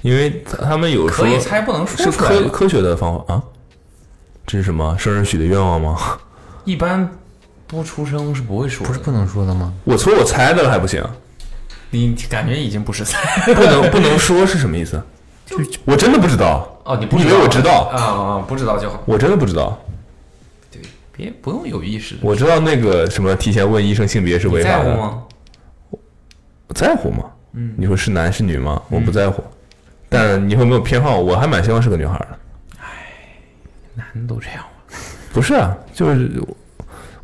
因为他们有说可以猜，不能说是出来科的。科学的方法啊。这是什么生日许的愿望吗？一般不出声是不会说不的，是不能说的吗？我说我猜的了还不行，你感觉已经不是猜不能不能说是什么意思？我真的不知道， 哦，你不你以为我知道啊啊，啊不知道就好，我真的不知道。对，别不用有意识的。我知道那个什么提前问医生性别是你违在法乎的，吗？我在乎吗？嗯，你说是男是女吗？我不在乎，但你有没有偏好？我还蛮希望是个女孩的。男的都这样吗？不是啊，就是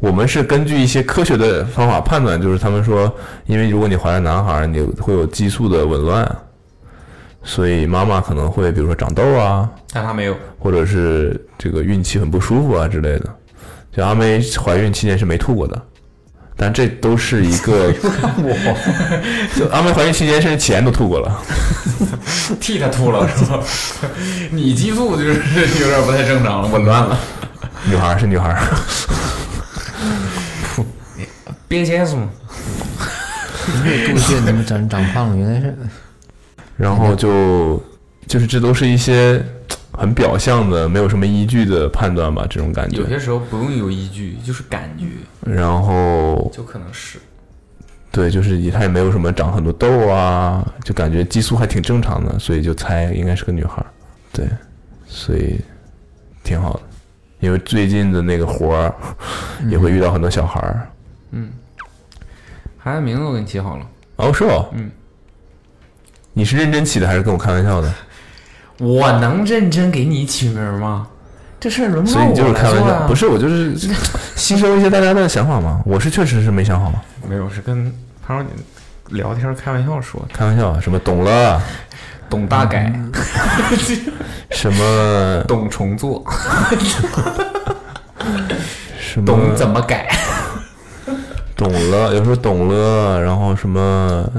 我们是根据一些科学的方法判断，就是他们说，因为如果你怀了男孩儿，你会有激素的紊乱，所以妈妈可能会比如说长痘啊，但他没有，或者是这个孕期很不舒服啊之类的。就阿妹怀孕期间是没吐过的，但这都是一个 就阿妹怀孕期间甚至前都吐过了，替他吐 了是吧？你激素就是有点不太正常了，紊乱了。女孩儿是女孩儿，憋先生嘛。我不记得你们长长胖了，原来是然后就就是这都是一些很表象的，没有什么依据的判断吧，这种感觉有。些时候不用有依据，就是感觉，然后就可能是。对，就是也她也没有什么长很多痘啊，就感觉激素还挺正常的，所以就猜应该是个女孩儿。对，所以挺好的，因为最近的那个活儿嗯也会遇到很多小孩儿。孩子名字我给你起好了，哦，是哦，嗯，你是认真起的还是跟我开玩笑的？我能认真给你起名吗？这事儿轮不所到以你就我是开来玩做笑，啊！不是我就是 吸收一些大家的想法嘛。我是确实是没想好，没有，是跟潘少聊天开玩笑说的，开玩笑啊，什么 懂了，懂大改，什么懂重做，什么懂怎么改，懂了，有时候懂了，然后什么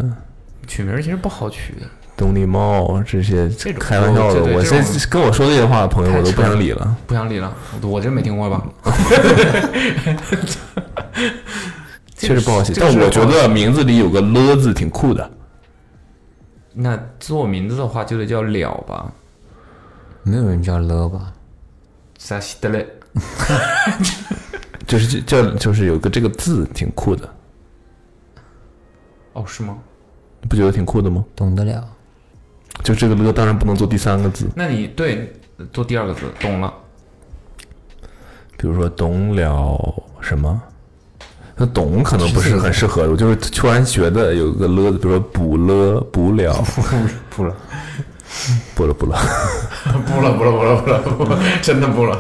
取名其实不好取的，懂礼貌这些这，种开玩笑这的。对我这这种跟我说这些话的朋友，太我都不扯了想理了。不想理了。我真没听过吧？ 确实不好写，这个但是我觉得名字里有个了字挺酷的。那做名字的话就得叫了吧，没有人叫了吧？扎西德勒，就是叫就是有个这个字挺酷的，哦，是吗？你不觉得挺酷的吗？懂得了，就这个了当然不能做第三个字，那你对做第二个字，懂了，比如说懂了什么，那懂可能不是很适合，我就是突然觉得有个了字，比如说补了补了不了，补了补了，不了，不了，不了，不了不了，真的不了。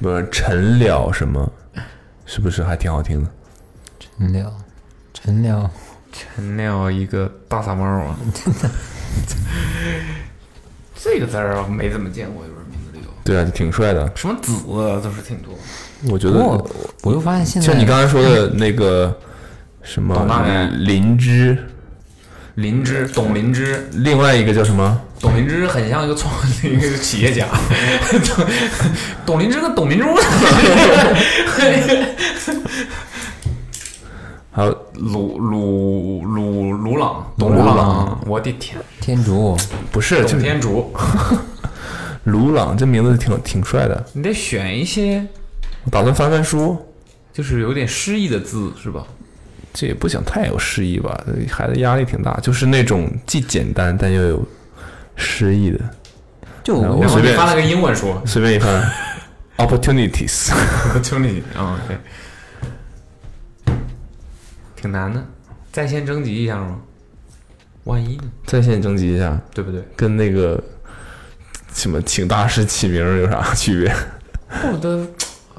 不是陈了什么，是不是还挺好听的？陈了，陈了，陈亮一个大傻帽啊！ 这个字儿啊我没怎么见过，有人名字里有对啊，就挺帅的。什么子啊，都是挺多。我觉不得过我我又发现现在像你刚才说的那个什么董大概林芝，林芝，董林芝，另外一个叫什么？董林芝很像一个创一个企业家， 董董林芝跟董明珠，还有 鲁鲁鲁鲁朗，鲁董朗朗，我的天，天竺，不是就董是天竺，鲁朗，这名字挺挺帅的。你得选一些我打算翻翻书，就是有点诗意的字是吧？这也不想太有诗意吧，孩子压力挺大，就是那种既简单但又有诗意的。就然后我我然后随你便发了个英文说 随便一翻 ，opportunities， ，opportunity 啊，OK，挺难的，在线征集一下吗？万一呢？在线征集一下，对不对？跟那个什么请大师起名儿有啥 区别？我的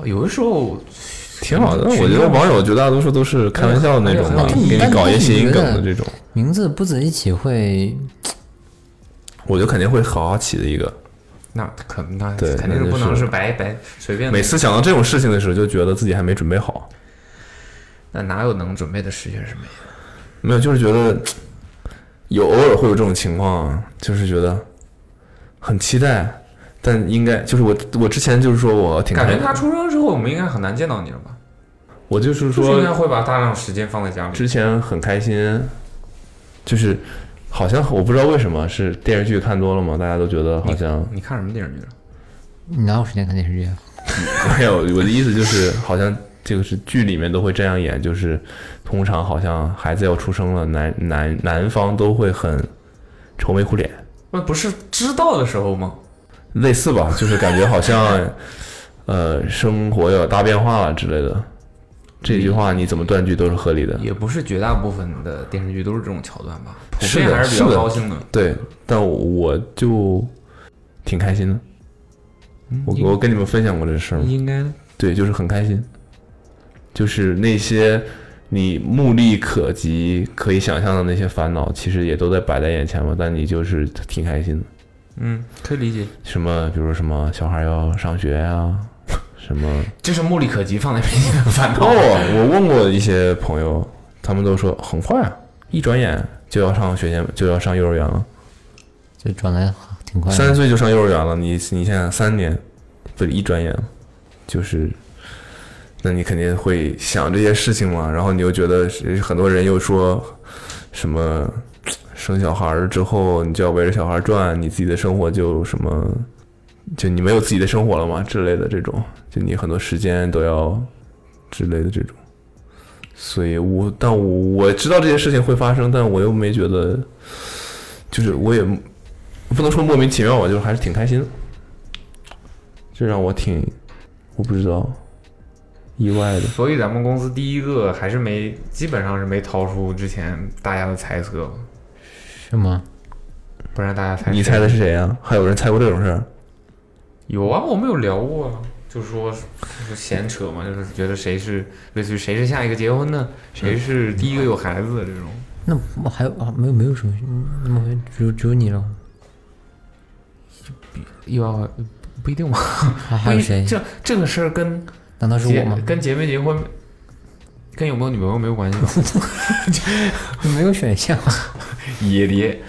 有的时候挺好的，群我觉得众网友绝大多数都是开玩笑的那种吧，哎呦给你搞一些谐音梗的这种，名字不在一起会我就肯定会好好起的一个。那可那对肯定那是不就能是是白白随便的。每次想到这种事情的时候，就觉得自己还没准备好，那哪有能准备的十全十美的？没有，就是觉得有偶尔会有这种情况啊，就是觉得很期待，但应该就是我我之前就是说我挺感开觉他出生之后，我们应该很难见到你了吧？我就就是是应说该会把大量时间放在家里。之前很开心，就是好像我不知道为什么是电视剧看多了嘛，大家都觉得好像 你看什么电视剧了？你哪有时间看电视剧啊？没有，哎我的意思就是，好像这个是剧里面都会这样演，就是通常好像孩子要出生了，男男男方都会很愁眉苦脸，那不是知道的时候吗？类似吧，就是感觉好像呃生活要有大变化了之类的。这句话你怎么断句都是合理的，也不是绝大部分的电视剧都是这种桥段吧？普是遍的还是比是较的高兴的。对，但我就挺开心的。我我嗯跟你们分享过这事儿吗？应该对，就是很开心，就是那些你目力可及、可以想象的那些烦恼，其实也都在摆在眼前嘛，但你就是挺开心的。嗯，可以理解，什么，比如说什么小孩要上学呀、什么就是目力可及，放在面前很烦恼。 哦，我问过一些朋友，他们都说很快啊，一转眼就要上学前就要上幼儿园了，这转的挺快的。三岁就上幼儿园了，你你现在三年，不是一转眼，就是，那你肯定会想这些事情嘛，然后你又觉得是很多人又说什么。生小孩儿之后，你就要围着小孩儿转，你自己的生活就什么，就你没有自己的生活了嘛之类的这种，就你很多时间都要之类的这种。所以我，但我我知道这些事情会发生，但我又没觉得，就是我也不能说莫名其妙吧，就是还是挺开心的，这让我挺，我不知道，意外的。所以咱们公司第一个还是没，基本上是没逃出之前大家的猜测，是吗？不然大家猜你谁猜的是谁啊？还有人猜过这种事儿？有啊，我们有聊过啊，就是说就是闲扯嘛，就是觉得谁是类似于谁是下一个结婚的，谁是第一个有孩子的这种。那我还有啊，没有没有什么，那么只有只有你了，意外怀不一定吧？还还有谁？这这个事儿跟难道是结我吗？跟结没结婚，跟有没有女朋友没有关系吧？ 没有选项。野 爹，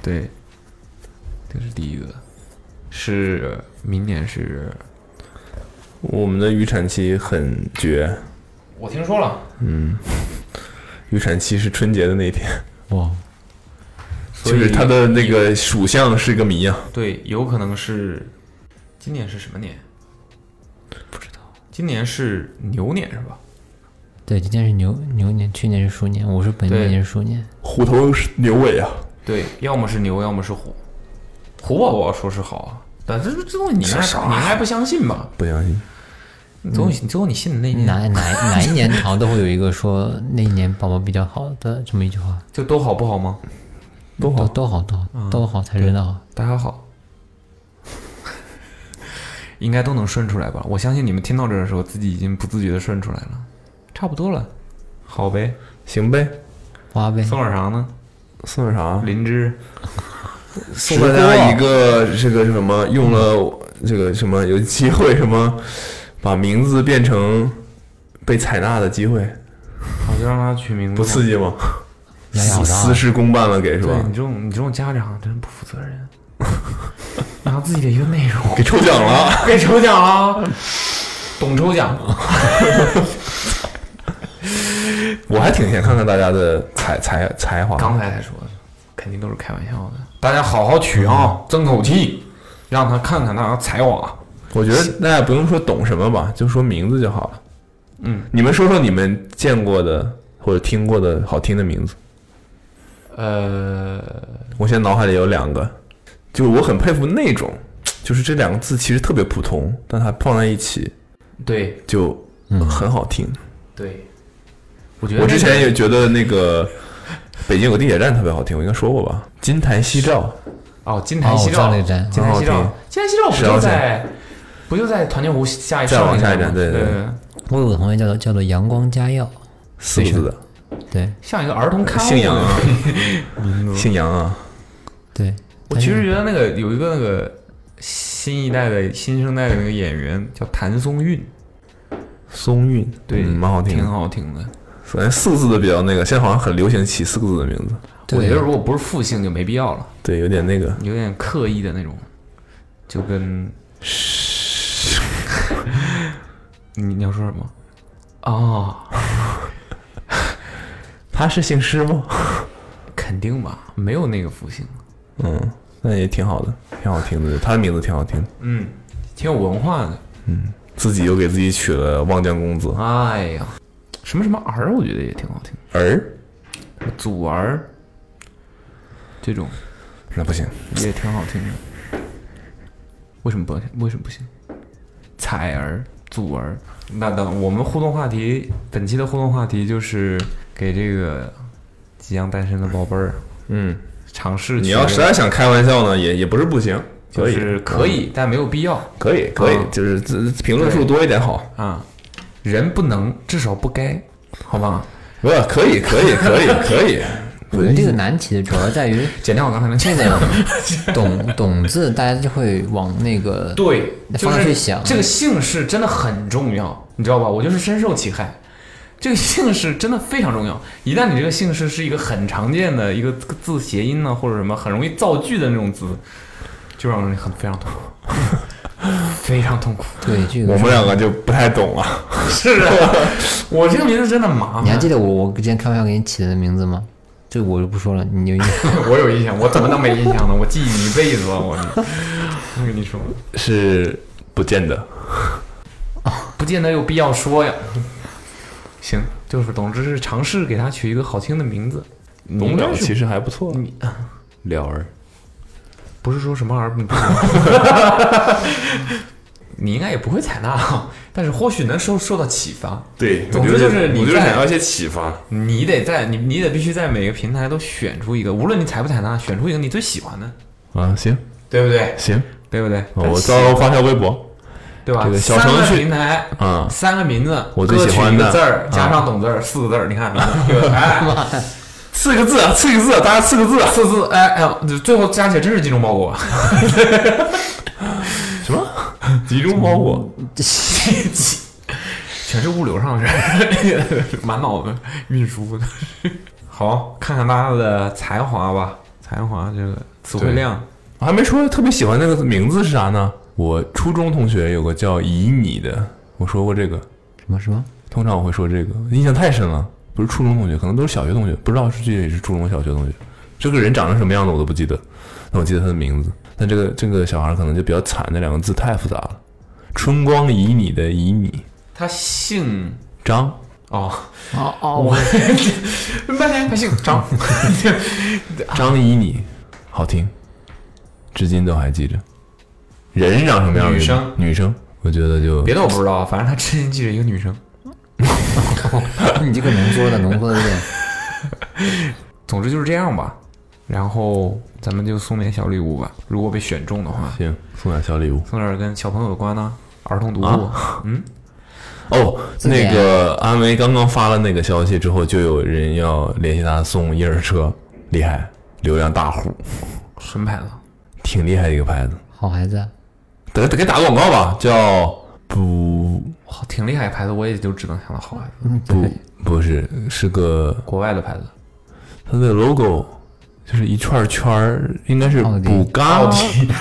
对，这是第一个，是明年是，我们的预产期很绝，我听说了，预产期是春节的那一天，哇，所就以是它的那个属相是个谜啊。对，有可能是今年是什么年？不知道，今年是牛年是吧？对，今年是牛牛年，去年是鼠年，我是本命对年是鼠年。虎头牛尾啊，对，要么是牛，要么是虎，虎宝宝说是好啊，但这这东西你应该你应该不相信吧？嗯不相信。总有最后你信的那一年，哪哪哪一年好像都会有一个说那一年宝宝比较好的这么一句话，就都好不好吗？都好都好都好都好才知道好。大家好， 应该都能顺出来吧？我相信你们听到这儿的时候，自己已经不自觉的顺出来了，差不多了，好呗。行呗，花呗，送点啥呢？送点啥？啊灵芝，送大家一个这个什么，用了这个什么有机会什么，把名字变成被采纳的机会，好就让他取名字，不刺激吗？牙咬私上私事公办了给是对吧你？这种你这种家长真不负责任， 拿自己的一个内容给抽奖了，给 抽奖了，懂抽奖，我还挺想看看大家的才才才华。刚才才说的，肯定都是开玩笑的。大家好好取啊，争口气，让他看看他的才华。我觉得大家不用说懂什么吧，就说名字就好了。嗯，你们说说你们见过的或者听过的好听的名字。呃，我现在脑海里有两个，就是我很佩服那种，就是这两个字其实特别普通，但它放在一起对就嗯很好听。对，我觉得我之那个前也觉得那个北京有个地铁站特别好听，我应该说过吧？金台夕照，哦，金哦台我夕知道照，那个站金台很好夕照听，金台夕照不是啊就我知道在不就在团结湖下一再往一下一站吗站呃对对对对我有个同学叫做叫做阳光佳耀，四个字的，对像一个儿童刊物。姓杨啊， 姓杨啊，对，我其实觉得那个有一个那个新一代的新生代的那个演员叫谭松韵，松韵，对，嗯蛮好听挺的。好听的。反正四个字的比较那个，现在好像很流行起四个字的名字，我对觉得如果不是复姓就没必要了，对，有点那个。有点刻意的那种，就跟你你要说什么？哦，他是姓施吗？肯定吧，没有那个复姓。嗯，那也挺好的，挺好听的，他的名字挺好听的。嗯，挺有文化的。自己又给自己取了望江公子哎呀，什么什么儿，我觉得也挺好听，儿，什么祖儿这种那不行，也挺好听的。为什么不为什么不行？采儿、祖儿，那等我们互动话题，本期的互动话题就是给这个即将诞生的宝贝儿嗯，尝试取你要一个实在想开玩笑呢，也也不是不行，就可以是可以，但没有必要可以可以啊，就是自评论数多一点好。啊。人不能，至少不该，好吧？不，可以可以可以可 以，我觉得这个难题的主要在于剪掉我刚才那这个懂懂字，大家就会往那个对，就方向是去想啊这个姓氏真的很重要，你知道吧？我就是深受其害。这个姓氏真的非常重要，一旦你这个姓氏是一个很常见的一个字谐音呢，或者什么很容易造句的那种字，就让人很非常痛苦，非常痛苦。 对这个我是。们两个就不太懂了。是啊，我这个名字真的麻你还烦记。得我我之前开玩笑给你起的名字吗？这我就不说了，你就 我有印象，我怎么能没印象呢？我记忆一辈子啊！我我跟你说，是不见得。不见得有必要说呀。行，就是总之是尝试给他取一个好听的名字。董董淼其实还不错，啊了儿不是说什么而不， 你应该也不会采纳啊，但是或许能受受到启发。对，总之就是你我就是在想要一些启发。你得在你你得必须在每个平台都选出一个，无论你采不采纳，选出一个你最喜欢的，啊，行对不对？行，对不对？哦我到时候发条微博。对吧？这个小三个程序平台啊三个名字，我最喜欢的啊各取一个字儿加上懂字儿四个字儿，你看， 哎，四个字，四个字，啊大家四个字，四字，哎哎，最后加起来真是精忠报国，什么？集中包裹，全是物流上的事，满脑子运输的。好，看看大家的才华吧，才华这个词汇量，我还没说特别喜欢那个名字是啥呢？我初中同学有个叫以你的，我说过这个，什么什么 通常我会说这个，印象太深了。不是初中同学，可能都是小学同学，不知道是具体是初中小学同学。这个人长成什么样子我都不记得，但我记得他的名字。但这个这个小孩可能就比较惨，那两个字太复杂了。春光旖旎的旖旎，他姓张哦，哦哦， 我半天他姓张，张旖旎，好听，至今都还记着。人长什么样？女生，女生，我觉得就别的我不知道，反正他至今记着一个女生。你这个浓缩的浓缩的有点，总之就是这样吧，然后咱们就送点小礼物吧，如果被选中的话。行，送点小礼物。送点儿跟小朋友有关呢、儿童读物，嗯，哦，自己那个阿梅刚刚发了那个消息之后，就有人要联系他送婴儿车，厉害，流量大户，什么牌子？挺厉害的一个牌子。好孩子，得得给打个广告吧，叫不好，挺厉害的牌子，我也就只能想到好牌子，嗯不不是是个国外的牌子，它的 logo 就是一串圈儿，应该是奥迪补嘎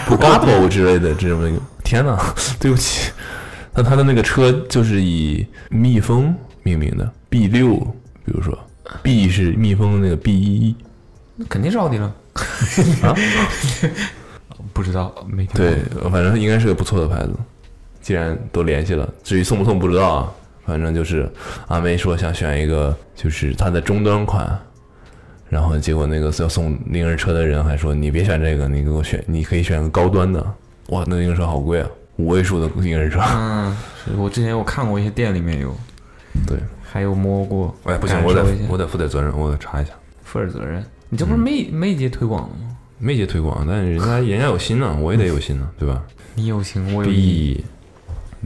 补嘎宝之类的这种那个。天哪，对不起。那它的那个车就是以蜜蜂命名的，B 六，比如说 B 是蜜蜂的那个 B 一，那肯定是奥 迪了。 不知道，没听过啊对，反正应该是个不错的牌子。既然都联系了，至于送不送不知道啊，反正就是阿妹说想选一个就是它的终端款，然后结果那个要送婴儿车的人还说你别选这个，你给我选，你可以选个高端的。哇，那婴儿车好贵啊，五位数的婴儿车。嗯，是我之前有看过一些店里面有，对，还有摸过，哎，不行，感我得受一下我嗯得负点责任，我得查一下。负点责任。你这不是没没接推广了吗？没接推广，但是人家人家有心呢，我也得有心呢，对吧你有情，我有义，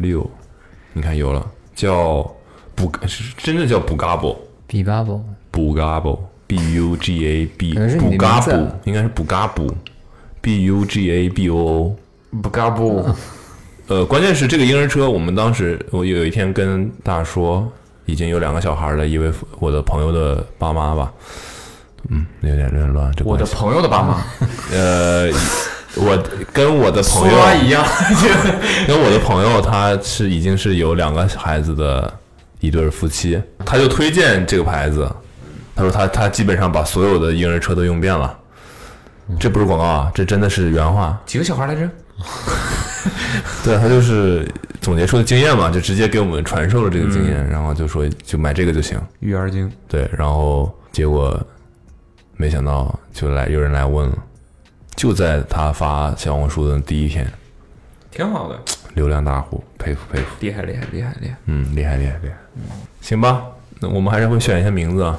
？B 六，你看有了，叫补，是真的叫补嘎布。比巴卜 b u g a b o B U G A B 可能是 b 你 u 的 g a b 名字 o 应该是 b u g a b o B U G A B O O。不嘎 不，呃，关键是这个婴儿车，我们当时我有一天跟大家说，已经有两个小孩了，一位父我的朋友的爸妈吧，嗯，有点有点乱，这我的关系朋友的爸妈，呃，我跟我的朋友苏阿姨呀， 因为我的朋友他是已经是有两个孩子的一对夫妻，他就推荐这个牌子，他说他他基本上把所有的婴儿车都用遍了，这不是广告啊，这真的是原话。几个小孩来着？对他就是总结出的经验嘛，就直接给我们传授了这个经验，然后就说就买这个就行。育儿经，对，然后结果没想到就来有人来问了，就在他发小红书的第一天，挺好的，流量大户，佩服佩服。厉害厉害厉害厉害。嗯，厉害厉害厉害。行吧，那我们还是会选一下名字啊。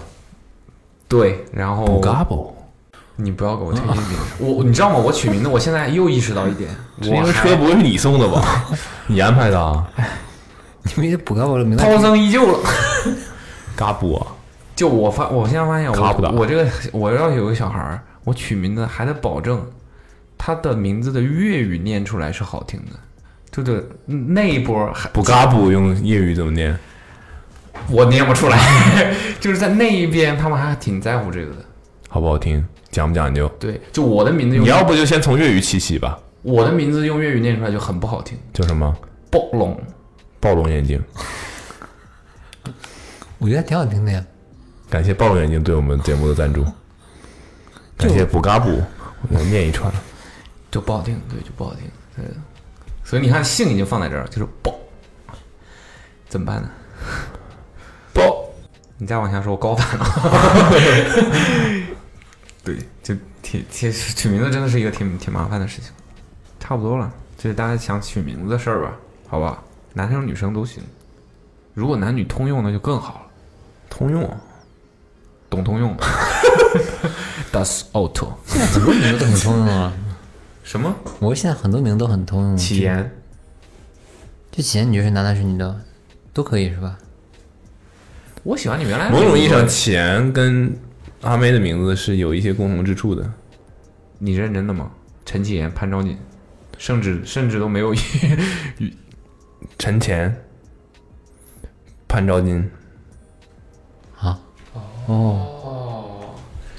对，然后 b u g a b o 你不要给我 推荐别人，我你知道吗？我取名字，我现在又意识到一点，这辆车不会是你送的吧？你安排的啊？你们也补个我了，没涛声依旧了。嘎布啊？就我发，我现在发现卡不打我我这个我要有个小孩儿，我取名字还得保证他的名字的粤语念出来是好听的，对不对？那一波还不嘎布用粤语怎么念？我念不出来， 就是在那一边他们还挺在乎这个的。好不好听？讲不讲究？对，就我的名字用你要不就先从粤语起起吧，我的名字用粤语念出来就很不好听，叫什么？暴龙。暴龙眼睛。我觉得挺好听的呀。感谢暴龙眼睛对我们节目的赞助，感谢补嘎补，我念一串。就不好听，对，就不好听，对。所以你看，姓已经放在这儿了，就是爆，怎么办呢？爆！你再往下说，我高反了。 对，就挺挺取名字真的是一个挺挺麻烦的事情。差不多了，这是大家想取名字的事儿吧？好吧，男生女生都行。如果男女通用那就更好了。通用啊，懂通 用？Das Auto 现在很多名字都很通用了，什么？我现在很多名字都很通用。起言？就起源，你就是男的，是女的，都可以是吧？我喜欢你原来的某种意义名上，字起源跟阿妹的名字是有一些共同之处的。你认真的吗？陈启言、潘昭锦，甚至甚至都没有陈前、潘昭金，啊，哦，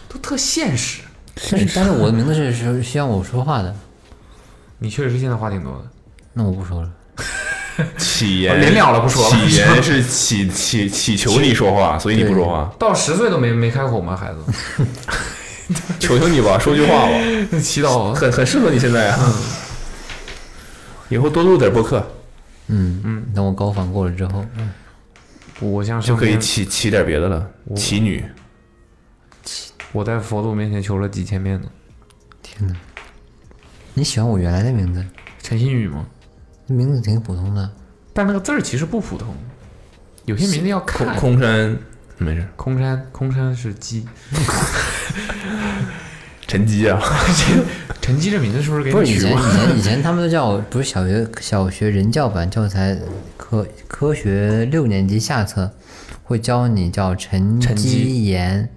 都特现实。但是但是我的名字是是需要我说话的，你确实现在话挺多的，那我不说了。起哦源临了了不说了起 源是祈祈祈求你说话，所以你不说话，到十岁都没没开口吗？孩子，求求你吧，说句话 吧，祈祷。 很很适合你现在啊。以后多录点播客，嗯嗯，等我高反过了之后，我像就可以上天起起点别的了，起女。我在佛祖面前求了几千遍呢。天哪！你喜欢我原来的名字？陈新宇吗？名字挺普通的，但那个字儿其实不普通，有些名字要空看。空山没事，空山，空山是鸡。陈基啊，陈鸡这名字是不是给不你是以取 前过？以前以前他们都叫我，不是小学小学人教版教材科科学六年级下册会教你叫沉沉积积岩，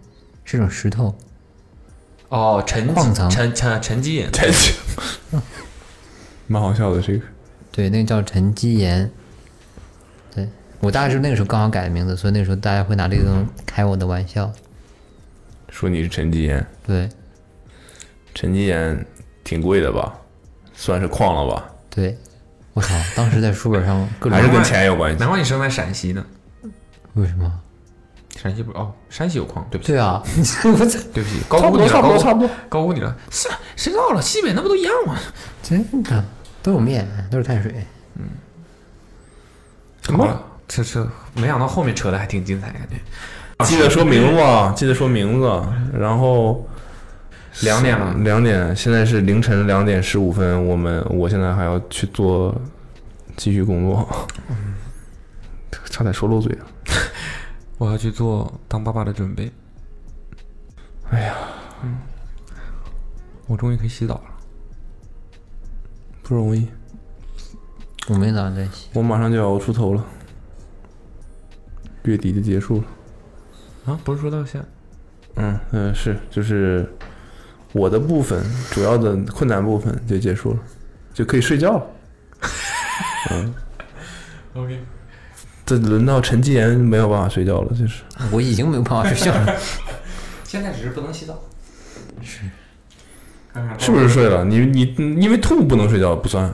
是种石头，哦，陈矿藏陈陈陈鸡眼。 陈基， 蛮好笑的这个。对，那个叫沉积岩。对我大概是那个时候刚好改的名字，所以那个时候大家会拿这个东西开我的玩笑。说你是陈基岩，对陈基岩挺贵的吧？算是矿了吧？对，我操，当时在书本上各种还是跟钱有关系难？怪你生在陕西呢。为什么？陕西不是哦，山西有矿，对不起，对啊， 我操，对不起，高估你了，高估高估你了。是啊谁知道了？西北那不都一样吗？真的都有面，都是碳水。怎么了？这这没想到后面扯的还挺精彩，感觉。记得说名字啊，记得说名字啊。然后两点了，两点，现在是凌晨两点十五分，我们我现在还要去做继续工作，嗯差点说漏嘴了。我要去做当爸爸的准备。哎呀，嗯，我终于可以洗澡了。不容易，我没咋在一起，我马上就要熬出头了，月底就结束了。啊，不是说到现嗯嗯，是，就是我的部分主要的困难部分就结束了，就可以睡觉了。 ？OK，这轮到陈继言没有办法睡觉了，就是我已经没有办法睡觉了。现在只是不能洗澡。嗯是，看看是不是？睡了？你你你因为吐不能睡觉不算，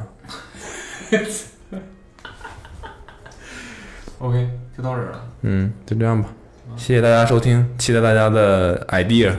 OK，就到这儿了。嗯，就这样吧。谢谢大家收听，期待大家的 idea。